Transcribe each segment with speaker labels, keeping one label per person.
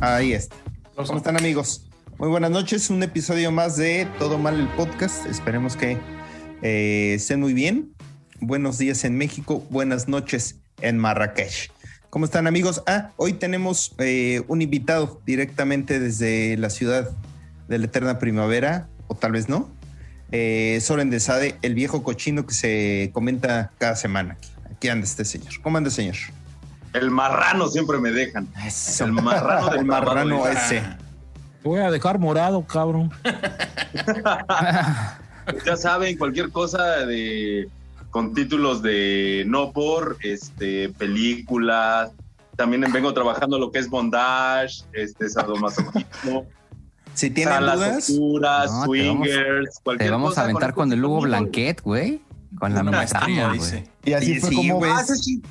Speaker 1: Ahí está. Pues, ¿Cómo están amigos? Muy buenas noches, un episodio más de Todo Mal el Podcast. Esperemos que eh, estén muy bien. Buenos días en México, buenas noches en Marrakech. ¿Cómo están amigos? Ah, hoy tenemos eh, un invitado directamente desde la ciudad de la Eterna Primavera, o tal vez no. Eh, Soren de Sade, el viejo cochino que se comenta cada semana aquí. Aquí anda este señor. ¿Cómo anda, señor?
Speaker 2: El marrano siempre me dejan.
Speaker 1: El
Speaker 2: marrano ¿eh? de
Speaker 1: el marrano
Speaker 2: Tabasco.
Speaker 1: ese.
Speaker 3: Te voy a dejar morado, cabrón.
Speaker 2: Ya saben, cualquier cosa de con títulos de no por este películas. También vengo trabajando lo que es bondage, este sadomasoquismo,
Speaker 1: Si tienen
Speaker 2: Ah. salas
Speaker 1: dudas,
Speaker 2: oscuras,
Speaker 4: No, te
Speaker 2: swingers,
Speaker 4: Te
Speaker 2: cualquier
Speaker 4: vamos
Speaker 2: cosa
Speaker 4: a aventar con el Hugo
Speaker 2: Hugo
Speaker 4: Blanquet, güey. Con la
Speaker 5: Una
Speaker 4: maestría,
Speaker 5: maestría,
Speaker 4: güey.
Speaker 5: dice.
Speaker 6: Y así
Speaker 1: Y
Speaker 6: fue
Speaker 1: sí,
Speaker 6: como,
Speaker 1: güey.
Speaker 6: y
Speaker 2: Ah, ese, sí.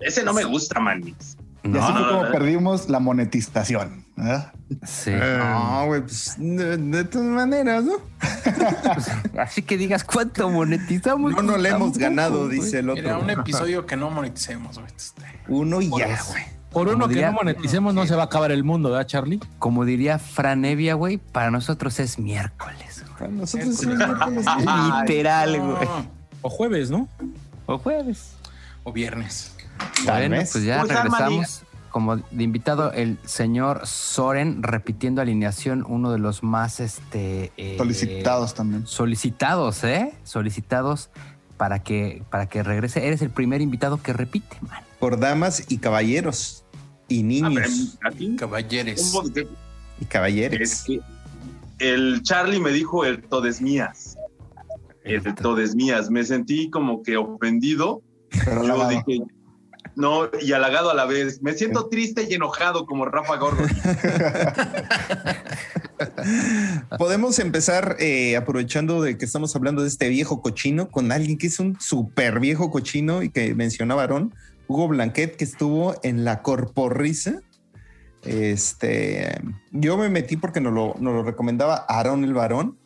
Speaker 2: Ese no me gusta, manis.
Speaker 6: así
Speaker 4: No,
Speaker 6: fue
Speaker 2: no,
Speaker 6: como
Speaker 2: no.
Speaker 6: perdimos la monetización. ¿verdad?
Speaker 4: sí.
Speaker 1: No, güey, pues de, de todas maneras, ¿no?
Speaker 4: Así que digas cuánto monetizamos.
Speaker 1: No, no le hemos
Speaker 4: Tampoco,
Speaker 1: ganado,
Speaker 4: güey.
Speaker 1: dice el
Speaker 5: Era
Speaker 1: otro.
Speaker 5: un episodio que no moneticemos, güey. Este,
Speaker 1: Uno y ya, güey.
Speaker 3: Por uno
Speaker 4: Como
Speaker 3: que
Speaker 4: diría-
Speaker 3: no moneticemos, no se va a acabar el mundo, ¿verdad, Charlie?
Speaker 4: Como diría Franevia, güey, para nosotros es miércoles. güey.
Speaker 1: Para nosotros sí Ah,
Speaker 5: Hércules.
Speaker 1: nos metemos bien.
Speaker 4: Literal, güey.
Speaker 5: no.
Speaker 3: O jueves, ¿no?
Speaker 4: O jueves.
Speaker 5: O viernes.
Speaker 1: Tal
Speaker 4: Bueno,
Speaker 1: vez.
Speaker 4: pues ya
Speaker 2: Pues,
Speaker 4: regresamos. Como de invitado, el señor Soren, repitiendo alineación, uno de los más este eh,
Speaker 6: Solicitados también.
Speaker 4: solicitados, ¿eh? Solicitados para que, para que regrese. Eres el primer invitado que repite, man.
Speaker 1: Por damas y caballeros. Y
Speaker 2: Ah, pero
Speaker 1: niños
Speaker 2: a ti,
Speaker 5: Caballeres.
Speaker 2: ¿cómo que-
Speaker 1: y caballeres.
Speaker 2: es que el Charlie me dijo el todes mías. El todes mías. Me sentí como que ofendido
Speaker 6: Pero
Speaker 2: Yo
Speaker 6: la-
Speaker 2: dije, no, y halagado a la vez. Me
Speaker 4: Eh.
Speaker 2: siento triste y enojado como Rafa Gordo.
Speaker 1: Podemos empezar eh, aprovechando de que estamos hablando de este viejo cochino con alguien que es un súper viejo cochino y que menciona varón, Hugo Blanquet, que estuvo en la corporrisa. Este, yo me metí porque nos lo, nos lo recomendaba Aarón el varón.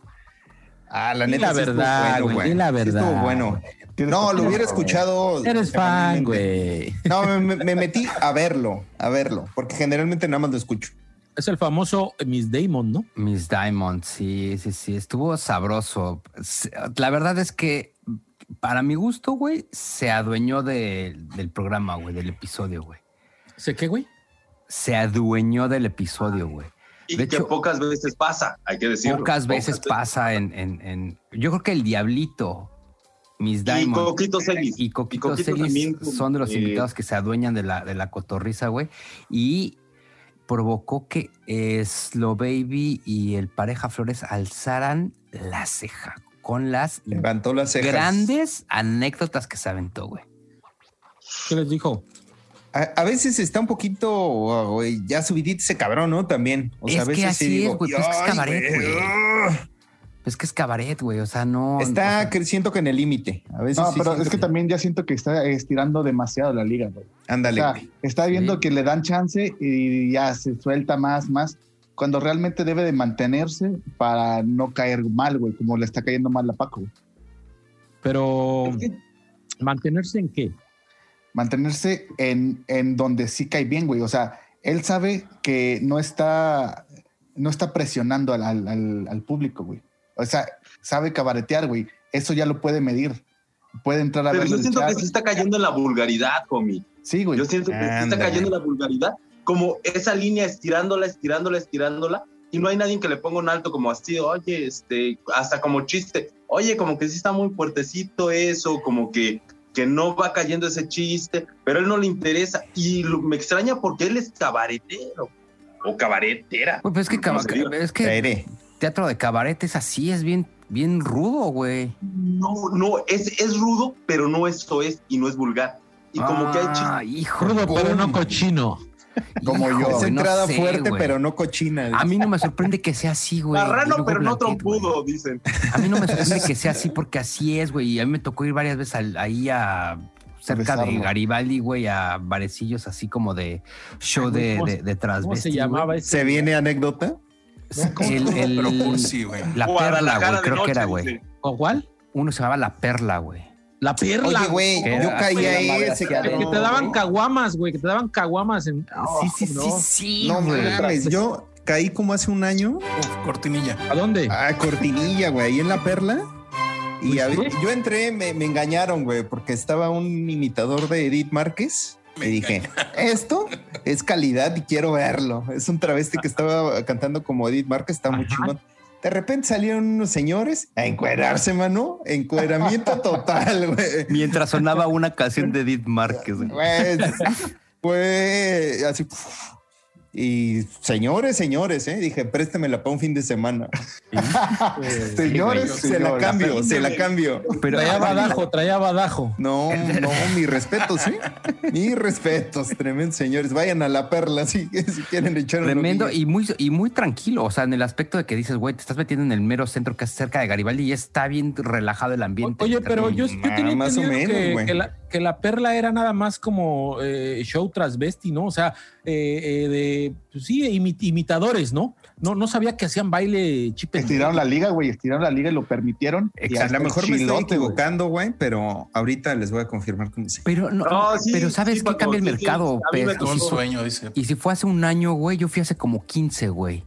Speaker 1: Ah, la
Speaker 3: Di
Speaker 1: neta.
Speaker 3: la
Speaker 1: sí estuvo
Speaker 3: verdad, güey, di la
Speaker 1: Sí
Speaker 3: verdad,
Speaker 1: estuvo bueno.
Speaker 6: tienes
Speaker 1: No, lo
Speaker 6: que-
Speaker 1: hubiera escuchado.
Speaker 3: Pues, Eres fan,
Speaker 1: semanalmente.
Speaker 3: güey.
Speaker 1: No, me, me metí a verlo, a verlo, porque generalmente nada más lo escucho.
Speaker 3: Es el famoso Miss Damon, ¿no?
Speaker 4: Miss Diamond, sí, sí, sí, estuvo sabroso. Se- La verdad es que, para mi gusto, güey, se adueñó de- del programa, güey, del episodio, güey.
Speaker 3: ¿Sé qué, güey?
Speaker 4: Se adueñó del episodio, güey.
Speaker 2: Y
Speaker 4: De
Speaker 2: que
Speaker 4: hecho,
Speaker 2: pocas veces pasa, hay que decirlo.
Speaker 4: Pocas veces
Speaker 2: pasa.
Speaker 4: pasa en, en, en- Yo creo que el Diablito, Miss
Speaker 2: Y
Speaker 4: Diamond
Speaker 2: Coquito Celis.
Speaker 4: y Coquito,
Speaker 2: Y Coquito
Speaker 4: Celis
Speaker 2: también,
Speaker 4: son de los
Speaker 2: eh,
Speaker 4: invitados que se adueñan de la, de la cotorriza, güey. Y provocó que eh, Slow Baby y el pareja Flores alzaran la ceja con las
Speaker 1: Levantó las cejas.
Speaker 4: grandes anécdotas que se aventó, güey.
Speaker 3: ¿Qué les dijo?
Speaker 1: A, a veces está un poquito, oh, güey, ya subidito ese cabrón, ¿no? También. O sea,
Speaker 4: Es
Speaker 1: a
Speaker 4: que
Speaker 1: veces
Speaker 4: así
Speaker 1: sí
Speaker 4: es,
Speaker 1: digo,
Speaker 4: güey, pues es que es
Speaker 1: "Ay,
Speaker 4: cabaret,
Speaker 1: güey,
Speaker 4: güey".
Speaker 1: ah".
Speaker 4: Es Pues que es cabaret, güey. O sea, no. o
Speaker 1: Está
Speaker 4: sea,
Speaker 1: creciendo que en el límite. A veces
Speaker 6: No,
Speaker 1: sí
Speaker 6: pero
Speaker 1: siento
Speaker 6: es que también ya siento que está estirando demasiado la liga, güey. O
Speaker 1: Ándale.
Speaker 6: sea,
Speaker 1: güey.
Speaker 6: está viendo
Speaker 4: Sí.
Speaker 6: que le dan chance y ya se suelta más, más, cuando realmente debe de mantenerse para no caer mal, güey, como le está cayendo mal a Paco. güey.
Speaker 3: Pero,
Speaker 2: es que
Speaker 3: ¿mantenerse en qué?
Speaker 6: Mantenerse en, en donde sí cae bien, güey. O sea, él sabe que no está, no está presionando al, al- al- al público, güey. O sea, sabe cabaretear, güey. Eso ya lo puede medir. Puede entrar a
Speaker 2: Pero
Speaker 6: ver
Speaker 2: yo
Speaker 6: el
Speaker 2: siento que
Speaker 6: chat.
Speaker 2: se está cayendo en la vulgaridad, homie.
Speaker 6: Sí, güey.
Speaker 2: Yo siento que se está
Speaker 1: Ándale.
Speaker 2: cayendo en la vulgaridad, como esa línea estirándola, estirándola, estirándola, y no hay nadie que le ponga un alto como así, oye, este, hasta como chiste, oye, como que sí está muy fuertecito eso, como que, que no va cayendo ese chiste, pero a él no le interesa, y lo- me extraña porque él es cabaretero, o cabaretera.
Speaker 4: güey, pues es que,
Speaker 2: ¿cómo se
Speaker 4: caba-
Speaker 2: diga?
Speaker 4: es que
Speaker 1: Caeré.
Speaker 4: teatro de cabaret es así, es bien, bien rudo, güey.
Speaker 2: No, no, es, es rudo, pero no eso es, y no es vulgar. Y como que hay chistes
Speaker 4: Ah, hijo.
Speaker 3: Crudo, pero no
Speaker 1: Uy.
Speaker 3: cochino.
Speaker 6: Como yo.
Speaker 4: Hijo,
Speaker 1: es
Speaker 4: güey, no
Speaker 1: entrada
Speaker 4: sé,
Speaker 1: fuerte,
Speaker 4: güey.
Speaker 1: pero no cochina.
Speaker 4: A mí no me sorprende que sea así, güey.
Speaker 2: marrano,
Speaker 4: Hugo
Speaker 2: pero no
Speaker 4: Blanquet, güey.
Speaker 2: trompudo, dicen.
Speaker 4: A mí no me sorprende que sea así porque así es, güey. Y a mí me tocó ir varias veces al- ahí a cerca de
Speaker 6: besarlo.
Speaker 4: Garibaldi, güey, a barecillos así como de show de,
Speaker 3: ¿Cómo se-
Speaker 4: de, de
Speaker 3: ¿Cómo
Speaker 4: transvesti,
Speaker 3: se llamaba
Speaker 4: güey.
Speaker 3: ese?
Speaker 1: ¿Se viene anécdota?
Speaker 3: ¿Cómo se
Speaker 4: El-
Speaker 3: llamaba?
Speaker 4: el-
Speaker 5: Pero cursi, güey.
Speaker 4: La perla,
Speaker 2: Guadalajara
Speaker 4: güey,
Speaker 2: de
Speaker 4: creo que
Speaker 2: noche,
Speaker 4: era, güey.
Speaker 2: dice.
Speaker 3: ¿O cuál?
Speaker 4: Uno se llamaba La Perla, güey.
Speaker 3: La perla.
Speaker 1: Oye, güey,
Speaker 4: Era-
Speaker 1: yo caí
Speaker 4: era
Speaker 1: a
Speaker 4: madre
Speaker 1: ese,
Speaker 4: así,
Speaker 3: Que
Speaker 1: cabrón.
Speaker 3: te daban caguamas, güey, que te daban caguamas en.
Speaker 4: sí, sí,
Speaker 3: no.
Speaker 4: sí, sí.
Speaker 1: No
Speaker 4: güey.
Speaker 1: mames, yo caí como hace un año
Speaker 5: Uf, cortinilla.
Speaker 3: ¿A dónde?
Speaker 1: a Ah, Cortinilla, güey, ahí en La Perla. Y
Speaker 3: Uy,
Speaker 1: a
Speaker 3: sí.
Speaker 1: ver, yo entré, me, me engañaron, güey, porque estaba un imitador de Edith Márquez.
Speaker 5: Me
Speaker 1: y dije, esto es calidad y quiero verlo. Es un travesti que estaba cantando como Edith Márquez, está muy
Speaker 3: Ajá.
Speaker 1: chingón. De repente salieron unos señores a encuerarse, mano. Encueramiento total, güey.
Speaker 4: Mientras sonaba una canción de Edith Márquez. güey.
Speaker 1: Pues, fue así. puf. Y señores, señores, ¿eh? dije, préstemela para un fin de semana.
Speaker 6: Señores,
Speaker 5: güey,
Speaker 1: se la
Speaker 6: señores.
Speaker 1: cambio, se la cambio.
Speaker 4: Pero
Speaker 3: traía badajo, traía badajo.
Speaker 1: No, no, mis respetos, ¿eh? Mis respetos, tremendos señores. Vayan a la perla si, si quieren echar un
Speaker 4: Tremendo
Speaker 1: ojillo.
Speaker 4: y muy, y muy tranquilo, o sea, en el aspecto de que dices, güey, te estás metiendo en el mero centro que es cerca de Garibaldi y está bien relajado el ambiente.
Speaker 3: Oye, pero yo, yo tenía
Speaker 1: Más o
Speaker 3: entendido
Speaker 1: menos, güey.
Speaker 3: que, que la, que la perla era nada más como eh, show transvesti, ¿no? O sea, eh, eh, de, pues sí, imi- imitadores, ¿no? No no sabía que hacían baile chipes.
Speaker 6: Estiraron la liga, güey, estiraron la liga y lo permitieron. Y
Speaker 1: A
Speaker 6: hasta
Speaker 1: lo
Speaker 6: el
Speaker 1: mejor me estoy
Speaker 6: chilote, güey.
Speaker 1: equivocando, güey, pero ahorita les voy a confirmar con sí.
Speaker 4: Pero no,
Speaker 2: No,
Speaker 4: no,
Speaker 2: sí,
Speaker 4: pero
Speaker 2: sí,
Speaker 4: sabes que
Speaker 2: Paco,
Speaker 4: cambia el
Speaker 2: sí, sí, a
Speaker 4: mercado.
Speaker 2: mí me
Speaker 4: pero-
Speaker 5: Todo un
Speaker 2: Todo.
Speaker 5: sueño, dice.
Speaker 4: y si fue hace un año, güey, yo fui hace como 15, güey.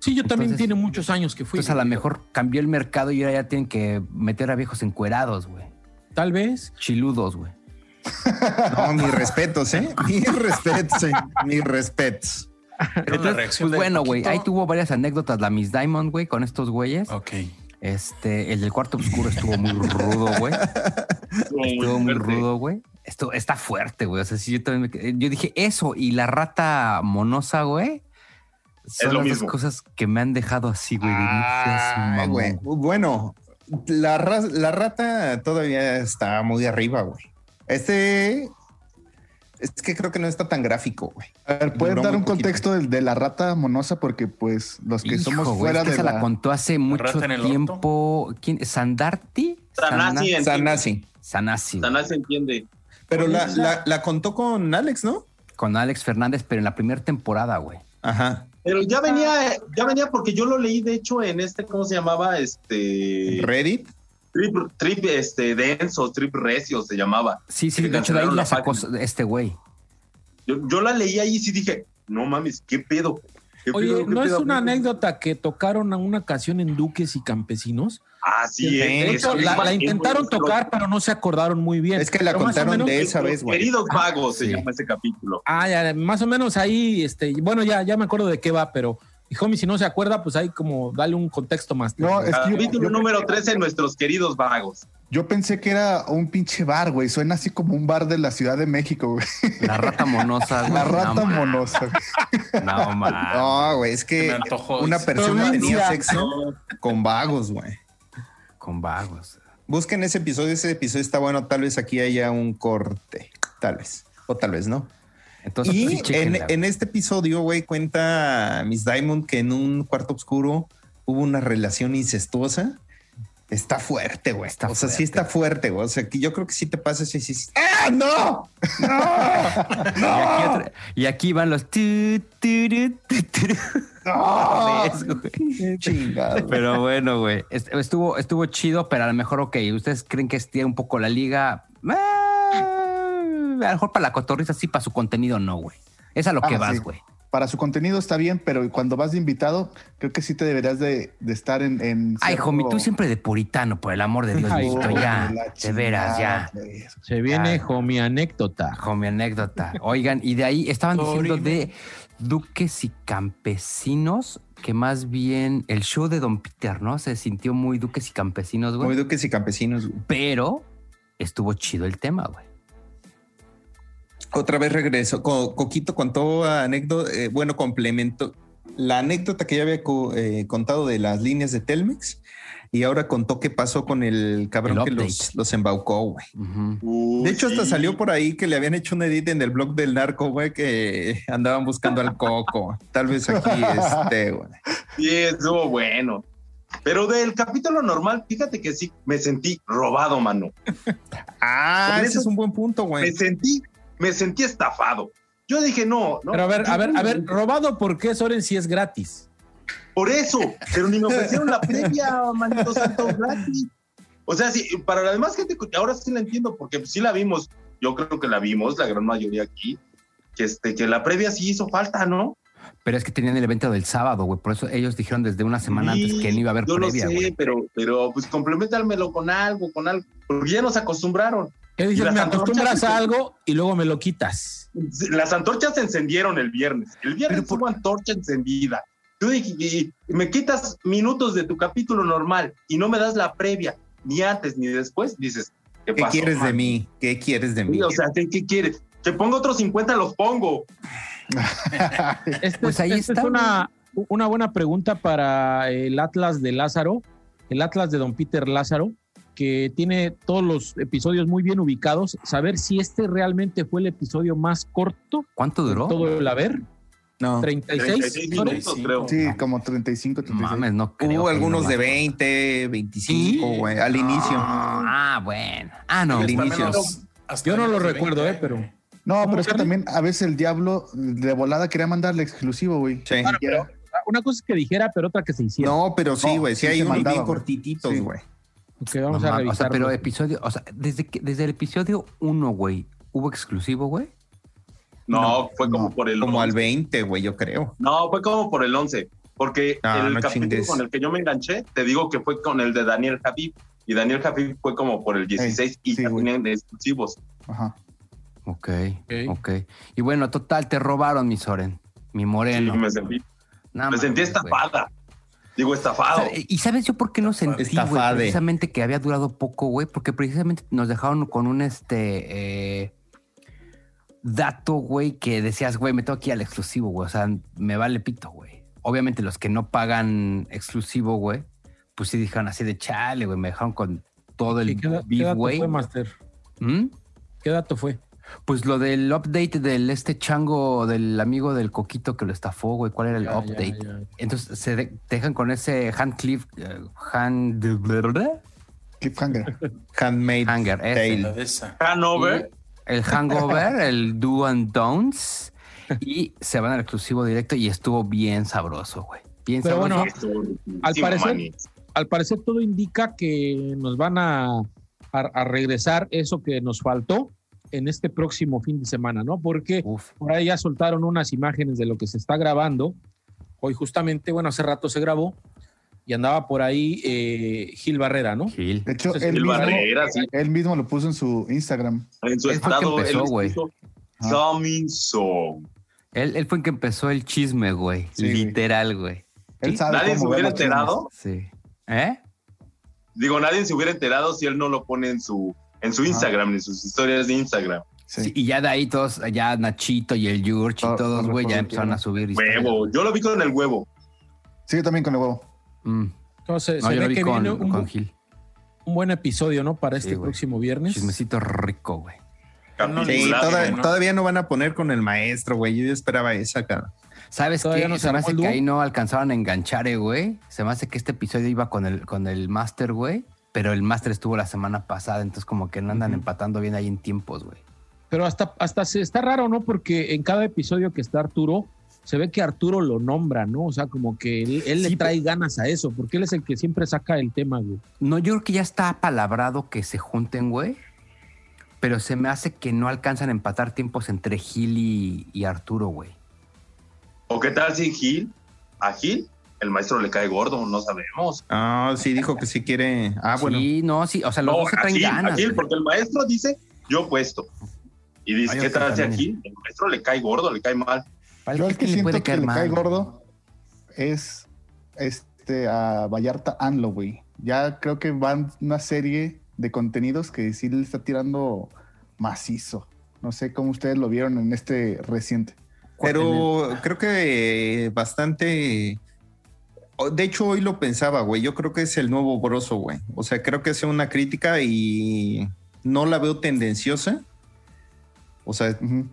Speaker 3: Sí, yo también
Speaker 4: Entonces-
Speaker 3: tiene muchos años que fui.
Speaker 4: Entonces a lo mejor cambió el mercado y ahora ya tienen que meter a viejos encuerados, güey.
Speaker 3: Tal vez.
Speaker 4: Chiludos, güey.
Speaker 1: No, mis respetos, ¿eh? Mis respetos, ¿eh? Mis respetos.
Speaker 5: Era una reacción
Speaker 4: Pues
Speaker 5: del
Speaker 4: bueno, güey,
Speaker 5: Paquito.
Speaker 4: ahí tuvo varias anécdotas la Miss Diamond, güey, con estos güeyes.
Speaker 5: Ok.
Speaker 4: Este, el del cuarto oscuro estuvo muy rudo, güey. Estuvo muy rudo, güey. Esto está fuerte, güey. O sea, sí, yo también me quedé- Yo dije eso y la rata monosa, güey. Son
Speaker 2: lo
Speaker 4: las dos
Speaker 2: mismo.
Speaker 4: cosas que me han dejado así, güey. de no seas
Speaker 1: Ay,
Speaker 4: mamón.
Speaker 1: güey. Bueno, la, ra- la rata todavía está muy arriba, güey. Este es que creo que no está tan gráfico, güey.
Speaker 6: A ver, ¿puedes
Speaker 1: Duró
Speaker 6: dar
Speaker 1: muy
Speaker 6: un
Speaker 1: poquito.
Speaker 6: contexto del- de, la rata monosa? Porque, pues, los que
Speaker 4: Hijo,
Speaker 6: somos
Speaker 4: güey,
Speaker 6: fuera
Speaker 4: es que
Speaker 6: de
Speaker 4: se la...
Speaker 6: la...
Speaker 4: contó hace mucho
Speaker 5: rata en el orto?
Speaker 4: tiempo. ¿Quién? ¿Sandarti?
Speaker 2: Sanasi,
Speaker 4: Sana-
Speaker 1: Sana
Speaker 2: entiende.
Speaker 1: sí.
Speaker 4: Sanasi. güey.
Speaker 2: Sanasi entiende.
Speaker 1: Pero la, la- la contó con Alex, ¿no?
Speaker 4: Con Alex Fernández, pero en la primera temporada, güey.
Speaker 1: Ajá.
Speaker 2: Pero ya venía, ya venía porque yo lo leí, de hecho, en este, ¿cómo se llamaba? Este.
Speaker 1: Reddit.
Speaker 2: Trip, trip este, denso, trip recio se llamaba.
Speaker 4: Sí, sí,
Speaker 2: Que
Speaker 4: de hecho de ahí
Speaker 2: cancelaron
Speaker 4: la
Speaker 2: la
Speaker 4: sacó
Speaker 2: página.
Speaker 4: este güey.
Speaker 2: Yo, yo la leí ahí y sí dije, no mames, ¿qué pedo? ¿Qué
Speaker 3: Oye,
Speaker 2: pedo, qué
Speaker 3: ¿no es
Speaker 2: pedo?
Speaker 3: una anécdota que tocaron a una canción en Duques y Campesinos?
Speaker 2: Así es.
Speaker 3: De hecho,
Speaker 2: es-
Speaker 3: la,
Speaker 2: es-
Speaker 3: la
Speaker 2: es-
Speaker 3: intentaron
Speaker 2: es-
Speaker 3: tocar, pero no se acordaron muy bien.
Speaker 1: Es que la
Speaker 3: Pero más o
Speaker 1: contaron
Speaker 3: menos-
Speaker 1: de esa vez, güey.
Speaker 2: Queridos vagos se
Speaker 4: sí.
Speaker 2: llama ese capítulo.
Speaker 3: Ah, ya, más o menos ahí, este, bueno, ya, ya me acuerdo de qué va, pero, y homie, si no se acuerda, pues ahí como dale un contexto más.
Speaker 6: No, es que yo,
Speaker 2: Capítulo
Speaker 6: yo-
Speaker 2: número 13, nuestros queridos vagos.
Speaker 6: yo pensé que era un pinche bar, güey. Suena así como un bar de la Ciudad de México, güey.
Speaker 4: La rata monosa. güey.
Speaker 6: La
Speaker 4: No
Speaker 6: rata
Speaker 4: mames,
Speaker 6: monosa. güey.
Speaker 4: No, mames.
Speaker 1: No, güey, es
Speaker 5: Ah, Se me
Speaker 1: que
Speaker 5: antojó.
Speaker 1: Eh, una
Speaker 5: dice.
Speaker 1: persona tenía
Speaker 3: Provincia.
Speaker 1: sexo con vagos, güey.
Speaker 4: Con vagos.
Speaker 1: Busquen ese episodio, ese episodio está bueno, tal vez aquí haya un corte, tal vez, o tal vez no.
Speaker 4: Entonces, pues, sí,
Speaker 1: Y en,
Speaker 4: chéquenla, güey.
Speaker 1: en este episodio, güey, cuenta Miss Diamond que en un cuarto oscuro hubo una relación incestuosa. Está fuerte, güey.
Speaker 4: Está
Speaker 1: o sea, sí
Speaker 4: fuerte.
Speaker 1: está fuerte, güey. O sea, que yo creo que sí te pasa eso y dices, ¡ah, no!
Speaker 4: Y aquí, otra- y aquí van los. tu, tu, ru, tu, tu, ru.
Speaker 6: Ah.
Speaker 4: Otra vez, güey.
Speaker 1: Chingado.
Speaker 4: Pero bueno, güey. est- Estuvo, estuvo chido, pero a lo mejor, ok. ¿Ustedes creen que estira un poco la liga? Eh, a lo mejor para la cotorriza sí, para su contenido no, güey. Es a lo
Speaker 6: Ah,
Speaker 4: que
Speaker 6: sí.
Speaker 4: vas, güey.
Speaker 6: Para su contenido está bien, pero cuando vas de invitado, creo que sí te deberías de, de estar en... en
Speaker 4: Ay,
Speaker 6: cierto-
Speaker 4: homie, tú siempre de puritano, por el amor de Dios,
Speaker 3: Ay,
Speaker 4: Víctor,
Speaker 6: Oh,
Speaker 4: ya.
Speaker 6: la
Speaker 4: De veras, ya.
Speaker 6: chingada, güey.
Speaker 3: Se viene,
Speaker 4: Ah.
Speaker 3: homie, anécdota.
Speaker 4: Homie, anécdota. Oigan, y de ahí estaban diciendo de duques y campesinos, que más bien el show de Don Peter, ¿no? Se sintió muy duques y campesinos, güey.
Speaker 1: Muy duques y campesinos, güey.
Speaker 4: Pero estuvo chido el tema, güey.
Speaker 1: Otra vez regreso. Co- Coquito contó anécdota, eh, bueno, complemento la anécdota que ya había co- eh, contado de las líneas de Telmex y ahora contó qué pasó con el cabrón
Speaker 4: El
Speaker 1: que
Speaker 4: update.
Speaker 1: los, los embaucó, güey.
Speaker 4: Ujú.
Speaker 1: De hecho, hasta salió por ahí que le habían hecho un edit en el blog del narco, güey, que andaban buscando al coco. Tal vez aquí este, güey.
Speaker 2: Sí, estuvo bueno. Pero del capítulo normal, fíjate que sí, me sentí robado, mano.
Speaker 1: Ah,
Speaker 2: Por
Speaker 1: ese
Speaker 2: eso-
Speaker 1: es un buen punto,
Speaker 2: Me
Speaker 1: güey.
Speaker 2: sentí, me sentí estafado. Yo dije, no, no.
Speaker 3: Pero a ver, a ver, a ver,
Speaker 2: yo-
Speaker 3: robado, ¿por qué, Soren, si es gratis?
Speaker 2: Por eso, pero ni me ofrecieron la previa, manito santo gratis. O sea, sí, para la demás gente, ahora sí la entiendo, porque sí la vimos, yo creo que la vimos, la gran mayoría aquí, que, este, que la previa sí hizo falta, ¿no?
Speaker 4: Pero es que tenían el evento del sábado, güey. Por eso ellos dijeron desde una semana
Speaker 2: Sí,
Speaker 4: antes que no iba a haber
Speaker 2: Yo
Speaker 4: previa,
Speaker 2: lo sé,
Speaker 4: güey.
Speaker 2: pero, pero pues complementármelo con algo, con algo, porque ya nos acostumbraron.
Speaker 3: ¿Qué
Speaker 2: Y
Speaker 3: dices?
Speaker 2: las
Speaker 3: Me acostumbras
Speaker 2: antorchas-
Speaker 3: a algo y luego me lo quitas.
Speaker 2: Las antorchas se encendieron el viernes. El viernes hubo antorcha encendida. Tú dij- y- y me quitas minutos de tu capítulo normal y no me das la previa, ni antes ni después, dices, ¿qué,
Speaker 1: ¿Qué
Speaker 2: pasó,
Speaker 1: quieres de
Speaker 2: man?
Speaker 1: mí? ¿Qué quieres de mí?
Speaker 2: Sí, O sea, ¿qué, qué quieres? Te pongo otros 50, los pongo.
Speaker 3: Esta
Speaker 4: Pues
Speaker 3: es-
Speaker 4: ahí
Speaker 3: esta Este
Speaker 4: está,
Speaker 3: Es una, una buena pregunta para el Atlas de Lázaro, el Atlas de Don Peter Lázaro, que tiene todos los episodios muy bien ubicados. Saber si este realmente fue el episodio más corto
Speaker 4: ¿Cuánto
Speaker 3: de
Speaker 4: duró?
Speaker 3: todo el haber.
Speaker 1: no.
Speaker 3: 36.
Speaker 2: 36
Speaker 3: Sorry.
Speaker 2: minutos, creo.
Speaker 6: Sí, como 35, 36.
Speaker 4: Mames, no creo.
Speaker 1: Hubo
Speaker 4: que
Speaker 1: Uh, algunos
Speaker 4: no
Speaker 1: de
Speaker 4: más.
Speaker 1: 20, 25,
Speaker 4: Sí.
Speaker 1: güey, al inicio.
Speaker 4: Ah, bueno. Ah, no.
Speaker 1: Al
Speaker 4: güey.
Speaker 1: inicio.
Speaker 3: Yo no lo recuerdo, eh, pero.
Speaker 6: No,
Speaker 3: ¿Cómo,
Speaker 6: pero es que
Speaker 3: Charlie?
Speaker 6: también a veces el diablo de volada quería mandarle exclusivo, güey.
Speaker 1: Sí.
Speaker 3: Bueno, pero una cosa es que dijera, pero otra que se hiciera.
Speaker 1: No, pero sí,
Speaker 6: No,
Speaker 1: güey. sí,
Speaker 6: sí
Speaker 1: hay
Speaker 6: se
Speaker 1: unos
Speaker 6: mandaba,
Speaker 1: bien
Speaker 6: güey.
Speaker 1: cortititos,
Speaker 6: Sí.
Speaker 1: güey.
Speaker 3: que vamos
Speaker 4: No
Speaker 3: a
Speaker 4: mames,
Speaker 3: revisar.
Speaker 4: O sea, pero episodio, o sea, desde, que, desde el episodio 1, güey, ¿hubo exclusivo, güey?
Speaker 2: No, fue como
Speaker 6: no,
Speaker 2: por el
Speaker 1: Como al
Speaker 2: 11.
Speaker 1: 20, güey, yo creo.
Speaker 2: No, fue como por el 11. Porque
Speaker 1: Ah,
Speaker 2: el
Speaker 1: no
Speaker 2: capítulo
Speaker 1: chingues.
Speaker 2: con el que yo me enganché, te digo que fue con el de Daniel Javib. Y Daniel Javib fue como por el 16 y
Speaker 6: sí,
Speaker 2: ya
Speaker 6: güey.
Speaker 2: tenían exclusivos.
Speaker 6: Ajá.
Speaker 4: Ok, ok. Y bueno, total, te robaron, mi Soren, mi moreno.
Speaker 2: Y me sentí,
Speaker 4: No
Speaker 2: me
Speaker 4: Ah, mames,
Speaker 2: sentí
Speaker 4: güey.
Speaker 2: estafada. Digo, estafado.
Speaker 4: O sea, ¿Y sabes yo por qué no sentí, güey,
Speaker 1: Estafade.
Speaker 4: precisamente que había durado poco, güey? Porque precisamente nos dejaron con un este eh, dato, güey, que decías, güey, me tengo que ir al exclusivo, güey. O sea, me vale pito, güey. Obviamente los que no pagan exclusivo, güey, pues sí dijeron así de chale, güey. Me dejaron con todo
Speaker 3: Sí,
Speaker 4: el
Speaker 3: ¿Qué, da- qué
Speaker 4: beef,
Speaker 3: dato
Speaker 4: güey.
Speaker 3: fue, Master?
Speaker 4: ¿Mm?
Speaker 3: ¿Qué dato fue?
Speaker 4: Pues lo del update del este chango del amigo del coquito que lo estafó, güey. ¿Cuál era el
Speaker 3: Ya, ya,
Speaker 4: update?
Speaker 3: ya.
Speaker 4: Entonces se de- te dejan con ese hand cliff, eh, hand
Speaker 6: Cliffhanger.
Speaker 1: Handmade.
Speaker 4: Hanger, ese.
Speaker 1: Tale.
Speaker 5: La de esa.
Speaker 2: Ah, Hanover.
Speaker 4: el hangover, el do and don'ts y se van al exclusivo directo y estuvo bien sabroso, güey. Bien
Speaker 3: Pero
Speaker 4: sabroso.
Speaker 3: bueno,
Speaker 2: Este,
Speaker 3: Al
Speaker 2: Sí,
Speaker 3: parecer-
Speaker 2: maní.
Speaker 3: Al parecer todo indica que nos van a, a- a regresar eso que nos faltó en este próximo fin de semana, ¿no? Porque
Speaker 4: Uf.
Speaker 3: por ahí ya soltaron unas imágenes de lo que se está grabando. Hoy justamente, bueno, hace rato se grabó y andaba por ahí eh, Gil Barrera, ¿no?
Speaker 4: Gil.
Speaker 6: De hecho,
Speaker 3: Ese es
Speaker 6: él
Speaker 2: El
Speaker 6: mismo,
Speaker 2: Barrera, sí,
Speaker 6: él mismo lo puso en su Instagram.
Speaker 2: en su
Speaker 4: Él fue el que
Speaker 2: estado. él
Speaker 4: empezó, güey.
Speaker 2: puso
Speaker 6: Ah.
Speaker 2: Coming soon.
Speaker 4: Él, él fue el que empezó el chisme, güey.
Speaker 6: Sí, güey.
Speaker 4: Literal, güey.
Speaker 6: Él sabe
Speaker 2: Nadie se
Speaker 6: cómo ver
Speaker 2: hubiera
Speaker 6: los chismes.
Speaker 2: enterado.
Speaker 4: Sí. ¿Eh?
Speaker 2: Digo, nadie se hubiera enterado si él no lo pone en su, en su Instagram, ni sus historias de Instagram.
Speaker 6: Sí.
Speaker 4: Sí, Y ya de ahí todos, ya Nachito y el Yurch y
Speaker 6: Todo-
Speaker 4: todos,
Speaker 6: todo
Speaker 4: güey, ya
Speaker 6: reproductivo.
Speaker 4: empezaron a subir. historias.
Speaker 2: Huevo. Yo lo vi con el huevo.
Speaker 6: Sí, yo también con el huevo.
Speaker 4: Mm.
Speaker 3: Entonces,
Speaker 4: No,
Speaker 3: se
Speaker 4: yo lo
Speaker 3: ve
Speaker 4: vi
Speaker 3: que
Speaker 4: con,
Speaker 3: viene un,
Speaker 4: con
Speaker 3: bu-
Speaker 4: Gil.
Speaker 3: un buen episodio, ¿no? Para este
Speaker 4: Sí, güey.
Speaker 3: próximo viernes.
Speaker 4: Chismecito rico, güey.
Speaker 5: No,
Speaker 1: Sí,
Speaker 5: Lázaro,
Speaker 1: toda-
Speaker 5: ¿no?
Speaker 1: todavía no van a poner con el maestro, güey. Yo ya esperaba esa, cara.
Speaker 4: ¿Sabes
Speaker 3: Todavía
Speaker 4: qué?
Speaker 3: no se
Speaker 4: se me
Speaker 3: armó
Speaker 4: hace
Speaker 3: el
Speaker 4: que
Speaker 3: dúo.
Speaker 4: ahí no alcanzaron a enganchar, eh, güey. Se me hace que este episodio iba con el, con el Master, güey. Pero el Master estuvo la semana pasada, entonces como que no andan
Speaker 3: Ujú.
Speaker 4: empatando bien ahí en tiempos, güey.
Speaker 3: Pero hasta, hasta se está raro, ¿no? Porque en cada episodio que está Arturo, se ve que Arturo lo nombra, ¿no? O sea, como que él, él
Speaker 4: Sí,
Speaker 3: le trae ganas a eso, porque él es el que siempre saca el tema, güey.
Speaker 4: No, yo creo que ya está apalabrado que se junten, güey. Pero se me hace que no alcanzan a empatar tiempos entre Gil y, y Arturo, güey.
Speaker 2: ¿O qué tal si Gil? A Gil, el maestro le cae gordo, no sabemos.
Speaker 1: Ah, sí, dijo que sí quiere. Ah, bueno.
Speaker 4: Sí, no, sí. O sea, los
Speaker 2: No,
Speaker 4: dos se
Speaker 2: a
Speaker 4: traen
Speaker 2: Gil, a
Speaker 4: ganas.
Speaker 2: Gil,
Speaker 4: güey.
Speaker 2: porque el maestro dice, yo puesto. Y dice,
Speaker 4: Ay,
Speaker 2: ¿qué
Speaker 4: otro
Speaker 2: tal si a
Speaker 4: también.
Speaker 2: Gil? El maestro le cae gordo, le cae mal.
Speaker 4: Para
Speaker 6: Yo el
Speaker 4: Gil
Speaker 6: que
Speaker 4: le
Speaker 6: siento
Speaker 4: puede
Speaker 6: que
Speaker 4: caer
Speaker 6: le cae
Speaker 4: mal.
Speaker 6: gordo es este a Vallarta Anlo, güey. Ya creo que van una serie de contenidos que sí le está tirando macizo. No sé cómo ustedes lo vieron en este reciente.
Speaker 1: Pero creo que eh, bastante. o- De hecho, hoy lo pensaba, güey. Yo creo que es el nuevo Broso, güey. O sea, creo que hace una crítica y no la veo tendenciosa. O sea,
Speaker 6: Ujú.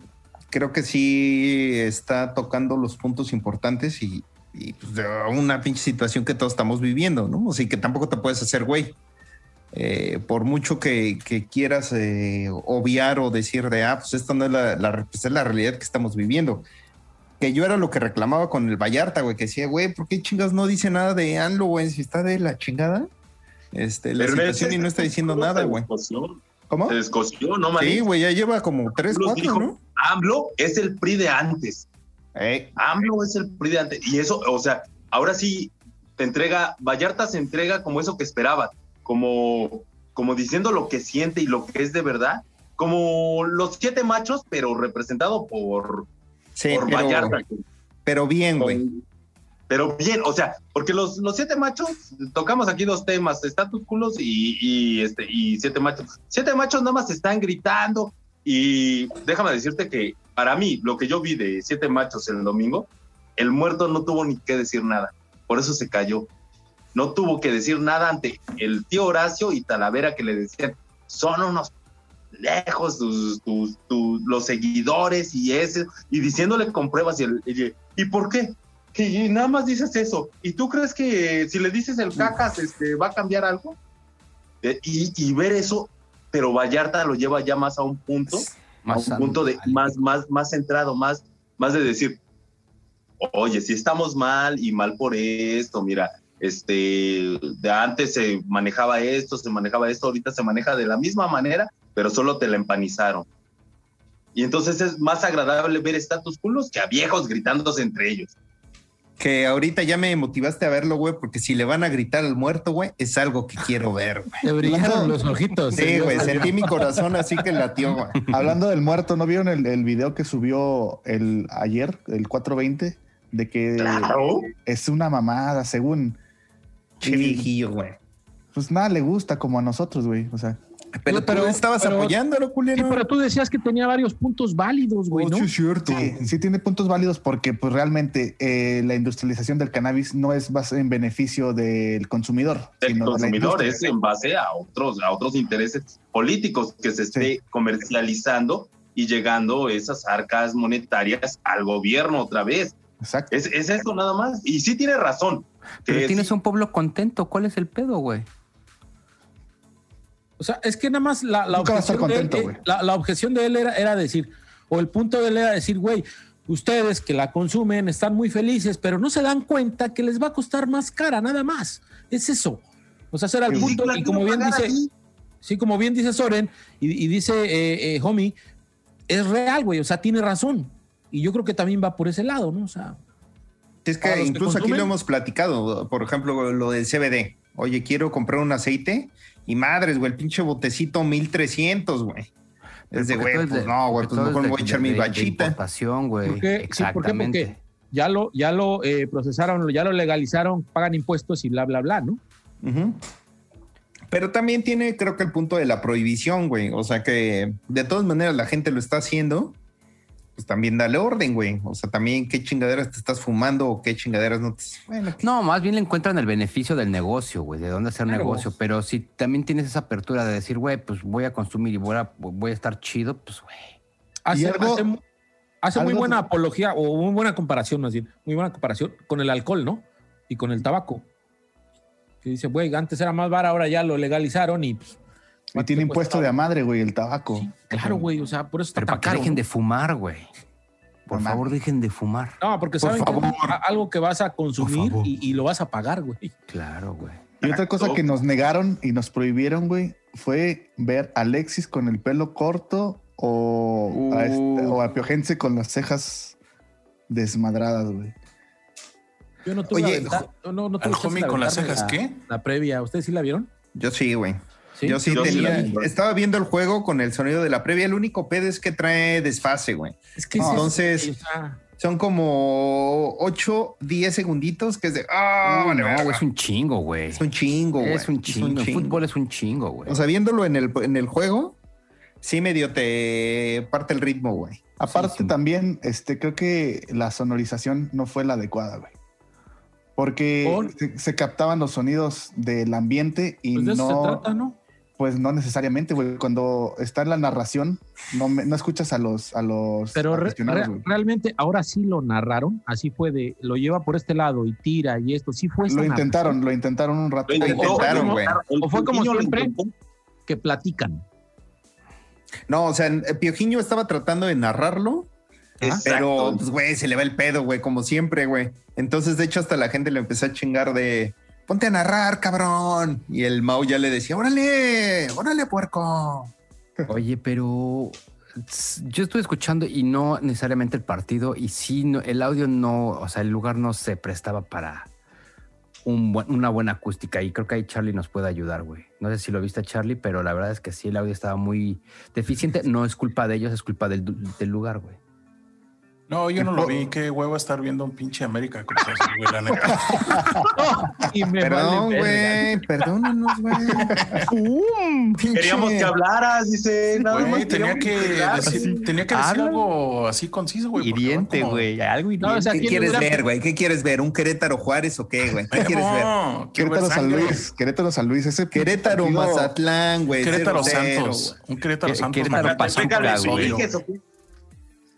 Speaker 1: creo que sí está tocando los puntos importantes y, y, pues, de una pinche situación que todos estamos viviendo, ¿no? Así que tampoco te puedes hacer güey. Eh, por mucho que, que quieras eh, obviar o decir de, ah, pues esta no es la, la- pues, es la realidad que estamos viviendo. Que yo era lo que reclamaba con el Vallarta, güey, que decía, güey, ¿por qué chingas no dice nada de ANLO, güey? Si está de la chingada. Este, la situación y no está diciendo nada, güey. ¿Cómo?
Speaker 2: Se descosió, ¿no, Marín?
Speaker 1: Sí, güey, ya lleva como tres,
Speaker 2: Los
Speaker 1: cuatro,
Speaker 2: dijo,
Speaker 1: ¿no?
Speaker 2: AMLO es el PRI de antes.
Speaker 1: Eh,
Speaker 2: AMLO es el PRI de antes. Y eso, o sea, ahora sí te entrega, Vallarta se entrega como eso que esperaba, como, como diciendo lo que siente y lo que es de verdad, como los siete machos, pero representado por,
Speaker 1: sí,
Speaker 2: por
Speaker 1: pero,
Speaker 2: Vallarta.
Speaker 1: pero bien, güey.
Speaker 2: Con- Pero bien, o sea, porque los, los siete machos, tocamos aquí dos temas, estatus culos y, y, este, y siete machos. Siete machos nada más están gritando y déjame decirte que para mí, lo que yo vi de siete machos el domingo, el muerto no tuvo ni que decir nada, por eso se cayó. No tuvo que decir nada ante el tío Horacio y Talavera que le decían, son unos lejos tus, tus- tus- los seguidores y ese, y diciéndole con pruebas y, el- y- ¿y por qué? Que y nada más dices eso. ¿Y tú crees que eh, si le dices el cacas este, va a cambiar algo? Eh, y, y ver eso, pero Vallarta lo lleva ya más a un punto, a un punto de
Speaker 4: animal.
Speaker 2: más, más, más centrado, más, más de decir, oye, si estamos mal y mal por esto, mira, este, de antes se manejaba esto, se manejaba esto, ahorita se maneja de la misma manera, pero solo te la empanizaron. Y entonces es más agradable ver status culos que a viejos gritándose entre ellos.
Speaker 1: Que ahorita ya me motivaste a verlo, güey, porque si le van a gritar al muerto, güey, es algo que quiero ver, güey.
Speaker 3: Te brillaron los
Speaker 4: Pues
Speaker 3: ojitos.
Speaker 1: Sí, güey, sentí mi corazón así que latió, güey.
Speaker 6: Hablando del muerto, ¿no vieron el, el video que subió el ayer, el 420? De que es una mamada, según.
Speaker 1: Che viejillo, güey.
Speaker 6: Pues nada le gusta como a nosotros, güey. O sea,
Speaker 1: Pero,
Speaker 3: No, pero-
Speaker 1: tú estabas
Speaker 3: pero-
Speaker 1: apoyándolo,
Speaker 3: Sí,
Speaker 1: culero.
Speaker 3: pero tú decías que tenía varios puntos válidos, güey,
Speaker 1: Oh,
Speaker 3: ¿no?
Speaker 1: sí, es cierto.
Speaker 6: sí, sí tiene puntos válidos porque pues realmente eh, la industrialización del cannabis no es bas- en beneficio del consumidor.
Speaker 2: del
Speaker 6: sino de la
Speaker 2: consumidor
Speaker 6: industria.
Speaker 2: es en base a otros, a otros intereses políticos que se esté comercializando y llegando esas arcas monetarias al gobierno otra vez.
Speaker 6: Exacto.
Speaker 2: Es, es eso nada más. Y sí tiene razón.
Speaker 4: Pero
Speaker 2: que
Speaker 4: tienes
Speaker 2: sí-
Speaker 4: un pueblo contento. ¿Cuál es el pedo, güey?
Speaker 3: O sea, es que nada más la, la
Speaker 6: Nunca va a estar
Speaker 3: objeción de él-
Speaker 6: contento,
Speaker 3: eh,
Speaker 6: güey.
Speaker 3: la- la objeción de él era, era decir, o el punto de él era decir, güey, ustedes que la consumen están muy felices, pero no se dan cuenta que les va a costar más cara, nada más. Es eso. O sea, ese era el
Speaker 6: Sí,
Speaker 3: punto.
Speaker 2: la
Speaker 3: Y como
Speaker 2: quiero
Speaker 3: bien
Speaker 2: pagar
Speaker 3: dice,
Speaker 2: aquí.
Speaker 3: sí, como bien dice Soren y, y dice eh, eh, Homie, es real, güey. O sea, tiene razón. Y yo creo que también va por ese lado, ¿no? O sea,
Speaker 1: Es
Speaker 3: Para
Speaker 1: que
Speaker 3: los que
Speaker 1: incluso aquí
Speaker 3: consumen.
Speaker 1: lo hemos platicado, por ejemplo, lo del CBD. Oye, quiero comprar un aceite y madres, güey, el pinche botecito 1300, güey.
Speaker 4: Pero
Speaker 1: Es de,
Speaker 4: porque
Speaker 1: güey,
Speaker 4: todo es
Speaker 1: pues
Speaker 4: de-
Speaker 1: no, güey, pues
Speaker 4: porque todo es
Speaker 1: mejor me
Speaker 4: de-
Speaker 1: voy a echar
Speaker 4: de-
Speaker 1: mi
Speaker 4: de- de
Speaker 1: bachita.
Speaker 4: importación, güey.
Speaker 3: ¿Por qué? Sí, ¿por qué? ¿Por qué?
Speaker 4: Exactamente.
Speaker 3: ya lo, ya lo eh, procesaron, ya lo legalizaron, pagan impuestos y bla, bla, bla, ¿no?
Speaker 1: Ujú. Pero también tiene, creo que el punto de la prohibición, güey. O sea que de todas maneras la gente lo está haciendo, pues también dale orden, güey. O sea, también qué chingaderas te estás fumando o qué chingaderas no te. Bueno, ¿qué?
Speaker 4: No, más bien le encuentran el beneficio del negocio, güey, de dónde hacer
Speaker 3: Claro.
Speaker 4: negocio. Pero si también tienes esa apertura de decir, güey, pues voy a consumir y voy a, voy a estar chido, pues, güey.
Speaker 6: Y
Speaker 3: hace,
Speaker 6: algo-
Speaker 3: hace mu- hace muy
Speaker 6: algo-
Speaker 3: buena apología o muy buena comparación, más bien, muy buena comparación con el alcohol, ¿no? Y con el tabaco. Que dice, güey, antes era más vara, ahora ya lo legalizaron y. pues,
Speaker 6: Y tiene impuesto de a madre, güey, el tabaco.
Speaker 3: Sí, claro, güey, o sea, por eso está
Speaker 4: Pero
Speaker 3: tan
Speaker 4: para que
Speaker 3: caro.
Speaker 4: dejen
Speaker 3: ¿no?
Speaker 4: de fumar, güey. Por
Speaker 6: No mames.
Speaker 4: favor, dejen de fumar.
Speaker 3: No, porque
Speaker 1: Por
Speaker 3: saben que
Speaker 1: favor.
Speaker 3: es a- algo que vas a consumir
Speaker 5: favor.
Speaker 3: y, y lo vas a pagar, güey.
Speaker 4: Claro, güey.
Speaker 6: Y otra cosa que nos negaron y nos prohibieron, güey, fue ver a Alexis con el pelo corto o, a, este-
Speaker 1: Uh.
Speaker 6: o a Piojense con las cejas desmadradas, güey.
Speaker 3: Yo no tuve.
Speaker 1: Oye,
Speaker 3: la venta- no, no tuve
Speaker 5: Al
Speaker 3: chance de
Speaker 5: homie con las
Speaker 3: aventarme
Speaker 5: cejas,
Speaker 3: la-
Speaker 5: ¿qué?
Speaker 3: La previa, ¿ustedes sí la vieron?
Speaker 1: Yo sí, güey.
Speaker 3: Sí.
Speaker 1: Yo sí
Speaker 2: Yo sí la
Speaker 1: tenía.
Speaker 2: vi.
Speaker 1: estaba viendo el juego con el sonido de la previa. El único pedo es que trae desfase, güey.
Speaker 3: Es que es eso,
Speaker 1: Entonces-
Speaker 3: güey, o sea,
Speaker 1: Son como 8, 10 segunditos que es de. ¡Ah!
Speaker 4: Uy,
Speaker 1: vale,
Speaker 4: Uh, no,
Speaker 1: verga!
Speaker 4: güey, es un chingo, güey.
Speaker 1: Es un chingo, güey.
Speaker 4: Es un chingo. El fútbol es un chingo, güey.
Speaker 1: O sea, viéndolo en el, en el juego, sí medio te parte el ritmo, güey.
Speaker 6: Aparte
Speaker 4: sí.
Speaker 6: también, este, creo que la sonorización no fue la adecuada, güey. Porque
Speaker 3: ¿Por?
Speaker 6: se, se captaban los sonidos del ambiente y
Speaker 3: pues de eso
Speaker 6: no,
Speaker 3: se trata, ¿no?
Speaker 6: pues no necesariamente, güey. Cuando está en la narración, no, me- no escuchas a los, a los
Speaker 3: Pero re-
Speaker 6: aficionados,
Speaker 3: re-
Speaker 6: güey.
Speaker 3: realmente ahora sí lo narraron, así fue de lo lleva por este lado y tira y esto, sí fue esa
Speaker 6: Lo
Speaker 3: narración
Speaker 6: intentaron, lo intentaron un rato.
Speaker 2: Lo intentó,
Speaker 1: intentaron,
Speaker 2: lo
Speaker 1: güey.
Speaker 2: intentaron.
Speaker 3: O fue como
Speaker 2: Coutinho lo
Speaker 3: siempre.
Speaker 2: intentó.
Speaker 3: que platican.
Speaker 1: No, o sea, eh, Piojiño estaba tratando de narrarlo, pero,
Speaker 2: Ah, Exacto.
Speaker 1: pues, güey, se le va el pedo, güey, como siempre, güey. Entonces, de hecho, hasta la gente le empezó a chingar de. ponte a narrar, cabrón. Y el Mao ya le decía, órale, órale, puerco.
Speaker 4: Oye, pero s- yo estuve escuchando y no necesariamente el partido y sí, no- el audio no, o sea, el lugar no se prestaba para un buen- una buena acústica y creo que ahí Charlie nos puede ayudar, güey. No sé si lo viste Charlie, pero la verdad es que sí, el audio estaba muy deficiente. No es culpa de ellos, es culpa del, du- del lugar, güey.
Speaker 5: No, yo no lo vi. Qué huevo estar viendo un pinche América Cruz Azul, güey, la neta.
Speaker 3: Y me
Speaker 1: Perdón,
Speaker 3: vale verga.
Speaker 1: güey, perdónanos, güey. Pinche-
Speaker 2: Queríamos que hablaras, dice. Nada
Speaker 5: Güey,
Speaker 2: más
Speaker 5: tenía
Speaker 2: queríamos
Speaker 5: que
Speaker 2: hablaras.
Speaker 5: decir, tenía que decir
Speaker 1: Habla.
Speaker 5: algo así conciso, güey. porque
Speaker 1: Hiriente,
Speaker 5: van como-
Speaker 1: güey. Algo hiriente.
Speaker 3: No, o sea,
Speaker 1: ¿Qué
Speaker 3: ¿quién
Speaker 1: quieres
Speaker 3: hubiera-
Speaker 1: ver, güey? ¿Qué quieres ver? ¿Un Querétaro Juárez o qué, güey? ¿Qué quieres ver?
Speaker 5: No, quiero ver
Speaker 6: Querétaro San
Speaker 5: sangre.
Speaker 6: Luis, Querétaro San Luis, ese
Speaker 1: Querétaro
Speaker 6: partido-
Speaker 1: Mazatlán, güey.
Speaker 5: Querétaro
Speaker 1: 0-0,
Speaker 5: Santos.
Speaker 1: güey.
Speaker 5: Un Querétaro
Speaker 4: Que-
Speaker 5: Santos.
Speaker 4: Querétaro
Speaker 5: Mazatlán.
Speaker 4: Pachuca,
Speaker 5: Pégale,
Speaker 2: Pégale,
Speaker 4: güey.
Speaker 5: sodio.
Speaker 2: dije eso, pues, ¿qué?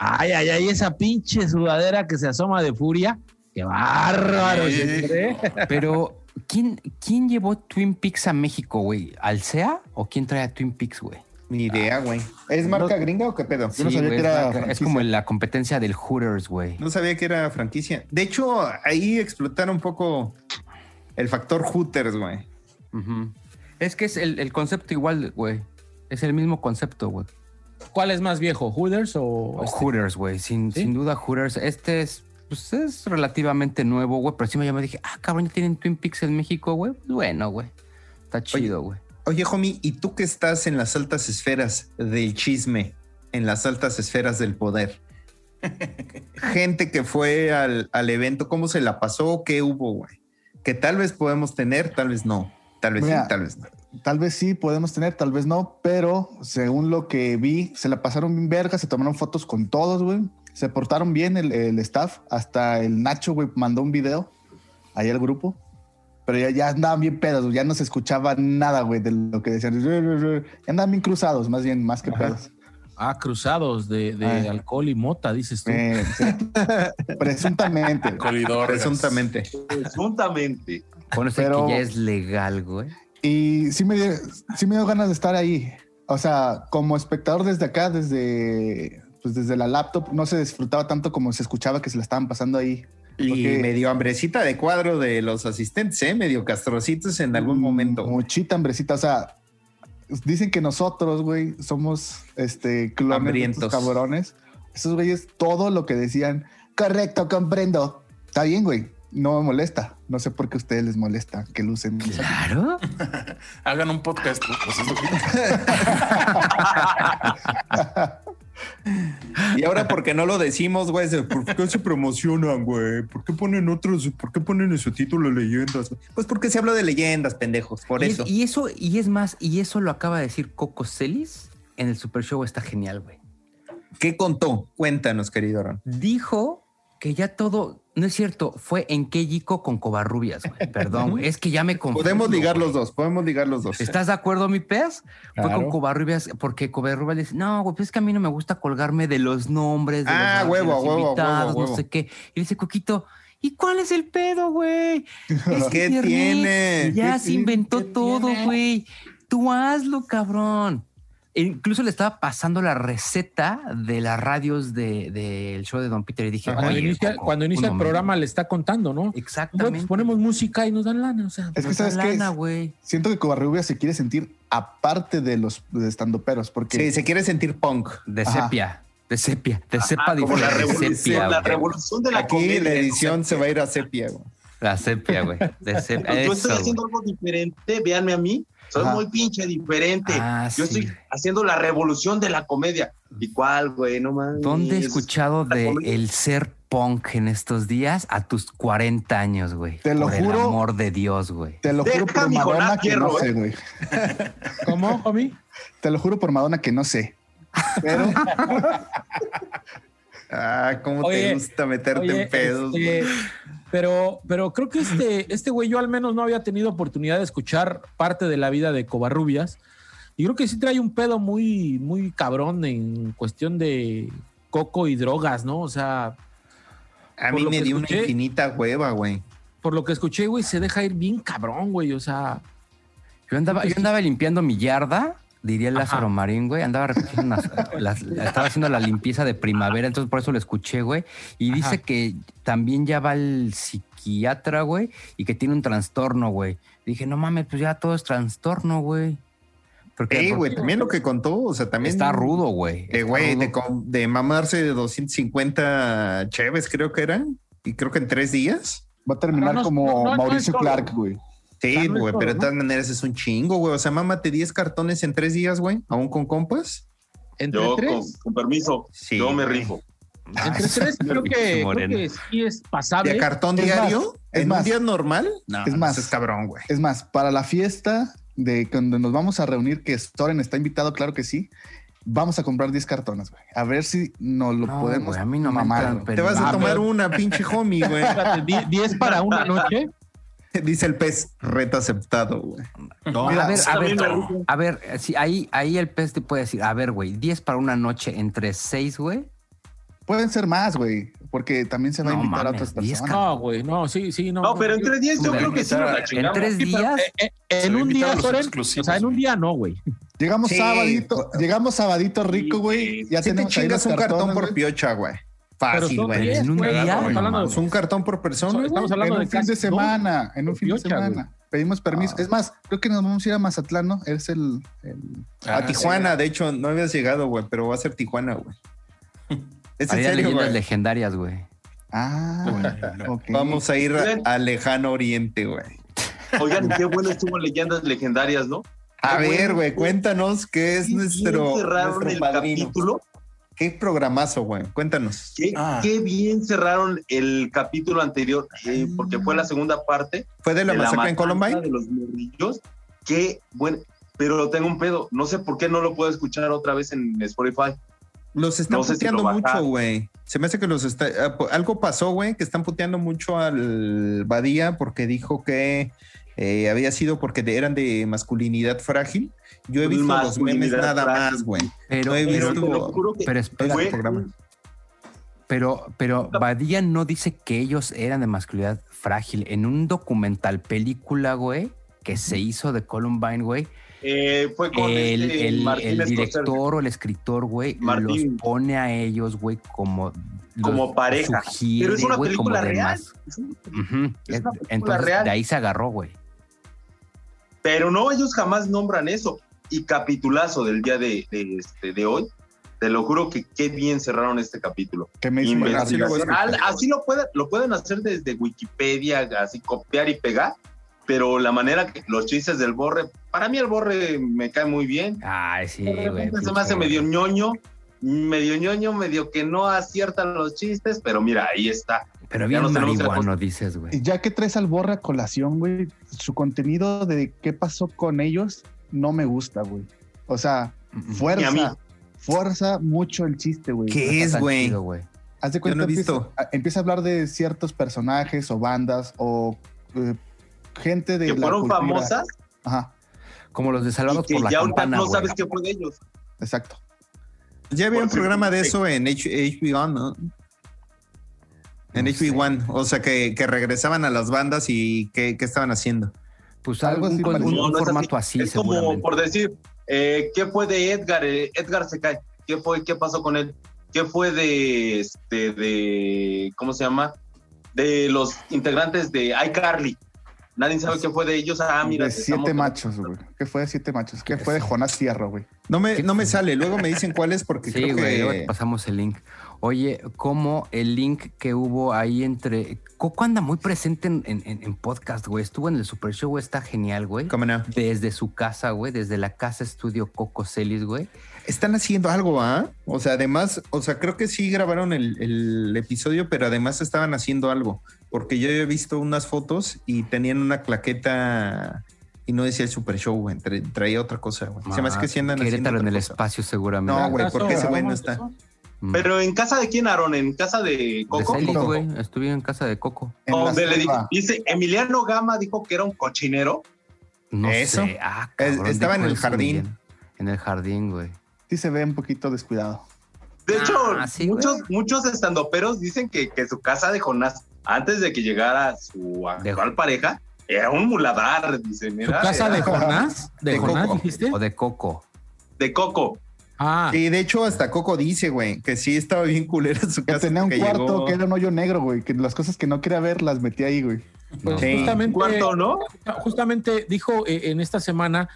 Speaker 3: Ay, ay, ay, esa pinche sudadera que se asoma de furia. Qué bárbaro. ¿eh?
Speaker 5: Sí.
Speaker 3: se cree.
Speaker 4: Pero, ¿quién, ¿quién llevó Twin Peaks a México, güey? ¿Alsea o quién trae a Tween Peaks, güey?
Speaker 1: Ni idea, güey.
Speaker 6: ¿Es marca gringa o qué pedo? Yo no
Speaker 4: Ah. Sí,
Speaker 6: sabía
Speaker 4: güey,
Speaker 6: que era.
Speaker 4: es, la- es
Speaker 6: franquicia.
Speaker 4: como la competencia del Hooters, güey.
Speaker 1: No sabía que era franquicia. De hecho, ahí explotaron un poco el factor Hooters, güey.
Speaker 4: Ujú. Es que es el, el concepto igual, güey. Es el mismo concepto, güey.
Speaker 3: ¿Cuál es más viejo, Hooders o
Speaker 4: O
Speaker 3: este?
Speaker 4: Oh, Hooters, güey. Sin,
Speaker 3: ¿Sí?
Speaker 4: sin duda, Hooters. Este es, pues, es relativamente nuevo, güey. Pero encima ya me dije, ah, cabrón, ya tienen Twin Peaks en México, güey. Pues Bueno, güey. Está chido, güey.
Speaker 1: Oye, homie, ¿y tú que estás en las altas esferas del chisme, en las altas esferas del poder? Gente que fue al, al evento, ¿cómo se la pasó? ¿Qué hubo, güey? Que tal vez podemos tener, tal vez no. Tal vez
Speaker 6: Mira.
Speaker 1: sí, tal vez no.
Speaker 6: Tal vez sí podemos tener, tal vez no, pero según lo que vi, se la pasaron bien verga, se tomaron fotos con todos, güey. Se portaron bien el, el staff, hasta el Nacho, güey, mandó un video ahí al grupo, pero ya, ya andaban bien pedos, güey, ya no se escuchaba nada, güey, de lo que decían. Ya andaban bien cruzados, más bien, más que
Speaker 1: Ajá.
Speaker 6: pedos.
Speaker 3: Ah, cruzados de, de
Speaker 6: Ay.
Speaker 3: alcohol y mota, dices tú.
Speaker 6: Eh, sí. Presuntamente.
Speaker 5: Colidor.
Speaker 1: Presuntamente.
Speaker 2: Presuntamente.
Speaker 4: Bueno, sé
Speaker 6: Pero-
Speaker 4: que ya es legal, güey.
Speaker 6: Y sí me, dio, sí me dio ganas de estar ahí. O sea, como espectador desde acá, desde, pues desde la laptop, no se disfrutaba tanto como se escuchaba que se la estaban pasando ahí.
Speaker 1: Y
Speaker 6: Porque-
Speaker 1: medio hambrecita de cuadro de los asistentes, ¿eh? Medio castrocitos en
Speaker 6: Mm,
Speaker 1: algún momento.
Speaker 6: Muchita hambrecita. O sea, dicen que nosotros, güey, somos este, clones de estos
Speaker 1: Hambrientos.
Speaker 6: cabrones. Esos güeyes, todo lo que decían, correcto, comprendo. Está bien, güey. No me molesta. No sé por qué a ustedes les molesta que lucen. esa-
Speaker 4: Claro.
Speaker 5: Hagan un podcast. pues, es lo que-
Speaker 1: Y ahora porque no lo decimos, güey, es de, ¿por qué se promocionan, güey? ¿Por qué ponen otros, por qué ponen en su título leyendas? Pues porque se habla de leyendas, pendejos, por
Speaker 4: y,
Speaker 1: eso.
Speaker 4: Es, y eso, y es más, y eso lo acaba de decir Coco Celis en el Super Show. Está genial, güey.
Speaker 1: ¿Qué contó? Cuéntanos, querido Ron.
Speaker 4: dijo que ya todo, no es cierto, fue en Keiko con Covarrubias, güey. Perdón, güey, es que ya me confundí.
Speaker 1: Podemos ligar los dos, podemos ligar los dos.
Speaker 4: ¿Estás de acuerdo, mi pez? Fue
Speaker 6: Claro.
Speaker 4: con Covarrubias, porque Covarrubias le dice, no, güey, pues es que a mí no me gusta colgarme de los nombres de
Speaker 1: Ah,
Speaker 4: los, de
Speaker 1: huevo,
Speaker 4: los
Speaker 1: huevo,
Speaker 4: invitados,
Speaker 1: huevo, huevo.
Speaker 4: no sé qué. Y dice, Coquito, ¿y cuál es el pedo, güey? Es
Speaker 1: ¿Qué
Speaker 4: Internet,
Speaker 1: tiene?
Speaker 4: Ya
Speaker 1: ¿Qué
Speaker 4: se
Speaker 1: tiene?
Speaker 4: inventó
Speaker 1: ¿Qué
Speaker 4: todo,
Speaker 1: tiene?
Speaker 4: güey. Tú hazlo, cabrón. E incluso le estaba pasando la receta de las radios del de, del show de Don Peter y dije,
Speaker 1: Ajá.
Speaker 3: Cuando
Speaker 4: "Oye,
Speaker 3: inicia,
Speaker 4: Coco,
Speaker 3: cuando inicia
Speaker 4: un
Speaker 3: el
Speaker 4: momento".
Speaker 3: programa le está contando, ¿no? Bueno,
Speaker 4: Exactamente.
Speaker 3: pues ponemos música y nos dan lana, o sea.
Speaker 6: Es que
Speaker 4: Nos da
Speaker 6: sabes qué
Speaker 4: lana,
Speaker 6: es-
Speaker 4: güey.
Speaker 6: Siento que Covarrubias se quiere sentir aparte de los estandoperos, porque
Speaker 1: Sí, se quiere sentir punk.
Speaker 4: De
Speaker 6: Ajá.
Speaker 4: sepia, de sepia, de cepa
Speaker 2: Ah, Como la
Speaker 4: diferente. de sepia,
Speaker 2: revolución, la
Speaker 4: güey.
Speaker 2: revolución de la
Speaker 1: Aquí
Speaker 2: comedia.
Speaker 1: la edición se va a ir a sepia, güey.
Speaker 4: La sepia, güey. De sepia.
Speaker 2: Yo estoy
Speaker 4: eso,
Speaker 2: haciendo algo diferente, véanme a mí. Soy
Speaker 6: Ajá.
Speaker 2: muy pinche diferente.
Speaker 4: Ah,
Speaker 2: Yo
Speaker 4: sí.
Speaker 2: estoy haciendo la revolución de la comedia. ¿Y cuál, güey? No mames.
Speaker 4: güey. ¿Dónde he escuchado
Speaker 2: La
Speaker 4: de
Speaker 2: comedia.
Speaker 4: el ser punk en estos días a tus 40 años, güey?
Speaker 6: Te lo
Speaker 4: Por el
Speaker 6: juro.
Speaker 4: amor de Dios, güey.
Speaker 6: te lo juro
Speaker 2: Deja a
Speaker 6: por
Speaker 2: mi ¿eh?
Speaker 6: Madonna
Speaker 2: Jonás
Speaker 6: que no
Speaker 2: Hierro,
Speaker 6: sé, güey.
Speaker 3: ¿Cómo, homie?
Speaker 6: Te lo juro por Madonna que no sé. Pero
Speaker 1: Ah, cómo
Speaker 3: Oye,
Speaker 1: te gusta meterte
Speaker 3: Oye,
Speaker 1: en pedos. güey.
Speaker 3: este, pero, pero creo que este, este güey, yo al menos no había tenido oportunidad de escuchar parte de la vida de Covarrubias. Y creo que sí trae un pedo muy, muy cabrón en cuestión de coco y drogas, ¿no? O sea,
Speaker 1: A
Speaker 3: por
Speaker 1: mí
Speaker 3: lo
Speaker 1: me
Speaker 3: que
Speaker 1: dio
Speaker 3: escuché-
Speaker 1: una infinita hueva, güey.
Speaker 3: por lo que escuché, güey, se deja ir bien cabrón, güey. O sea,
Speaker 4: Yo andaba, yo andaba limpiando mi yarda diría Lázaro Marín, güey, andaba recogiendo unas- las- estaba haciendo la limpieza de primavera, entonces por eso lo escuché, güey. Y dice que también ya va el psiquiatra, güey, y que tiene un trastorno, güey. Dije, no mames, pues ya todo es trastorno, güey. Porque
Speaker 1: Ey,
Speaker 4: porque
Speaker 1: güey, también lo que contó, o sea, también.
Speaker 4: está rudo, güey.
Speaker 1: De,
Speaker 4: Está
Speaker 1: güey,
Speaker 4: rudo.
Speaker 1: de, com- de mamarse de 250 cheves, creo que eran. Y creo que en tres días.
Speaker 6: Va a terminar
Speaker 3: No, no,
Speaker 6: como
Speaker 3: no, no, no
Speaker 6: Mauricio
Speaker 3: es todo.
Speaker 6: Clark, güey.
Speaker 1: Sí,
Speaker 3: Ah, no es
Speaker 1: güey,
Speaker 3: todo,
Speaker 1: pero de
Speaker 3: ¿no?
Speaker 1: todas maneras es un chingo, güey. O sea, mámate 10 cartones en tres días, güey, aún con compas. ¿Entre
Speaker 2: Yo,
Speaker 1: tres?
Speaker 2: con, con permiso,
Speaker 1: Sí,
Speaker 2: yo me
Speaker 1: güey.
Speaker 2: rifo.
Speaker 3: Entre tres creo que, creo
Speaker 4: Moreno.
Speaker 3: que sí es
Speaker 1: ¿De
Speaker 3: pasable.
Speaker 1: a cartón
Speaker 6: Es
Speaker 1: diario?
Speaker 6: más,
Speaker 1: ¿En
Speaker 6: es
Speaker 1: un
Speaker 6: más.
Speaker 1: día normal? No,
Speaker 6: Es
Speaker 1: no,
Speaker 6: más.
Speaker 1: eso es cabrón, güey.
Speaker 6: Es más, para la fiesta de cuando nos vamos a reunir, que Storen está invitado, claro que sí, vamos a comprar 10 cartones, güey. A ver si nos lo
Speaker 4: No,
Speaker 6: podemos
Speaker 4: güey, a mí no me
Speaker 6: mamar,
Speaker 4: entran,
Speaker 6: güey.
Speaker 1: Te
Speaker 4: pero-
Speaker 1: vas
Speaker 4: Ah,
Speaker 1: a tomar
Speaker 4: pero-
Speaker 1: una, pinche homie, güey.
Speaker 3: Espérate, di- 10 para una noche.
Speaker 1: Dice el pez, reto aceptado, güey.
Speaker 4: a ver, a ver,
Speaker 2: También me rifo.
Speaker 4: a ver, sí, ahí, ahí el pez te puede decir, a ver, güey, 10 para una noche entre 6, güey.
Speaker 6: Pueden ser más, güey, porque también se va
Speaker 4: No
Speaker 6: a invitar
Speaker 4: mames,
Speaker 6: a otras
Speaker 4: 10
Speaker 6: personas.
Speaker 3: No, güey, no, sí, sí, no.
Speaker 2: No, pero
Speaker 3: yo-
Speaker 2: entre 10 yo
Speaker 4: Hombre,
Speaker 2: creo que sí nos la
Speaker 4: En
Speaker 2: chingamos.
Speaker 4: 3
Speaker 3: Sí, pero,
Speaker 4: días.
Speaker 3: eh, eh,
Speaker 5: Se
Speaker 3: en un
Speaker 5: invitan
Speaker 3: día,
Speaker 5: los
Speaker 3: Soren, o
Speaker 5: exclusivos,
Speaker 3: sea, en un
Speaker 5: güey.
Speaker 3: día no, güey.
Speaker 6: Llegamos
Speaker 1: Sí,
Speaker 6: sabadito, llegamos sabadito rico, güey. Ya
Speaker 1: Si te
Speaker 6: tenemos ahí los
Speaker 1: chingas un cartón
Speaker 6: cartones,
Speaker 1: por
Speaker 6: güey.
Speaker 1: piocha, güey.
Speaker 3: Pero
Speaker 1: Fácil,
Speaker 3: son
Speaker 1: güey.
Speaker 3: 10,
Speaker 4: En un
Speaker 3: güey.
Speaker 5: día,
Speaker 3: Estamos
Speaker 5: güey,
Speaker 3: hablando
Speaker 5: no
Speaker 3: de-
Speaker 1: Pues un cartón por persona, güey.
Speaker 3: Estamos hablando
Speaker 6: en
Speaker 3: de
Speaker 6: un fin
Speaker 3: casi
Speaker 6: de
Speaker 3: dos.
Speaker 6: semana, en un fin de
Speaker 3: Piocha,
Speaker 6: semana. Pedimos permiso.
Speaker 4: Ah.
Speaker 6: Es más, creo que nos vamos a ir a Mazatlán, ¿no? Es el, el-
Speaker 5: Ah,
Speaker 1: A Tijuana, de hecho, no habías llegado, güey, pero va a ser Tijuana, güey. Es en
Speaker 4: Haría
Speaker 1: serio,
Speaker 4: leyendas
Speaker 1: güey.
Speaker 4: legendarias, güey.
Speaker 6: Ah, ok.
Speaker 1: Vamos a ir a, a lejano oriente, güey.
Speaker 2: Oigan, qué bueno estuvo Leyendas Legendarias, ¿no?
Speaker 1: A
Speaker 2: Qué
Speaker 1: ver,
Speaker 2: bueno.
Speaker 1: güey, cuéntanos qué es
Speaker 2: Qué bien
Speaker 1: nuestro,
Speaker 2: cerraron
Speaker 1: nuestro
Speaker 2: el
Speaker 1: padrino.
Speaker 2: capítulo.
Speaker 1: Qué programazo, güey. Cuéntanos.
Speaker 2: Qué,
Speaker 5: Ah.
Speaker 2: qué bien cerraron el capítulo anterior, eh, porque fue la segunda parte.
Speaker 1: ¿Fue de la
Speaker 2: de
Speaker 1: masacre en
Speaker 2: matanza
Speaker 1: Columbine?
Speaker 2: De los morrillos. Qué bueno. Pero tengo un pedo. No sé por qué no lo puedo escuchar otra vez en Spotify.
Speaker 1: Los están
Speaker 2: No sé si
Speaker 1: puteando
Speaker 2: lo
Speaker 1: mucho,
Speaker 2: bajaron.
Speaker 1: güey. Se me hace que los está. ah, po- Algo pasó, güey, que están puteando mucho al Badía porque dijo que eh, había sido porque de- eran de masculinidad frágil. Yo he visto los memes
Speaker 2: Masculinidad
Speaker 1: nada
Speaker 2: frágil.
Speaker 1: más, güey.
Speaker 4: Pero,
Speaker 1: No he
Speaker 2: Pero
Speaker 1: visto.
Speaker 2: te lo juro que
Speaker 4: pero espera,
Speaker 1: Fue-
Speaker 2: fue
Speaker 1: programa.
Speaker 4: pero, pero Badía no dice que ellos eran de masculinidad frágil. En un documental, película, güey, que se hizo de Columbine, güey,
Speaker 2: Eh, fue con
Speaker 4: el,
Speaker 2: este
Speaker 4: el-
Speaker 2: Martín
Speaker 4: el
Speaker 2: Scorsese.
Speaker 4: director o el escritor, güey, los
Speaker 2: Martín.
Speaker 4: pone a ellos, güey, como... los
Speaker 2: Como pareja.
Speaker 4: sugiere,
Speaker 2: Pero es una
Speaker 4: güey, como
Speaker 2: película
Speaker 4: de
Speaker 2: real.
Speaker 4: mas- Ujú.
Speaker 2: Es una película
Speaker 4: Entonces,
Speaker 2: real.
Speaker 4: de ahí se agarró, güey.
Speaker 2: Pero no, ellos jamás nombran eso. Y capitulazo del día de, de, este, de hoy. Te lo juro que qué bien cerraron este capítulo.
Speaker 6: que me hizo
Speaker 2: Investigación.
Speaker 1: así lo voy a escuchar.
Speaker 2: Al- así lo pueden, lo pueden hacer desde Wikipedia, así copiar y pegar. Pero la manera que los chistes del borre, para mí el borre me cae muy bien.
Speaker 4: Ay, sí,
Speaker 2: De
Speaker 4: güey.
Speaker 2: repente se me hace
Speaker 4: pinche
Speaker 2: medio
Speaker 4: güey.
Speaker 2: ñoño, medio ñoño, medio que no acierta los chistes, pero mira, ahí está.
Speaker 4: Pero
Speaker 2: Ya
Speaker 4: bien
Speaker 2: nos tenemos que
Speaker 4: marihuano, dices, güey.
Speaker 6: Ya que traes al borra a colación, güey, su contenido de qué pasó con ellos no me gusta, güey. O sea,
Speaker 4: Mm, mm.
Speaker 2: Ni a mí.
Speaker 6: fuerza, fuerza mucho el chiste, güey.
Speaker 1: ¿Qué?
Speaker 4: No está
Speaker 1: es,
Speaker 4: tan
Speaker 1: güey?
Speaker 4: chido,
Speaker 6: Haz de
Speaker 1: Yo
Speaker 6: cuenta,
Speaker 1: no he
Speaker 6: empieza,
Speaker 1: visto.
Speaker 6: a- empieza a hablar de ciertos personajes o bandas o eh, gente de
Speaker 2: Que
Speaker 6: la
Speaker 2: fueron
Speaker 6: cultura.
Speaker 2: famosas
Speaker 6: Ajá,
Speaker 4: Como los de
Speaker 2: y
Speaker 4: Salvados
Speaker 2: que
Speaker 4: por la
Speaker 2: ya ahorita
Speaker 4: Campana,
Speaker 2: no
Speaker 4: güey.
Speaker 2: sabes qué fue de ellos.
Speaker 6: exacto.
Speaker 1: Ya había
Speaker 2: Por
Speaker 1: un
Speaker 2: cierto,
Speaker 1: programa de
Speaker 2: sí.
Speaker 1: eso en H- HBO, ¿no? En
Speaker 4: No
Speaker 1: HBO One, o sea que, que regresaban a las bandas y qué, qué estaban haciendo.
Speaker 4: Pues
Speaker 6: Algo
Speaker 4: algo
Speaker 6: así
Speaker 4: un, con-
Speaker 6: parecido.
Speaker 4: un
Speaker 2: No, no es
Speaker 4: formato así,
Speaker 2: es como
Speaker 4: seguramente.
Speaker 2: por decir, eh, ¿qué fue de Edgar? Eh, Edgar se cae. ¿Qué fue? ¿Qué pasó con él? ¿Qué fue de este de cómo se llama? De los integrantes de iCarly. Nadie sabe qué fue de ellos. Ah, mira,
Speaker 6: de siete
Speaker 2: estamos-
Speaker 6: machos, güey. ¿Qué fue de siete machos? ¿Qué
Speaker 4: Sí,
Speaker 6: fue de
Speaker 4: sí.
Speaker 6: Jonás Fierro, güey?
Speaker 1: No me,
Speaker 4: ¿Qué-
Speaker 1: no me sale, luego me dicen cuál es porque
Speaker 4: Sí,
Speaker 1: creo
Speaker 4: güey, luego
Speaker 1: que
Speaker 4: te pasamos el link. Oye, como el link que hubo ahí entre... Coco anda muy presente en, en- en- en podcast, güey. Estuvo en el Super Show, güey. Está genial, güey.
Speaker 1: ¿Cómo no?
Speaker 4: Desde su casa, güey. Desde la casa estudio Coco Celis, güey.
Speaker 1: están haciendo algo, ¿ah? O sea, además, o sea, creo que sí grabaron el, el episodio, pero además estaban haciendo algo, porque yo he visto unas fotos y tenían una claqueta y no decía el Super Show, güey, tra- traía otra cosa, güey. Se me hace que sí andan haciendo
Speaker 4: Querétaro en
Speaker 1: otra
Speaker 4: el
Speaker 1: cosa.
Speaker 4: espacio, seguramente.
Speaker 1: No, güey, porque ese
Speaker 3: ¿Acaso
Speaker 1: güey no
Speaker 3: vamos
Speaker 1: está.
Speaker 3: a eso?
Speaker 4: Mm.
Speaker 2: Pero en casa de quién, Aaron? En casa de
Speaker 4: De
Speaker 2: Coco.
Speaker 4: Celis,
Speaker 6: Coco.
Speaker 4: güey. Estuve en casa de Coco.
Speaker 6: En la
Speaker 2: Donde Oh, le dijo-
Speaker 6: selva.
Speaker 2: dice Emiliano Gama dijo que era un cochinero.
Speaker 4: No
Speaker 1: Eso.
Speaker 4: sé. Ah,
Speaker 1: Es-
Speaker 4: cabrón,
Speaker 1: estaba en
Speaker 4: dijo
Speaker 1: el
Speaker 4: eso
Speaker 1: jardín.
Speaker 4: bien. En el jardín, güey.
Speaker 6: Sí se ve un poquito descuidado.
Speaker 2: De
Speaker 4: Ah,
Speaker 2: hecho,
Speaker 4: sí,
Speaker 2: muchos, muchos estandoperos dicen que, que su casa de Jonás, antes de que llegara su actual pareja, era un muladar. Dicen,
Speaker 3: ¿Su
Speaker 2: era-
Speaker 3: casa
Speaker 2: era-
Speaker 3: de Jonás? ¿De,
Speaker 1: De
Speaker 3: Jonás
Speaker 1: Coco.
Speaker 3: dijiste?
Speaker 4: O de Coco.
Speaker 2: de Coco.
Speaker 3: Ah,
Speaker 1: Y de hecho, hasta Coco dice, güey, que sí estaba bien culera su
Speaker 6: Que
Speaker 1: casa.
Speaker 6: Este, tenía un
Speaker 1: que
Speaker 6: cuarto
Speaker 1: llegó.
Speaker 6: que era un hoyo negro, güey. Que las cosas que no quería ver las metía ahí, güey.
Speaker 3: pues
Speaker 1: Sí.
Speaker 3: justamente,
Speaker 2: Cuarto, ¿no?
Speaker 3: justamente dijo eh, en esta semana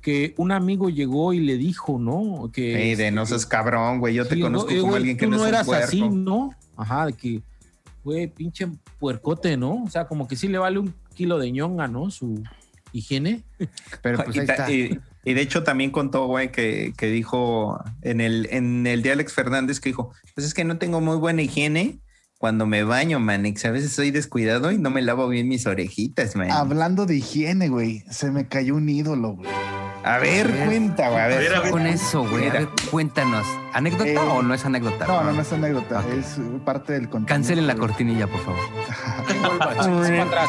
Speaker 3: que un amigo llegó y le dijo, ¿no? Que
Speaker 1: Ey, de no seas cabrón, güey. Yo te
Speaker 3: Sí, ¿no?
Speaker 1: conozco
Speaker 3: Eh,
Speaker 1: como
Speaker 3: güey,
Speaker 1: alguien que
Speaker 3: tú
Speaker 1: no,
Speaker 3: no
Speaker 1: es un
Speaker 3: eras
Speaker 1: puerco.
Speaker 3: así, ¿no? Ajá, de que, güey, pinche puercote, ¿no? O sea, como que sí le vale un kilo de ñonga, ¿no? Su higiene.
Speaker 6: Pero pues
Speaker 1: y,
Speaker 6: ahí
Speaker 1: ta-
Speaker 6: está.
Speaker 1: y- y de hecho también contó, güey, que, que dijo en el, en el de Alex Fernández que dijo, pues es que no tengo muy buena higiene cuando me baño, manix. A veces soy descuidado y no me lavo bien mis orejitas,
Speaker 3: Eh.
Speaker 1: man.
Speaker 6: Hablando de higiene, güey, se me cayó un ídolo, güey.
Speaker 1: A ver,
Speaker 4: ver.
Speaker 1: cuenta, güey. A ver.
Speaker 2: ver, a ver.
Speaker 4: Con eso, güey. A
Speaker 1: Mira.
Speaker 4: ver, cuéntanos. ¿Anécdota
Speaker 6: Eh,
Speaker 4: o no es anécdota?
Speaker 6: No, no, no es anécdota,
Speaker 4: Ok.
Speaker 6: es eh, parte del contenido.
Speaker 4: Cancelen la
Speaker 6: güey.
Speaker 4: cortinilla, por favor.
Speaker 3: Para atrás.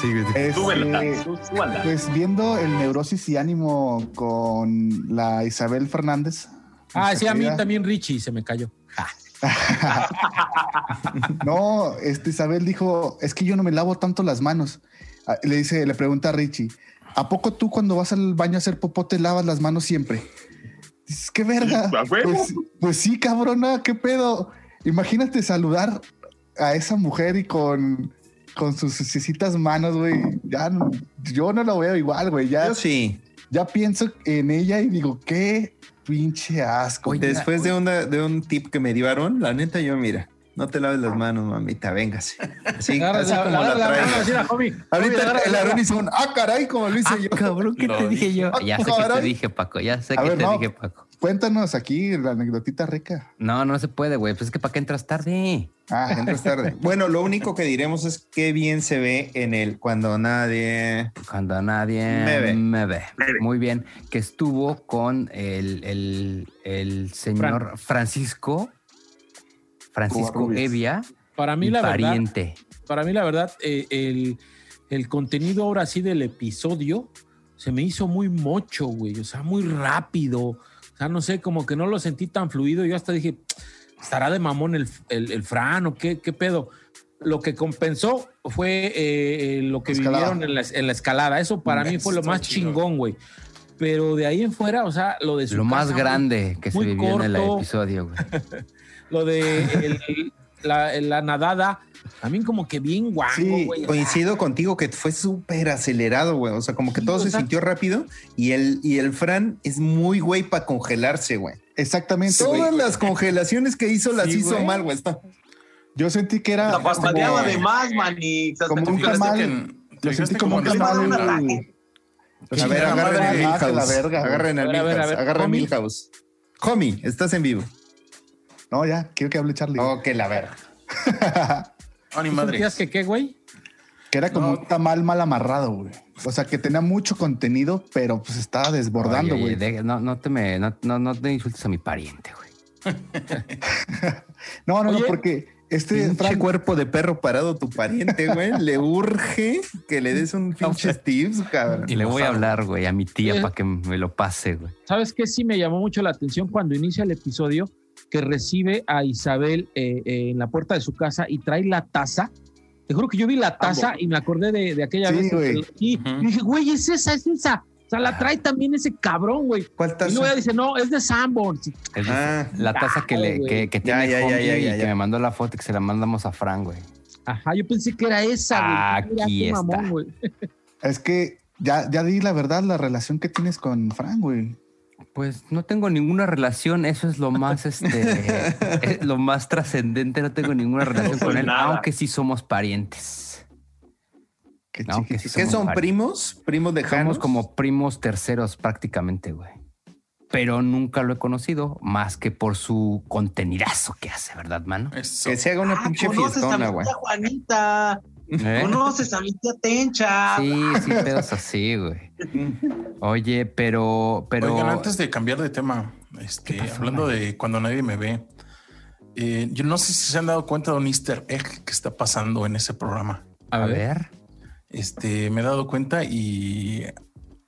Speaker 4: Sí,
Speaker 6: Este,
Speaker 2: Súbela, sú- súbala.
Speaker 6: pues viendo el neurosis y ánimo con la Isabel Fernández.
Speaker 3: Ah,
Speaker 6: nuestra
Speaker 3: sí, a mí
Speaker 6: querida-
Speaker 3: también Richie se me cayó.
Speaker 6: No, este Isabel dijo, es que yo no me lavo tanto las manos. Ah, Le dice, le pregunta a Richie, ¿a poco tú cuando vas al baño a hacer popó te lavas las manos siempre? Dices, qué verga.
Speaker 2: Sí, Mm, a huevo.
Speaker 6: Pues, pues sí, cabrona, qué pedo. Imagínate saludar a esa mujer y con, con sus suciecitas manos, güey. Ya no- yo no lo veo igual, güey. Ya,
Speaker 1: Yo sí.
Speaker 6: ya pienso en ella y digo, qué pinche asco.
Speaker 4: Oye,
Speaker 1: Después de, una, de un tip que me dio Aaron, la neta, yo, mira, no te laves las manos, mamita, véngase. Así,
Speaker 3: Agarra
Speaker 1: así
Speaker 3: la-
Speaker 1: como la
Speaker 3: agarra la
Speaker 1: traigo.
Speaker 3: mano, así era, homie. Homie,
Speaker 1: Ahorita
Speaker 3: agarra
Speaker 1: el
Speaker 3: la-
Speaker 1: Aaron hizo un, ah, caray, como lo hice
Speaker 4: Ah,
Speaker 1: yo.
Speaker 4: cabrón, ¿qué
Speaker 5: Lo
Speaker 4: te dije yo?
Speaker 6: dije.
Speaker 4: Ya sé que te
Speaker 6: Cabrón.
Speaker 4: dije, Paco. Ya sé
Speaker 6: A
Speaker 4: que
Speaker 6: ver,
Speaker 4: te
Speaker 6: no.
Speaker 4: dije, Paco.
Speaker 6: Cuéntanos aquí la anecdotita rica.
Speaker 4: No, no se puede, güey. Pues es que ¿para qué entras tarde?
Speaker 6: Ah,
Speaker 1: Entras tarde. Bueno, lo único que diremos es qué bien se ve en el cuando nadie.
Speaker 4: Cuando nadie
Speaker 1: Me ve.
Speaker 4: me ve.
Speaker 2: Me ve.
Speaker 4: Muy bien. Que estuvo con el, el- el señor Francisco. Francisco
Speaker 6: Covarrubias.
Speaker 4: Evia,
Speaker 3: Para mí,
Speaker 4: mi
Speaker 3: la verdad,
Speaker 4: pariente.
Speaker 3: para mí la verdad, eh, el, el contenido ahora sí del episodio se me hizo muy mocho, güey. O sea, muy rápido. O sea, no sé, como que no lo sentí tan fluido. Yo hasta dije, ¿estará de mamón el, el, el Fran o qué, qué pedo? Lo que compensó fue eh, eh, lo que
Speaker 6: Escalada.
Speaker 3: vivieron en la, en la escalada. Eso para mí fue lo
Speaker 5: Está
Speaker 3: más
Speaker 5: chido.
Speaker 3: chingón, güey. Pero de ahí en fuera, o sea, lo de su
Speaker 4: Lo más
Speaker 3: casa, güey,
Speaker 4: grande que se
Speaker 3: muy
Speaker 4: vivió en el
Speaker 3: corto.
Speaker 4: episodio, güey.
Speaker 3: Lo de el- la, la nadada, también como que bien guango,
Speaker 6: Sí,
Speaker 3: güey. O sea,
Speaker 1: Coincido contigo que fue súper acelerado, güey. O sea, como que
Speaker 3: Sí,
Speaker 1: todo
Speaker 3: o
Speaker 1: se
Speaker 3: sea-
Speaker 1: sintió rápido y el, y el Fran es muy güey para congelarse, güey.
Speaker 6: exactamente, güey.
Speaker 1: Todas las congelaciones que hizo las
Speaker 5: Sí,
Speaker 1: hizo
Speaker 5: güey.
Speaker 1: mal, güey. Está-
Speaker 6: Yo sentí que era
Speaker 2: La pastaneaba
Speaker 6: como-
Speaker 2: de más, manix. Hasta
Speaker 6: como
Speaker 2: que
Speaker 6: un
Speaker 2: fíjate
Speaker 6: tamal.
Speaker 2: que-
Speaker 6: Lo sentí como un
Speaker 2: que le iba a dar
Speaker 6: tamal.
Speaker 2: un
Speaker 6: güey.
Speaker 1: A
Speaker 5: Sí,
Speaker 1: ver, agarren a
Speaker 5: la madre,
Speaker 6: a la
Speaker 1: Milhouse.
Speaker 6: verga, güey.
Speaker 1: Agarren a
Speaker 3: A ver, a ver,
Speaker 1: Milhouse.
Speaker 3: a ver,
Speaker 1: Agarren a
Speaker 3: homie.
Speaker 1: Milhouse. Homie, estás en vivo.
Speaker 6: No, ya, quiero que hable Charlie.
Speaker 1: No, que Oh, la verga.
Speaker 5: No, Ah, ni
Speaker 3: ¿tú
Speaker 5: madre.
Speaker 3: sentías que qué, güey?
Speaker 6: Que era como
Speaker 5: No.
Speaker 6: un tamal mal amarrado, güey. O sea, que tenía mucho contenido, pero pues estaba desbordando,
Speaker 4: Oye,
Speaker 6: güey.
Speaker 4: de- No, no te me, no, no, no te insultes a mi pariente, güey.
Speaker 6: No, no,
Speaker 3: Oye.
Speaker 6: no, porque este
Speaker 1: pinche
Speaker 6: Fran,
Speaker 1: cuerpo de perro parado tu pariente, güey. le urge que le des un pinche tips, cabrón.
Speaker 4: Y le voy a hablar, güey, a mi tía
Speaker 3: Eh.
Speaker 4: para que me lo pase, güey.
Speaker 3: ¿Sabes qué? Sí me llamó mucho la atención cuando inicia el episodio que recibe a Isabel eh, eh, en la puerta de su casa y trae la taza. Te juro que yo vi la taza y me acordé de, de aquella
Speaker 6: Sí,
Speaker 3: vez. en que-
Speaker 6: güey. Ah.
Speaker 3: Y
Speaker 5: Ujú.
Speaker 3: dije, güey, es esa, es esa. O sea, la trae también ese cabrón, güey.
Speaker 1: ¿Cuál
Speaker 3: Y
Speaker 1: taza?
Speaker 3: luego ella dice, no, es de Sanborns.
Speaker 4: Es
Speaker 1: Ah.
Speaker 4: la taza que, le,
Speaker 3: Ay, güey.
Speaker 4: que, que
Speaker 1: Ya,
Speaker 4: tiene
Speaker 1: ya, ya,
Speaker 4: Homie
Speaker 1: ya,
Speaker 4: y
Speaker 1: ya,
Speaker 4: que
Speaker 1: ya.
Speaker 4: me mandó la foto que se la mandamos a Fran, güey.
Speaker 3: Ajá, yo pensé que era esa, güey. Mira,
Speaker 4: Aquí
Speaker 3: qué mamón,
Speaker 4: está.
Speaker 3: güey.
Speaker 6: es que ya, ya di la verdad la relación que tienes con Fran, güey.
Speaker 4: Pues no tengo ninguna relación, eso es lo más este es lo más trascendente, no tengo ninguna relación
Speaker 1: pues
Speaker 2: soy
Speaker 4: con él,
Speaker 2: nada.
Speaker 4: aunque sí somos parientes.
Speaker 6: Qué
Speaker 4: No,
Speaker 6: chiquito.
Speaker 4: que sí
Speaker 1: ¿Qué son
Speaker 4: parientes.
Speaker 1: primos? ¿Primos de
Speaker 4: Somos como primos terceros prácticamente, güey. Pero nunca lo he conocido más que por su contenidazo que hace, ¿verdad, mano?
Speaker 5: Eso.
Speaker 1: Que se haga una
Speaker 2: Ah,
Speaker 1: pinche
Speaker 2: conoces a mi
Speaker 1: fiestona, güey.
Speaker 2: tía Juanita.
Speaker 4: ¿Eh?
Speaker 2: Conoces a mi tía Tencha.
Speaker 4: Sí, sí, pedos así, güey. Oye, pero, pero.
Speaker 5: Oigan, antes de cambiar de tema, este, hablando de cuando nadie me ve, eh, yo no sé si se han dado cuenta de un easter egg que está pasando en ese programa.
Speaker 4: a ver.
Speaker 5: Este, me he dado cuenta y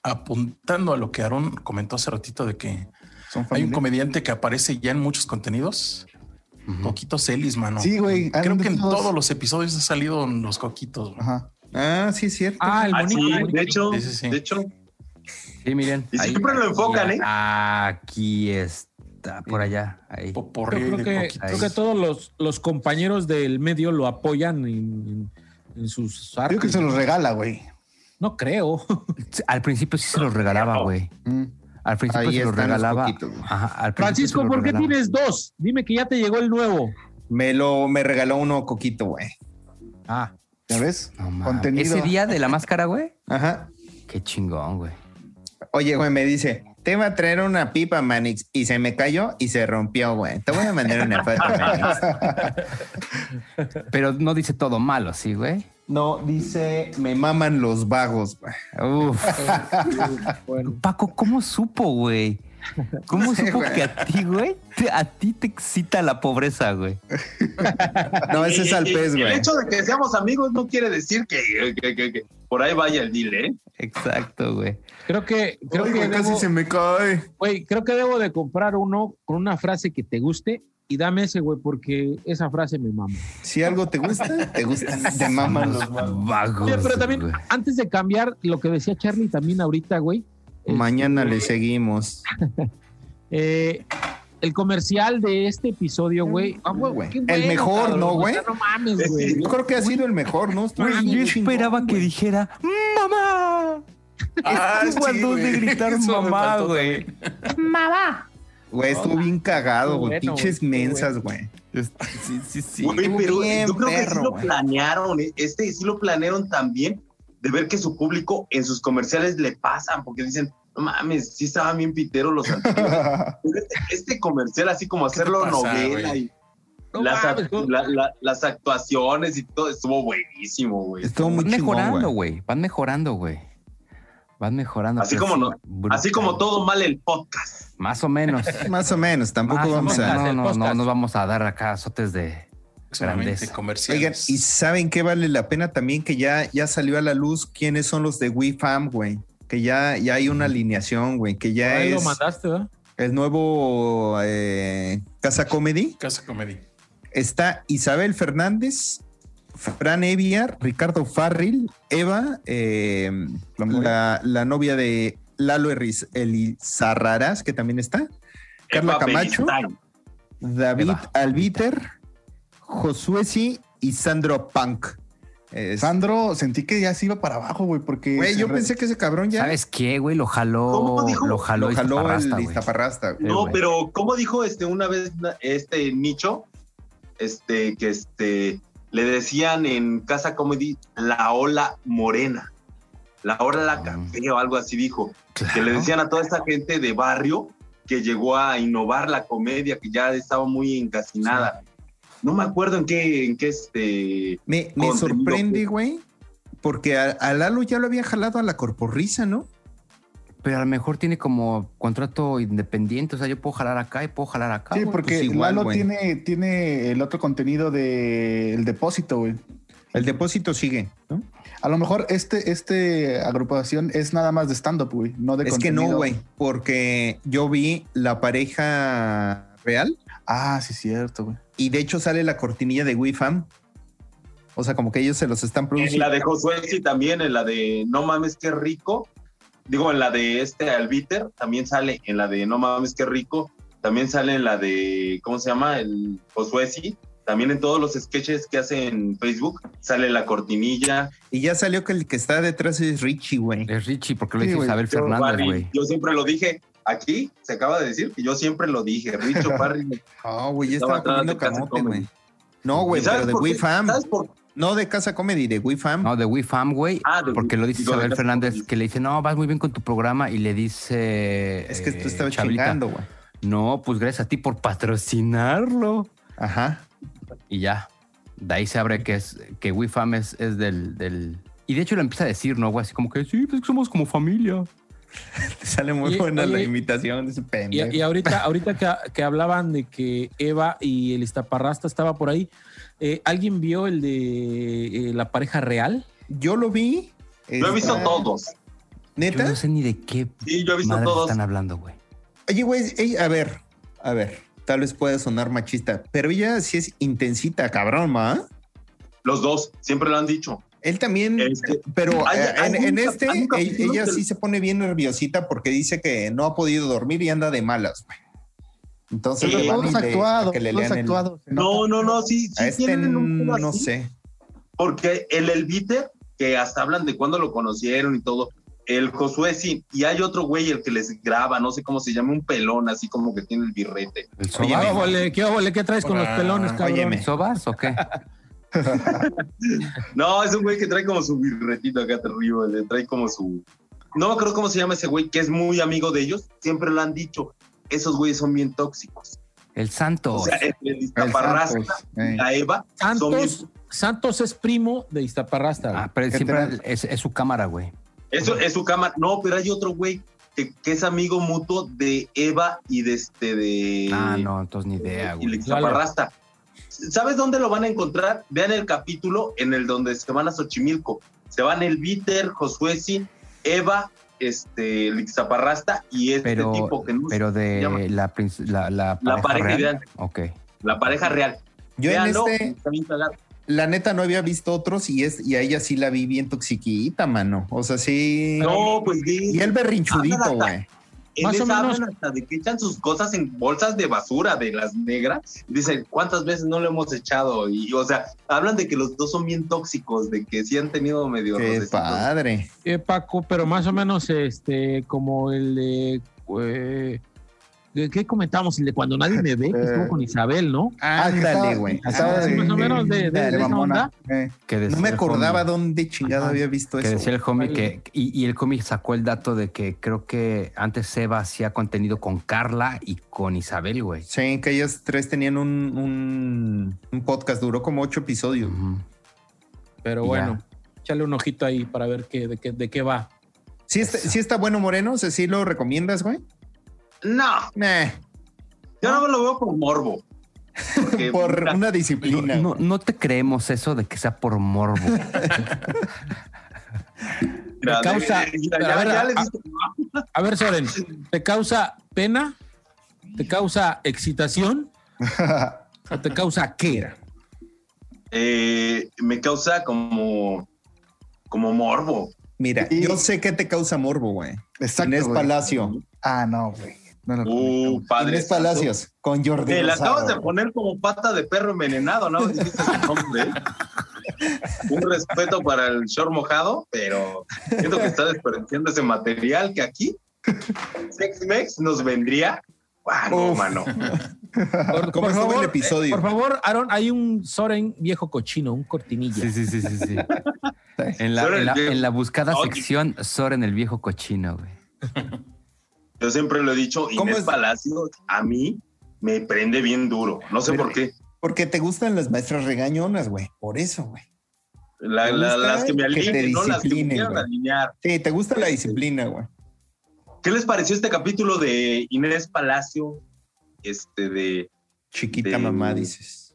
Speaker 5: apuntando a lo que Aaron comentó hace ratito de que
Speaker 6: Son
Speaker 5: hay un
Speaker 6: familia.
Speaker 5: comediante que aparece ya en muchos contenidos.
Speaker 4: Ujú.
Speaker 5: Coquito Celis, mano.
Speaker 6: Sí, güey.
Speaker 5: Creo
Speaker 6: andan
Speaker 5: que en
Speaker 6: todos-
Speaker 5: todos los episodios han salido los coquitos. güey.
Speaker 6: Ajá.
Speaker 1: Ah, sí, es cierto.
Speaker 3: Ah, el
Speaker 2: Ah, sí,
Speaker 3: monito. el monito.
Speaker 2: de hecho,
Speaker 5: Sí, sí, sí.
Speaker 2: de hecho,
Speaker 4: Sí, miren.
Speaker 2: Y siempre lo enfocan, ¿eh?
Speaker 4: Aquí está, por allá. Ahí.
Speaker 5: Poporri
Speaker 3: Yo creo
Speaker 5: de
Speaker 3: que,
Speaker 5: coquis.
Speaker 3: creo que todos los, los compañeros del medio lo apoyan en, en- en sus
Speaker 6: Yo creo que
Speaker 3: artes.
Speaker 6: se los regala, güey.
Speaker 3: No creo.
Speaker 4: Al principio sí se los regalaba, güey.
Speaker 6: Mm.
Speaker 4: Al principio
Speaker 1: Ahí
Speaker 4: se los
Speaker 1: están los
Speaker 4: regalaba.
Speaker 1: poquitos, güey.
Speaker 4: Ajá, al principio se
Speaker 3: Francisco,
Speaker 4: los
Speaker 3: ¿por qué
Speaker 4: regalaba.
Speaker 3: tienes dos? Dime que ya te llegó el nuevo.
Speaker 1: Me lo me regaló uno Coquito, güey.
Speaker 4: Ah,
Speaker 6: ¿Ya ves?
Speaker 4: no mames.
Speaker 6: Contenido.
Speaker 4: Ese día de la máscara, güey.
Speaker 1: Ajá.
Speaker 4: Qué chingón, güey.
Speaker 1: Oye, güey, me dice, te va a traer una pipa, Manix. Y se me cayó y se rompió, güey. Te voy a mandar una foto, Manix.
Speaker 4: Pero no dice todo malo, sí, güey.
Speaker 1: No, dice, me maman los vagos, güey.
Speaker 4: Uf. Paco, ¿cómo supo, güey? ¿Cómo supo
Speaker 1: güey.
Speaker 4: que a ti, güey, te- a ti te excita la pobreza, güey?
Speaker 1: No, ese
Speaker 2: Y-
Speaker 1: es al
Speaker 2: y-
Speaker 1: pez,
Speaker 2: y El
Speaker 1: güey.
Speaker 2: hecho de que seamos amigos no quiere decir que, que- que- que por ahí vaya el deal, ¿eh?
Speaker 4: Exacto, güey.
Speaker 3: Creo que, creo
Speaker 1: Ay,
Speaker 3: que
Speaker 1: güey,
Speaker 3: debo-
Speaker 1: me cae.
Speaker 3: Güey, creo que debo de comprar uno con una frase que te guste y dame ese, güey, porque esa frase me mama.
Speaker 1: Si algo te gusta, te gusta. Te maman los vagos.
Speaker 4: Vagos.
Speaker 3: Oye, pero también, Ah,
Speaker 4: güey.
Speaker 3: antes de cambiar lo que decía Charlie también ahorita, güey,
Speaker 1: Mañana le seguimos.
Speaker 3: eh, el comercial de este episodio, güey. ah,
Speaker 1: Mm. güey.
Speaker 3: qué
Speaker 1: El
Speaker 3: bueno,
Speaker 1: mejor,
Speaker 3: cabrón,
Speaker 1: ¿no,
Speaker 3: o
Speaker 1: güey?
Speaker 3: sea, No mames,
Speaker 2: Sí.
Speaker 3: güey.
Speaker 1: Yo creo que ha sido el mejor, ¿no? Está
Speaker 4: Güey, yo
Speaker 1: bien
Speaker 4: esperaba que dijera ¡Mamá!
Speaker 5: Ah,
Speaker 4: Estuvo a
Speaker 5: sí,
Speaker 4: dos de
Speaker 5: güey.
Speaker 4: gritar
Speaker 5: Eso me
Speaker 4: mamá,
Speaker 5: faltó
Speaker 4: güey.
Speaker 1: Güey, estuvo bien cagado, güey.
Speaker 3: Bueno, güey,
Speaker 1: Pinches
Speaker 3: qué
Speaker 1: mensas, güey.
Speaker 4: Este, Sí, sí, sí.
Speaker 2: Güey,
Speaker 1: estuvo
Speaker 2: pero
Speaker 1: bien
Speaker 2: yo creo que sí
Speaker 1: perro,
Speaker 2: lo
Speaker 1: güey.
Speaker 2: planearon, ¿eh? este sí lo planearon también de ver que su público en sus comerciales le pasan, porque dicen, no mames, sí estaban bien piteros los antiguos. Pero este, este comercial, así como hacerlo
Speaker 5: pasa,
Speaker 2: novela
Speaker 5: güey?
Speaker 2: y
Speaker 3: No
Speaker 2: las,
Speaker 3: mames,
Speaker 2: act- la- la- las actuaciones y todo, estuvo buenísimo, güey.
Speaker 1: Estuvo muy
Speaker 4: Van mejorando,
Speaker 1: chingón, güey.
Speaker 4: güey. Van mejorando, güey. Van mejorando.
Speaker 2: Así
Speaker 4: pero
Speaker 2: como
Speaker 4: sí,
Speaker 2: no-
Speaker 4: brutal.
Speaker 2: Así como todo mal el podcast.
Speaker 4: Más o menos.
Speaker 1: Más o menos, tampoco
Speaker 4: Más o
Speaker 1: vamos a.
Speaker 4: menos. Ah, No,
Speaker 3: El
Speaker 4: no, no,
Speaker 3: podcast.
Speaker 4: no vamos a dar acá azotes de.
Speaker 5: Próximamente
Speaker 4: Grandeza.
Speaker 1: Oigan,
Speaker 5: comerciales.
Speaker 1: y saben qué vale la pena también que ya, ya salió a la luz quiénes son los de WeFam, güey. Que ya, ya hay una alineación, güey. Que ya
Speaker 3: Ahí lo
Speaker 1: es
Speaker 3: mandaste, ¿verdad?
Speaker 1: el nuevo eh, Casa Comedy.
Speaker 5: Casa Comedy.
Speaker 1: Está Isabel Fernández, Fran Evia, Ricardo Farril, Eva, eh, la, la novia de Lalo Erriz- Elizarrarás, que también está. Carla
Speaker 2: Eva
Speaker 1: Camacho.
Speaker 2: Beristain.
Speaker 1: David
Speaker 4: Eva.
Speaker 1: Albiter, Josué Si y Sandro Punk. Eh,
Speaker 6: Sandro, sentí que ya se iba para abajo, güey, porque.
Speaker 1: Güey,
Speaker 6: se
Speaker 1: yo
Speaker 6: re-
Speaker 1: pensé que ese cabrón ya
Speaker 4: ¿Sabes qué, güey? Lo jaló.
Speaker 2: ¿Cómo dijo?
Speaker 4: Lo jaló,
Speaker 1: lo jaló
Speaker 4: Iztaparrasta,
Speaker 1: el
Speaker 4: güey.
Speaker 1: Iztaparrasta. güey.
Speaker 2: No,
Speaker 4: güey.
Speaker 2: pero como dijo este una vez na- este Nicho, este que este le decían en Casa Comedy la ola morena, la ola
Speaker 4: Ah.
Speaker 2: café o algo así dijo, que le
Speaker 4: Claro.
Speaker 2: decían a toda esta gente de barrio que llegó a innovar la comedia, que ya estaba muy encasinada. No me acuerdo en qué, en qué este.
Speaker 1: Me, me
Speaker 2: Contenido,
Speaker 1: sorprende, güey, porque a, a Lalo ya lo había jalado a la corporrisa, ¿no?
Speaker 4: Pero a lo mejor tiene como contrato independiente. O sea, yo puedo jalar acá y puedo jalar acá.
Speaker 6: Sí,
Speaker 4: güey.
Speaker 6: porque
Speaker 1: pues igual,
Speaker 6: Lalo
Speaker 1: güey.
Speaker 6: tiene, tiene el otro contenido de El Depósito, güey.
Speaker 1: El depósito sigue, ¿no?
Speaker 6: A lo mejor este, este agrupación es nada más de stand-up, güey, no de
Speaker 1: es que
Speaker 6: contenido.
Speaker 1: no, güey, porque yo vi la pareja real
Speaker 6: Ah, sí, cierto, güey.
Speaker 1: y de hecho sale la cortinilla de WeFam. O sea, como que ellos se los están
Speaker 2: En
Speaker 1: produciendo.
Speaker 2: la de Josué sí también, en la de No mames qué rico. Digo, en la de este Albiter también sale, en la de No mames qué rico, también sale en la de, ¿cómo se llama? El Josué sí. También en todos los sketches que hace en Facebook sale la cortinilla.
Speaker 1: Y ya salió que el que está detrás es Richie, güey.
Speaker 4: Es Richie, porque lo
Speaker 6: Sí,
Speaker 4: dice
Speaker 6: güey.
Speaker 4: Isabel
Speaker 2: Yo,
Speaker 4: Fernández,
Speaker 2: Barry,
Speaker 4: güey.
Speaker 2: yo siempre lo dije. Aquí se acaba de decir que yo siempre lo dije. Richo Parry.
Speaker 1: No, Ah, güey, ya
Speaker 2: Estaba
Speaker 1: estaba
Speaker 2: atrás de
Speaker 1: comiendo
Speaker 2: Casa
Speaker 1: camote,
Speaker 2: Comedy.
Speaker 1: güey. No, güey,
Speaker 2: ¿Y sabes
Speaker 1: pero de
Speaker 2: por qué?
Speaker 1: WeFam.
Speaker 2: ¿Sabes por qué?
Speaker 1: No de Casa Comedy, de WeFam.
Speaker 4: No, de WeFam, güey.
Speaker 2: Ah, de-
Speaker 4: Porque lo dice
Speaker 2: digo, de
Speaker 4: Isabel
Speaker 2: Casa
Speaker 4: Fernández,
Speaker 2: Comedy.
Speaker 4: que le dice, no, vas muy bien con tu programa. Y le dice.
Speaker 1: es que
Speaker 4: eh,
Speaker 1: tú estabas
Speaker 4: Chavita,
Speaker 1: chingando, güey.
Speaker 4: No, pues gracias a ti por patrocinarlo.
Speaker 1: Ajá.
Speaker 4: Y ya. De ahí se abre que es que WeFam es, es del, del. Y de hecho lo empieza a decir, ¿no? Güey, así como que sí, pues que somos como familia.
Speaker 1: Te sale muy
Speaker 3: Y-
Speaker 1: buena la
Speaker 3: oye,
Speaker 1: imitación de ese
Speaker 3: Y,
Speaker 1: pendejo.
Speaker 3: y ahorita, ahorita que, que hablaban de que Eva y el Iztaparrasta estaba por ahí, eh, ¿alguien vio el de eh, la pareja real?
Speaker 1: Yo lo vi.
Speaker 2: Lo he visto
Speaker 1: está-
Speaker 2: todos.
Speaker 4: Yo
Speaker 1: ¿Neta?
Speaker 4: no sé ni de qué
Speaker 2: Sí, yo he visto
Speaker 4: madre
Speaker 2: todos.
Speaker 4: están hablando, güey.
Speaker 1: Oye, güey, ey, a ver, a ver. Tal vez pueda sonar machista, pero ella sí es intensita, cabrón, ma.
Speaker 2: Los dos. Siempre lo han dicho.
Speaker 1: Él también,
Speaker 2: Este,
Speaker 1: pero
Speaker 2: hay-
Speaker 1: eh,
Speaker 2: hay
Speaker 1: en,
Speaker 2: un
Speaker 1: en
Speaker 2: cap-
Speaker 1: este,
Speaker 2: hay un
Speaker 1: e-
Speaker 2: capítulo
Speaker 1: ella
Speaker 2: que-
Speaker 1: sí se pone bien nerviosita porque dice que no ha podido dormir y anda de malas, güey. Entonces,
Speaker 2: Sí.
Speaker 1: le van y
Speaker 6: todos
Speaker 1: le- a
Speaker 6: actuados,
Speaker 1: que le
Speaker 6: todos
Speaker 1: lean el-
Speaker 6: actuados. se
Speaker 2: No,
Speaker 6: nota.
Speaker 2: no, no, sí, sí
Speaker 1: A este
Speaker 2: tienen un pedo
Speaker 1: no
Speaker 2: así,
Speaker 1: sé.
Speaker 2: Porque el Elvite, que hasta hablan de cuándo lo conocieron y todo, el Josué sí, y hay otro güey el que les graba, no sé cómo se llama, un pelón, así como que tiene el birrete.
Speaker 4: ¿El
Speaker 3: ¿Qué
Speaker 1: Óyeme.
Speaker 4: sobas?
Speaker 3: óvole? ¿Qué óvole? ¿Qué traes con los pelones, cabrón?
Speaker 1: Óyeme.
Speaker 4: ¿El sobas o qué?
Speaker 2: No, es un güey que trae como su birretito acá arriba, le trae como su... No creo cómo se llama ese güey, que es muy amigo de ellos, siempre lo han dicho, esos güeyes son bien tóxicos.
Speaker 4: El santo.
Speaker 2: O sea, entre el
Speaker 6: El
Speaker 2: Iztaparrastra
Speaker 6: Santos,
Speaker 2: y
Speaker 6: eh.
Speaker 2: la Eva son bien
Speaker 3: Santos, Santos es primo de Iztaparrastra. güey.
Speaker 4: Ah, pero
Speaker 6: ¿Qué
Speaker 4: siempre
Speaker 6: tal?
Speaker 4: es, es su cámara, güey.
Speaker 2: Eso es su cámara. No, pero hay otro güey que, que es amigo mutuo de Eva y de este de.
Speaker 4: Ah, no, entonces ni idea,
Speaker 2: Y
Speaker 4: güey.
Speaker 2: le Zaparrasta. ¿Sabes dónde lo van a encontrar? Vean el capítulo en el donde se van a Xochimilco. Se van el Viter, Josué, sí, Eva, este, Lixaparrasta y este
Speaker 4: Pero,
Speaker 2: tipo que no
Speaker 4: pero
Speaker 2: se llama.
Speaker 4: de la, princ- la, la
Speaker 2: La pareja
Speaker 4: real.
Speaker 2: ideal.
Speaker 4: Ok.
Speaker 2: la pareja real.
Speaker 1: Yo en
Speaker 2: Véanlo,
Speaker 1: este,
Speaker 2: está bien cagado.
Speaker 1: la neta, no había visto otros y, es, y a ella sí la vi bien toxiquita, mano. O sea, sí.
Speaker 2: No, pues sí.
Speaker 1: Y el berrinchudito,
Speaker 2: Ándala,
Speaker 1: güey.
Speaker 2: En
Speaker 3: Más o
Speaker 2: esa
Speaker 3: menos.
Speaker 2: hablan hasta de que echan sus cosas en bolsas de basura de las negras. Y dicen, ¿cuántas veces no lo hemos echado? Y, o sea, hablan de que los dos son bien tóxicos, de que sí han tenido medio
Speaker 1: Qué
Speaker 2: rocecitos.
Speaker 1: padre.
Speaker 3: Eh, Paco, pero más o menos este, como el de. eh, ¿de ¿Qué comentamos? El de cuando nadie me ve, que estuvo con Isabel, ¿no?
Speaker 6: Ah, que estaba-
Speaker 1: Ándale, güey.
Speaker 6: estaba
Speaker 1: Ah,
Speaker 6: de-
Speaker 3: más o menos de- de- de esa
Speaker 6: mamona. Eh.
Speaker 4: Que decía
Speaker 1: No me
Speaker 4: el
Speaker 1: acordaba
Speaker 4: homie-
Speaker 1: dónde chingado
Speaker 4: Ajá.
Speaker 1: había visto
Speaker 4: Que
Speaker 1: eso.
Speaker 4: decía el homie que. Y, y el cómic sacó el dato de que creo que antes Seba hacía contenido con Carla y con Isabel, güey.
Speaker 1: Sí, que ellas tres tenían un, un, un podcast, duró como ocho episodios.
Speaker 4: Ujú.
Speaker 3: Pero
Speaker 4: Ya.
Speaker 3: bueno, échale un ojito ahí para ver qué, de, qué, de qué va.
Speaker 1: Sí está,
Speaker 4: Eso.
Speaker 1: sí está bueno, Moreno. O sea, ¿sí lo recomiendas, güey?
Speaker 2: No,
Speaker 1: Nah,
Speaker 2: yo no me lo veo por morbo. Porque-
Speaker 1: por
Speaker 2: Eh, mira,
Speaker 1: una disciplina.
Speaker 4: No, no te creemos eso de que sea por morbo.
Speaker 2: mira,
Speaker 3: causa-
Speaker 2: de- mira,
Speaker 3: pero a
Speaker 2: ya-
Speaker 3: ver,
Speaker 2: ya
Speaker 3: a-
Speaker 2: les diste-
Speaker 3: A ver, Soren, ¿te causa pena? ¿Te causa excitación? ¿O te causa qué?
Speaker 2: eh, me causa como, como morbo.
Speaker 1: Mira,
Speaker 6: Sí.
Speaker 1: yo sé que te causa morbo, güey.
Speaker 6: Exacto,
Speaker 1: Inés
Speaker 6: güey.
Speaker 1: Palacio.
Speaker 6: Ah, no, güey. No lo
Speaker 2: Uh,
Speaker 6: conectamos.
Speaker 2: padre.
Speaker 1: Inés
Speaker 2: santo.
Speaker 1: Palacios con Jordi.
Speaker 2: Te la
Speaker 1: Rosado,
Speaker 2: acabas de
Speaker 1: güey.
Speaker 2: poner como pata de perro envenenado, ¿no? Dijiste su nombre, ¿eh? Un respeto para el short mojado, pero siento que está desperdiciando ese material que aquí Sex Mex nos vendría. Ah, no,
Speaker 1: Uf.
Speaker 2: mano.
Speaker 3: Por, eh,
Speaker 1: ¿Cómo estuvo el episodio?
Speaker 3: por favor, Aaron, hay un Soren viejo cochino, un cortinilla.
Speaker 4: Sí, sí, sí, sí, sí. En la,
Speaker 2: Soren
Speaker 4: en la-
Speaker 2: el viejo-
Speaker 4: en la buscada
Speaker 2: Oye.
Speaker 4: sección, Soren el viejo cochino, güey.
Speaker 2: Yo siempre lo he dicho,
Speaker 1: ¿Cómo
Speaker 2: Inés
Speaker 1: es?
Speaker 2: Palacio a mí me prende bien duro. No sé
Speaker 1: Pero-
Speaker 2: por qué.
Speaker 1: Porque te gustan las maestras regañonas, güey. Por eso, güey.
Speaker 2: La-
Speaker 1: ¿Te
Speaker 2: la-
Speaker 1: gusta
Speaker 2: las que me
Speaker 1: que te
Speaker 2: alineen, no las que me
Speaker 1: disciplinen,
Speaker 2: quieran
Speaker 1: güey?
Speaker 2: alinear.
Speaker 1: Sí, te gusta la disciplina, güey.
Speaker 2: ¿Qué les pareció este capítulo de Inés Palacio? Este de
Speaker 1: Chiquita
Speaker 2: De-
Speaker 1: mamá, dices.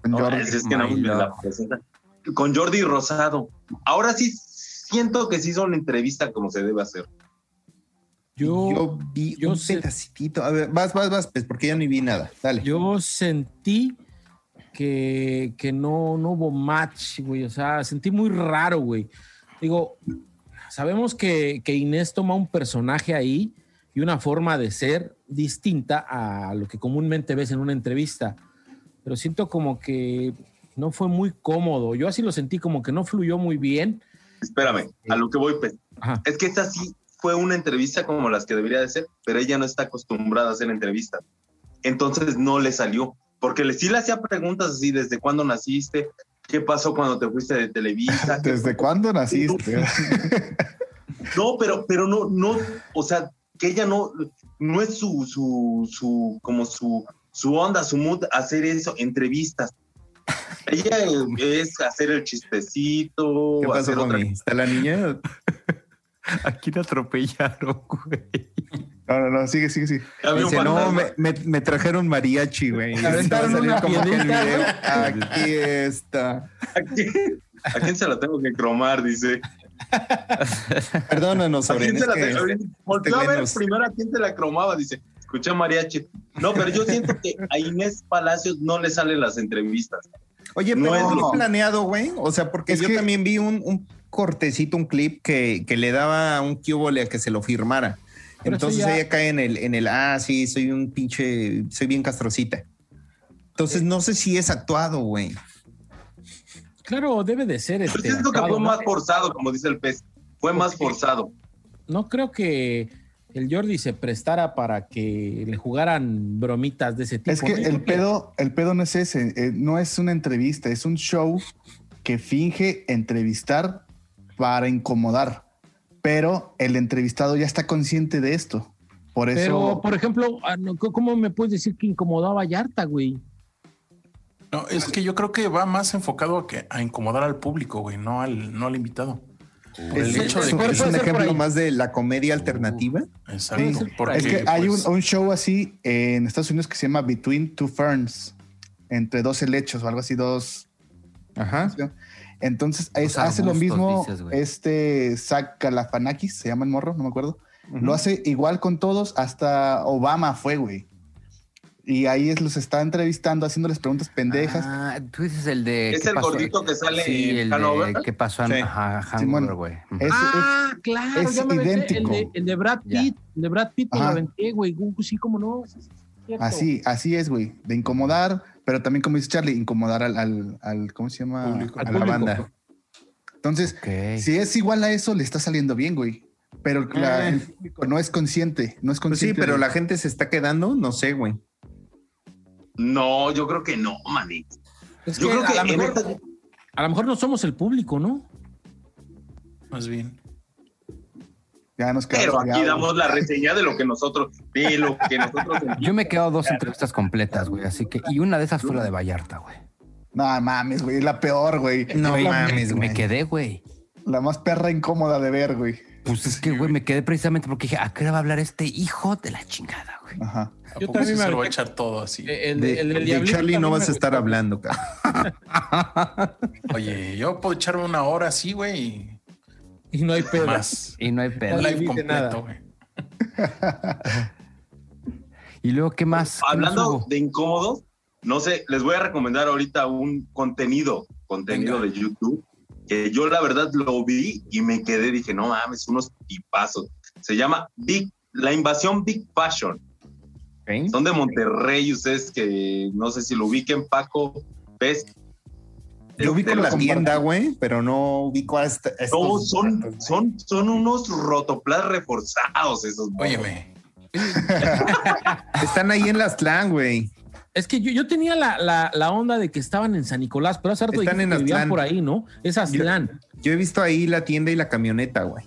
Speaker 6: Con
Speaker 2: Ahora,
Speaker 6: Jordi.
Speaker 2: es- es que no
Speaker 4: my
Speaker 2: me la
Speaker 4: love.
Speaker 2: presentan. Con Jordi Rosado. Ahora sí siento que sí hizo una entrevista como se debe hacer.
Speaker 3: Yo, yo,
Speaker 1: yo vi
Speaker 3: yo
Speaker 1: un
Speaker 3: sé-
Speaker 1: pedacitito. A ver, vas, vas, vas, pues, porque yo ni vi nada. Dale.
Speaker 3: sentí que, que no, no hubo match, güey. O sea, sentí muy raro, güey. Digo, sabemos que, que Inés toma un personaje ahí y una forma de ser distinta a lo que comúnmente ves en una entrevista. Pero siento como que no fue muy cómodo. Yo así lo sentí como que no fluyó muy bien.
Speaker 2: Espérame, a lo que voy, pues.
Speaker 3: Ajá.
Speaker 2: Es que esta sí fue una entrevista como las que debería de ser, pero ella no está acostumbrada a hacer entrevistas. Entonces no le salió, porque le, sí le hacía preguntas así, ¿desde cuándo naciste? ¿Qué pasó cuando te fuiste de Televisa? ¿Qué
Speaker 6: ¿Desde cuándo este. naciste?
Speaker 2: No, pero, pero no, no, o sea, que ella no, no es su, su, su, como su, su onda, su mood hacer eso, entrevistas. Ella es hacer el chistecito,
Speaker 1: ¿Qué pasó
Speaker 2: hacer
Speaker 1: con
Speaker 2: otra.
Speaker 1: mí? ¿Está la niña?
Speaker 4: Aquí la atropellaron, güey.
Speaker 6: No, no, no, sigue, sigue, sigue.
Speaker 2: Ya vi un
Speaker 1: Dice, no,
Speaker 2: fantasma.
Speaker 1: me, me- me trajeron mariachi, güey.
Speaker 3: Le aventaron
Speaker 1: Va a salir
Speaker 3: una
Speaker 1: como que el
Speaker 3: piedrita,
Speaker 1: video, Aquí está.
Speaker 2: ¿A quién, a quién se la tengo que cromar? Dice.
Speaker 1: Perdónanos,
Speaker 2: ¿A
Speaker 1: Soren.
Speaker 2: quién se
Speaker 1: es
Speaker 2: la
Speaker 1: que este
Speaker 2: tengo? Volteó a
Speaker 1: güey
Speaker 2: ver
Speaker 1: nos-
Speaker 2: primero a quién se la cromaba, dice. Escucha mariachi. No, pero yo siento que a Inés Palacios no le salen las entrevistas.
Speaker 1: Oye,
Speaker 2: No
Speaker 1: pero
Speaker 2: es
Speaker 1: no,
Speaker 2: lo-
Speaker 1: planeado, güey. O sea, porque
Speaker 6: Es
Speaker 1: yo
Speaker 6: que-
Speaker 1: también vi un, un cortecito, un clip que, que le daba un cubole a que se lo firmara.
Speaker 3: Pero eso
Speaker 1: Entonces
Speaker 3: ya-
Speaker 1: ella cae en el, en el, ah, sí, soy un pinche, soy bien castrocita. Entonces no sé si es actuado, güey.
Speaker 3: Claro, debe de ser.
Speaker 2: Yo
Speaker 3: Este,
Speaker 2: siento que
Speaker 3: actuado,
Speaker 2: fue
Speaker 3: ¿no?
Speaker 2: más forzado, como dice el pez. Fue más forzado.
Speaker 3: no creo que el Jordi se prestara para que le jugaran bromitas de ese tipo.
Speaker 6: Es que
Speaker 3: ¿no? Yo creo
Speaker 6: el pedo, el pedo no es ese, eh, no es una entrevista, es un show que finge entrevistar para incomodar, pero el entrevistado ya está consciente de esto. Por
Speaker 3: Pero,
Speaker 6: eso,
Speaker 3: por ejemplo, ah, no, c- ¿cómo me puedes decir que incomodó a Vallarta, güey?
Speaker 5: No, es que yo creo que va más enfocado a, que, a incomodar al público, güey, no al, no al invitado. Por el
Speaker 1: Es,
Speaker 5: hecho de
Speaker 1: es un-
Speaker 5: que-
Speaker 1: es un
Speaker 3: Puede ser por
Speaker 1: ejemplo
Speaker 3: ahí.
Speaker 1: más de la
Speaker 5: Uh,
Speaker 1: comedia alternativa.
Speaker 3: Puede
Speaker 5: Exacto.
Speaker 3: ser.
Speaker 5: Porque,
Speaker 6: es que hay
Speaker 5: pues,
Speaker 6: un, un show así en Estados Unidos que se llama Between Two Ferns, entre dos helechos o algo así, dos.
Speaker 1: Ajá.
Speaker 6: Entonces
Speaker 4: Dos
Speaker 6: es- hace lo
Speaker 4: arbustos,
Speaker 6: mismo
Speaker 4: dices, güey.
Speaker 6: este Zach Galifianakis, se llama el morro, no me acuerdo. Lo
Speaker 1: Ujú.
Speaker 6: hace igual con todos, hasta Obama fue, güey. Y ahí es, los está entrevistando, haciéndoles preguntas pendejas.
Speaker 4: Ah, tú dices el
Speaker 3: Eh,
Speaker 4: de.
Speaker 2: Es
Speaker 4: ¿qué
Speaker 2: el
Speaker 4: pasó?
Speaker 2: gordito que sale
Speaker 4: Sí,
Speaker 2: en
Speaker 4: el
Speaker 2: Hanover.
Speaker 4: de. ¿Qué pasó en
Speaker 1: Sí.
Speaker 4: ajá,
Speaker 6: Simón.
Speaker 4: Hangover, güey? Ujú.
Speaker 6: Es-
Speaker 3: ah, claro,
Speaker 6: es
Speaker 3: ya me aventé el
Speaker 6: idéntico.
Speaker 3: de, el de Brad
Speaker 4: Ya.
Speaker 3: Pitt, el de Brad Pitt me lo
Speaker 6: Ajá.
Speaker 3: aventé, güey. Uh, Sí, cómo no. sí, sí, sí, es Ah, cierto.
Speaker 6: Así, así es, güey. De incomodar, pero también, como dice Charlie, incomodar al, al, al- ¿cómo se llama?
Speaker 5: Público.
Speaker 6: A la
Speaker 1: A la
Speaker 6: banda.
Speaker 1: banda.
Speaker 6: Entonces,
Speaker 4: Ok.
Speaker 6: si es igual a eso, le está saliendo bien, güey. Pero la-
Speaker 1: Eh.
Speaker 6: el público no es consciente, no es
Speaker 1: Pues sí,
Speaker 6: consciente.
Speaker 1: pero
Speaker 6: de-
Speaker 1: la gente se está quedando, no sé, güey.
Speaker 2: No, yo creo que no, maní.
Speaker 3: Es
Speaker 2: Yo
Speaker 3: que
Speaker 2: creo que
Speaker 3: a, lo
Speaker 2: en
Speaker 3: mejor,
Speaker 2: esta-
Speaker 3: a lo mejor no somos el público, ¿no?
Speaker 5: Más bien.
Speaker 6: Ya nos quedamos
Speaker 2: Pero aquí
Speaker 6: callados.
Speaker 2: damos la reseña de lo que nosotros, de lo que nosotros
Speaker 4: Yo me he quedado dos entrevistas completas, güey. Así que. Y una de esas fue la de Vallarta, güey.
Speaker 6: No mames, güey. Es la peor, güey.
Speaker 1: No
Speaker 4: Güey,
Speaker 1: mames,
Speaker 4: me-
Speaker 1: güey.
Speaker 4: Me quedé, güey.
Speaker 6: La más perra incómoda de ver, güey.
Speaker 4: Pues es que, güey, me quedé precisamente porque dije, ¿a qué hora va a hablar este hijo de la chingada, güey?
Speaker 6: Ajá.
Speaker 5: ¿A
Speaker 3: Yo
Speaker 5: poco
Speaker 3: también
Speaker 5: sí
Speaker 3: me
Speaker 5: se lo va
Speaker 3: aventé-
Speaker 5: a
Speaker 3: Eh.
Speaker 5: echar todo así?
Speaker 3: El,
Speaker 1: De,
Speaker 3: el del
Speaker 1: de
Speaker 3: Diablito
Speaker 1: Charlie no
Speaker 3: también
Speaker 1: vas
Speaker 3: me
Speaker 1: a estar
Speaker 3: gustó.
Speaker 1: hablando, cabrón.
Speaker 5: Oye, yo puedo echarme una hora así, güey,
Speaker 3: Y no hay
Speaker 5: y
Speaker 3: pedo.
Speaker 5: más.
Speaker 4: Y no hay pedo.
Speaker 5: Un
Speaker 3: le
Speaker 5: live
Speaker 3: dice nada.
Speaker 5: completo, güey.
Speaker 4: Y luego, ¿qué más? ¿Qué más
Speaker 2: Hablando
Speaker 4: hubo?
Speaker 2: de incómodos, no sé, les voy a recomendar ahorita un contenido, contenido de YouTube, que yo la verdad lo vi y me quedé, dije, no mames, unos tipazos. Se llama Big, La Invasión Big Fashion. Son de Monterrey, ustedes que no sé si lo ubiquen, Paco, ¿ves?
Speaker 1: Yo ubico
Speaker 2: Este,
Speaker 1: la
Speaker 2: los-
Speaker 1: tienda, güey, pero no ubico a esta. a
Speaker 2: No,
Speaker 1: estos vatos,
Speaker 2: son,
Speaker 1: güey.
Speaker 2: son, son unos rotoplas reforzados esos.
Speaker 5: Óyeme.
Speaker 1: Están ahí en las Tlán, güey.
Speaker 3: Es que yo, yo tenía la, la, la onda de que estaban en San Nicolás, pero hace rato
Speaker 1: Están
Speaker 3: dijiste
Speaker 1: en
Speaker 3: que vivían
Speaker 1: Aztlán.
Speaker 3: por ahí, ¿no? Es Aztlán.
Speaker 1: Yo he visto ahí la tienda y la camioneta, güey.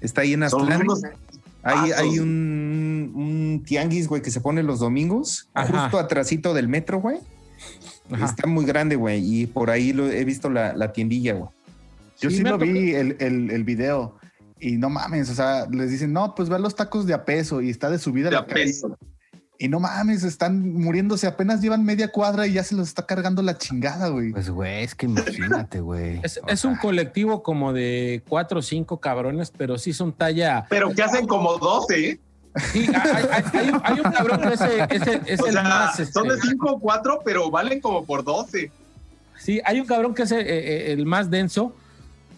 Speaker 1: Está ahí en
Speaker 2: Son
Speaker 1: Aztlán.
Speaker 2: unos-
Speaker 3: Ah,
Speaker 1: Hay,
Speaker 2: vatos.
Speaker 1: hay un, un tianguis, güey, que se pone los domingos,
Speaker 3: Ajá.
Speaker 1: justo atrasito del metro, güey.
Speaker 3: Ajá.
Speaker 1: Está muy grande, güey. Y por ahí lo, he visto la, la tiendilla, güey.
Speaker 6: Yo
Speaker 3: Sí,
Speaker 6: sí,
Speaker 3: me
Speaker 6: lo
Speaker 3: ha tocado.
Speaker 6: vi el, el- el video y no mames, o sea, les dicen, no, pues ve los tacos de a peso y está de subida
Speaker 2: de
Speaker 6: la calle.
Speaker 2: apeso.
Speaker 6: Y no mames, están muriéndose, apenas llevan media cuadra y ya se los está cargando la chingada, güey.
Speaker 4: Pues, güey, es que imagínate, güey.
Speaker 3: Es,
Speaker 4: O
Speaker 3: es un
Speaker 4: sea,
Speaker 3: colectivo como de cuatro o cinco cabrones, pero sí son talla.
Speaker 2: Pero que hacen como 12, ¿eh?
Speaker 3: Sí, hay, hay- hay un- hay un cabrón que ese, ese- es
Speaker 2: O
Speaker 3: el
Speaker 2: sea,
Speaker 3: más. este,
Speaker 2: son de 5 o 4, pero valen como por 12.
Speaker 3: sí, hay un cabrón que es el, eh, eh, el más denso.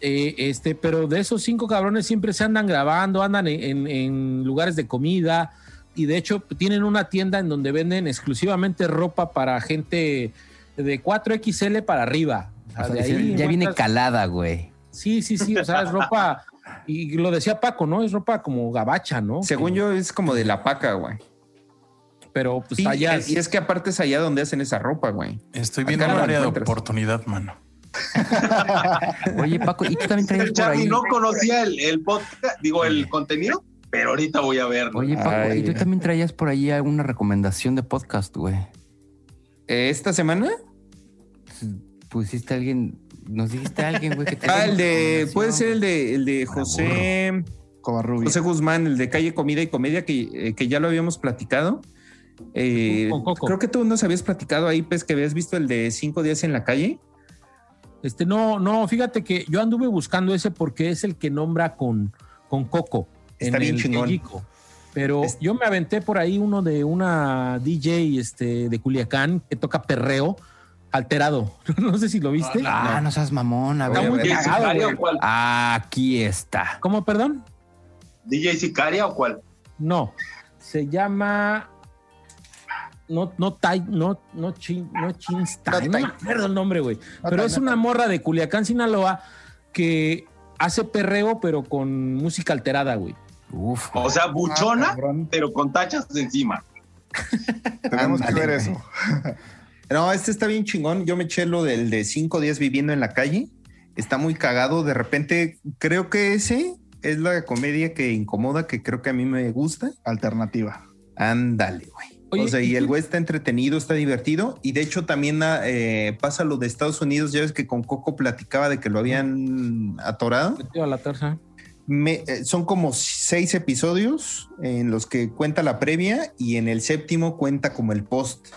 Speaker 3: eh, este, pero de esos cinco cabrones siempre se andan grabando, andan en, en- en lugares de comida y de hecho tienen una tienda en donde venden exclusivamente ropa para gente de 4XL para arriba. O sea,
Speaker 4: o sea,
Speaker 3: de
Speaker 4: sí,
Speaker 3: ahí
Speaker 4: ya viene
Speaker 3: encuentras-
Speaker 4: calada, güey.
Speaker 3: Sí, sí, sí, o sea, es ropa, y lo decía Paco, ¿no? Es ropa como gabacha, ¿no? Eh,
Speaker 1: Según yo, es como de la paca, güey.
Speaker 3: Pero pues
Speaker 1: Sí,
Speaker 3: allá.
Speaker 1: y es que aparte es allá donde hacen esa ropa, güey.
Speaker 5: Estoy viendo
Speaker 1: Acá
Speaker 5: un
Speaker 1: la
Speaker 5: área de
Speaker 1: encuentras.
Speaker 5: oportunidad, mano.
Speaker 4: Oye, Paco, ¿y tú también traías
Speaker 2: El
Speaker 4: por
Speaker 2: Charlie
Speaker 4: ahí?
Speaker 2: no conocía el, el podcast, digo, el contenido, pero ahorita voy a verlo.
Speaker 4: Oye, Paco,
Speaker 1: Ay.
Speaker 4: ¿y tú también traías por ahí alguna recomendación de podcast, güey? Pues,
Speaker 1: Eh, ¿Esta semana?
Speaker 4: Pusiste a alguien, nos dijiste a alguien, güey, que te
Speaker 1: Ah, el de. Puede ser el de, el de
Speaker 3: Ah,
Speaker 1: José.
Speaker 6: Covarrubias.
Speaker 1: José Guzmán, el de Calle Comida y Comedia, que, eh, que ya lo habíamos platicado. Eh,
Speaker 3: Con Coco.
Speaker 1: creo que tú nos habías platicado ahí, pues, que habías visto el de cinco días en la calle.
Speaker 3: Este, no, no, fíjate que yo anduve buscando ese porque es el que nombra con, con Coco.
Speaker 1: Está bien
Speaker 3: el
Speaker 1: chingón.
Speaker 3: Tellico. Pero
Speaker 1: Es-
Speaker 3: yo me aventé por ahí uno de una DJ este, de Culiacán que toca perreo. Alterado. No sé si lo viste.
Speaker 4: Ah, no seas mamón. A
Speaker 1: Está
Speaker 4: ver.
Speaker 1: muy
Speaker 4: güey.
Speaker 2: ¿DJ
Speaker 3: cagado,
Speaker 2: Sicaria
Speaker 3: güey.
Speaker 2: o cuál?
Speaker 4: Aquí está.
Speaker 3: ¿Cómo, perdón?
Speaker 2: ¿DJ Sicaria o cuál?
Speaker 3: No. Se llama. No, no, tai, no, no, chin, no Chinstein,
Speaker 1: No
Speaker 3: No
Speaker 1: Tai.
Speaker 3: me acuerdo el nombre, güey.
Speaker 1: No
Speaker 3: pero
Speaker 1: Tai,
Speaker 3: es
Speaker 1: no
Speaker 3: una
Speaker 1: Tai.
Speaker 3: morra de Culiacán, Sinaloa, que hace perreo, pero con música alterada, güey.
Speaker 4: Uf.
Speaker 2: O sea,
Speaker 6: Ah,
Speaker 2: buchona,
Speaker 6: cabrón.
Speaker 2: pero con tachas encima.
Speaker 1: Tenemos que
Speaker 6: Ándale,
Speaker 1: ver
Speaker 6: güey.
Speaker 1: eso. No, este está bien chingón. Yo me eché lo del de cinco días viviendo en la calle. Está muy cagado. De repente, creo que ese es la comedia que incomoda, que creo que a mí me gusta.
Speaker 6: Alternativa.
Speaker 1: Ándale, güey.
Speaker 3: Oye,
Speaker 1: o sea,
Speaker 3: ¿y
Speaker 1: y el
Speaker 3: qué-
Speaker 1: güey está entretenido, está divertido. Y de hecho, también ah, eh, pasa lo de Estados Unidos. Ya ves que con Coco platicaba de que lo habían atorado.
Speaker 3: Metido a la tarza.
Speaker 1: Me- eh, son como seis episodios en los que cuenta la previa y en el séptimo cuenta como el post.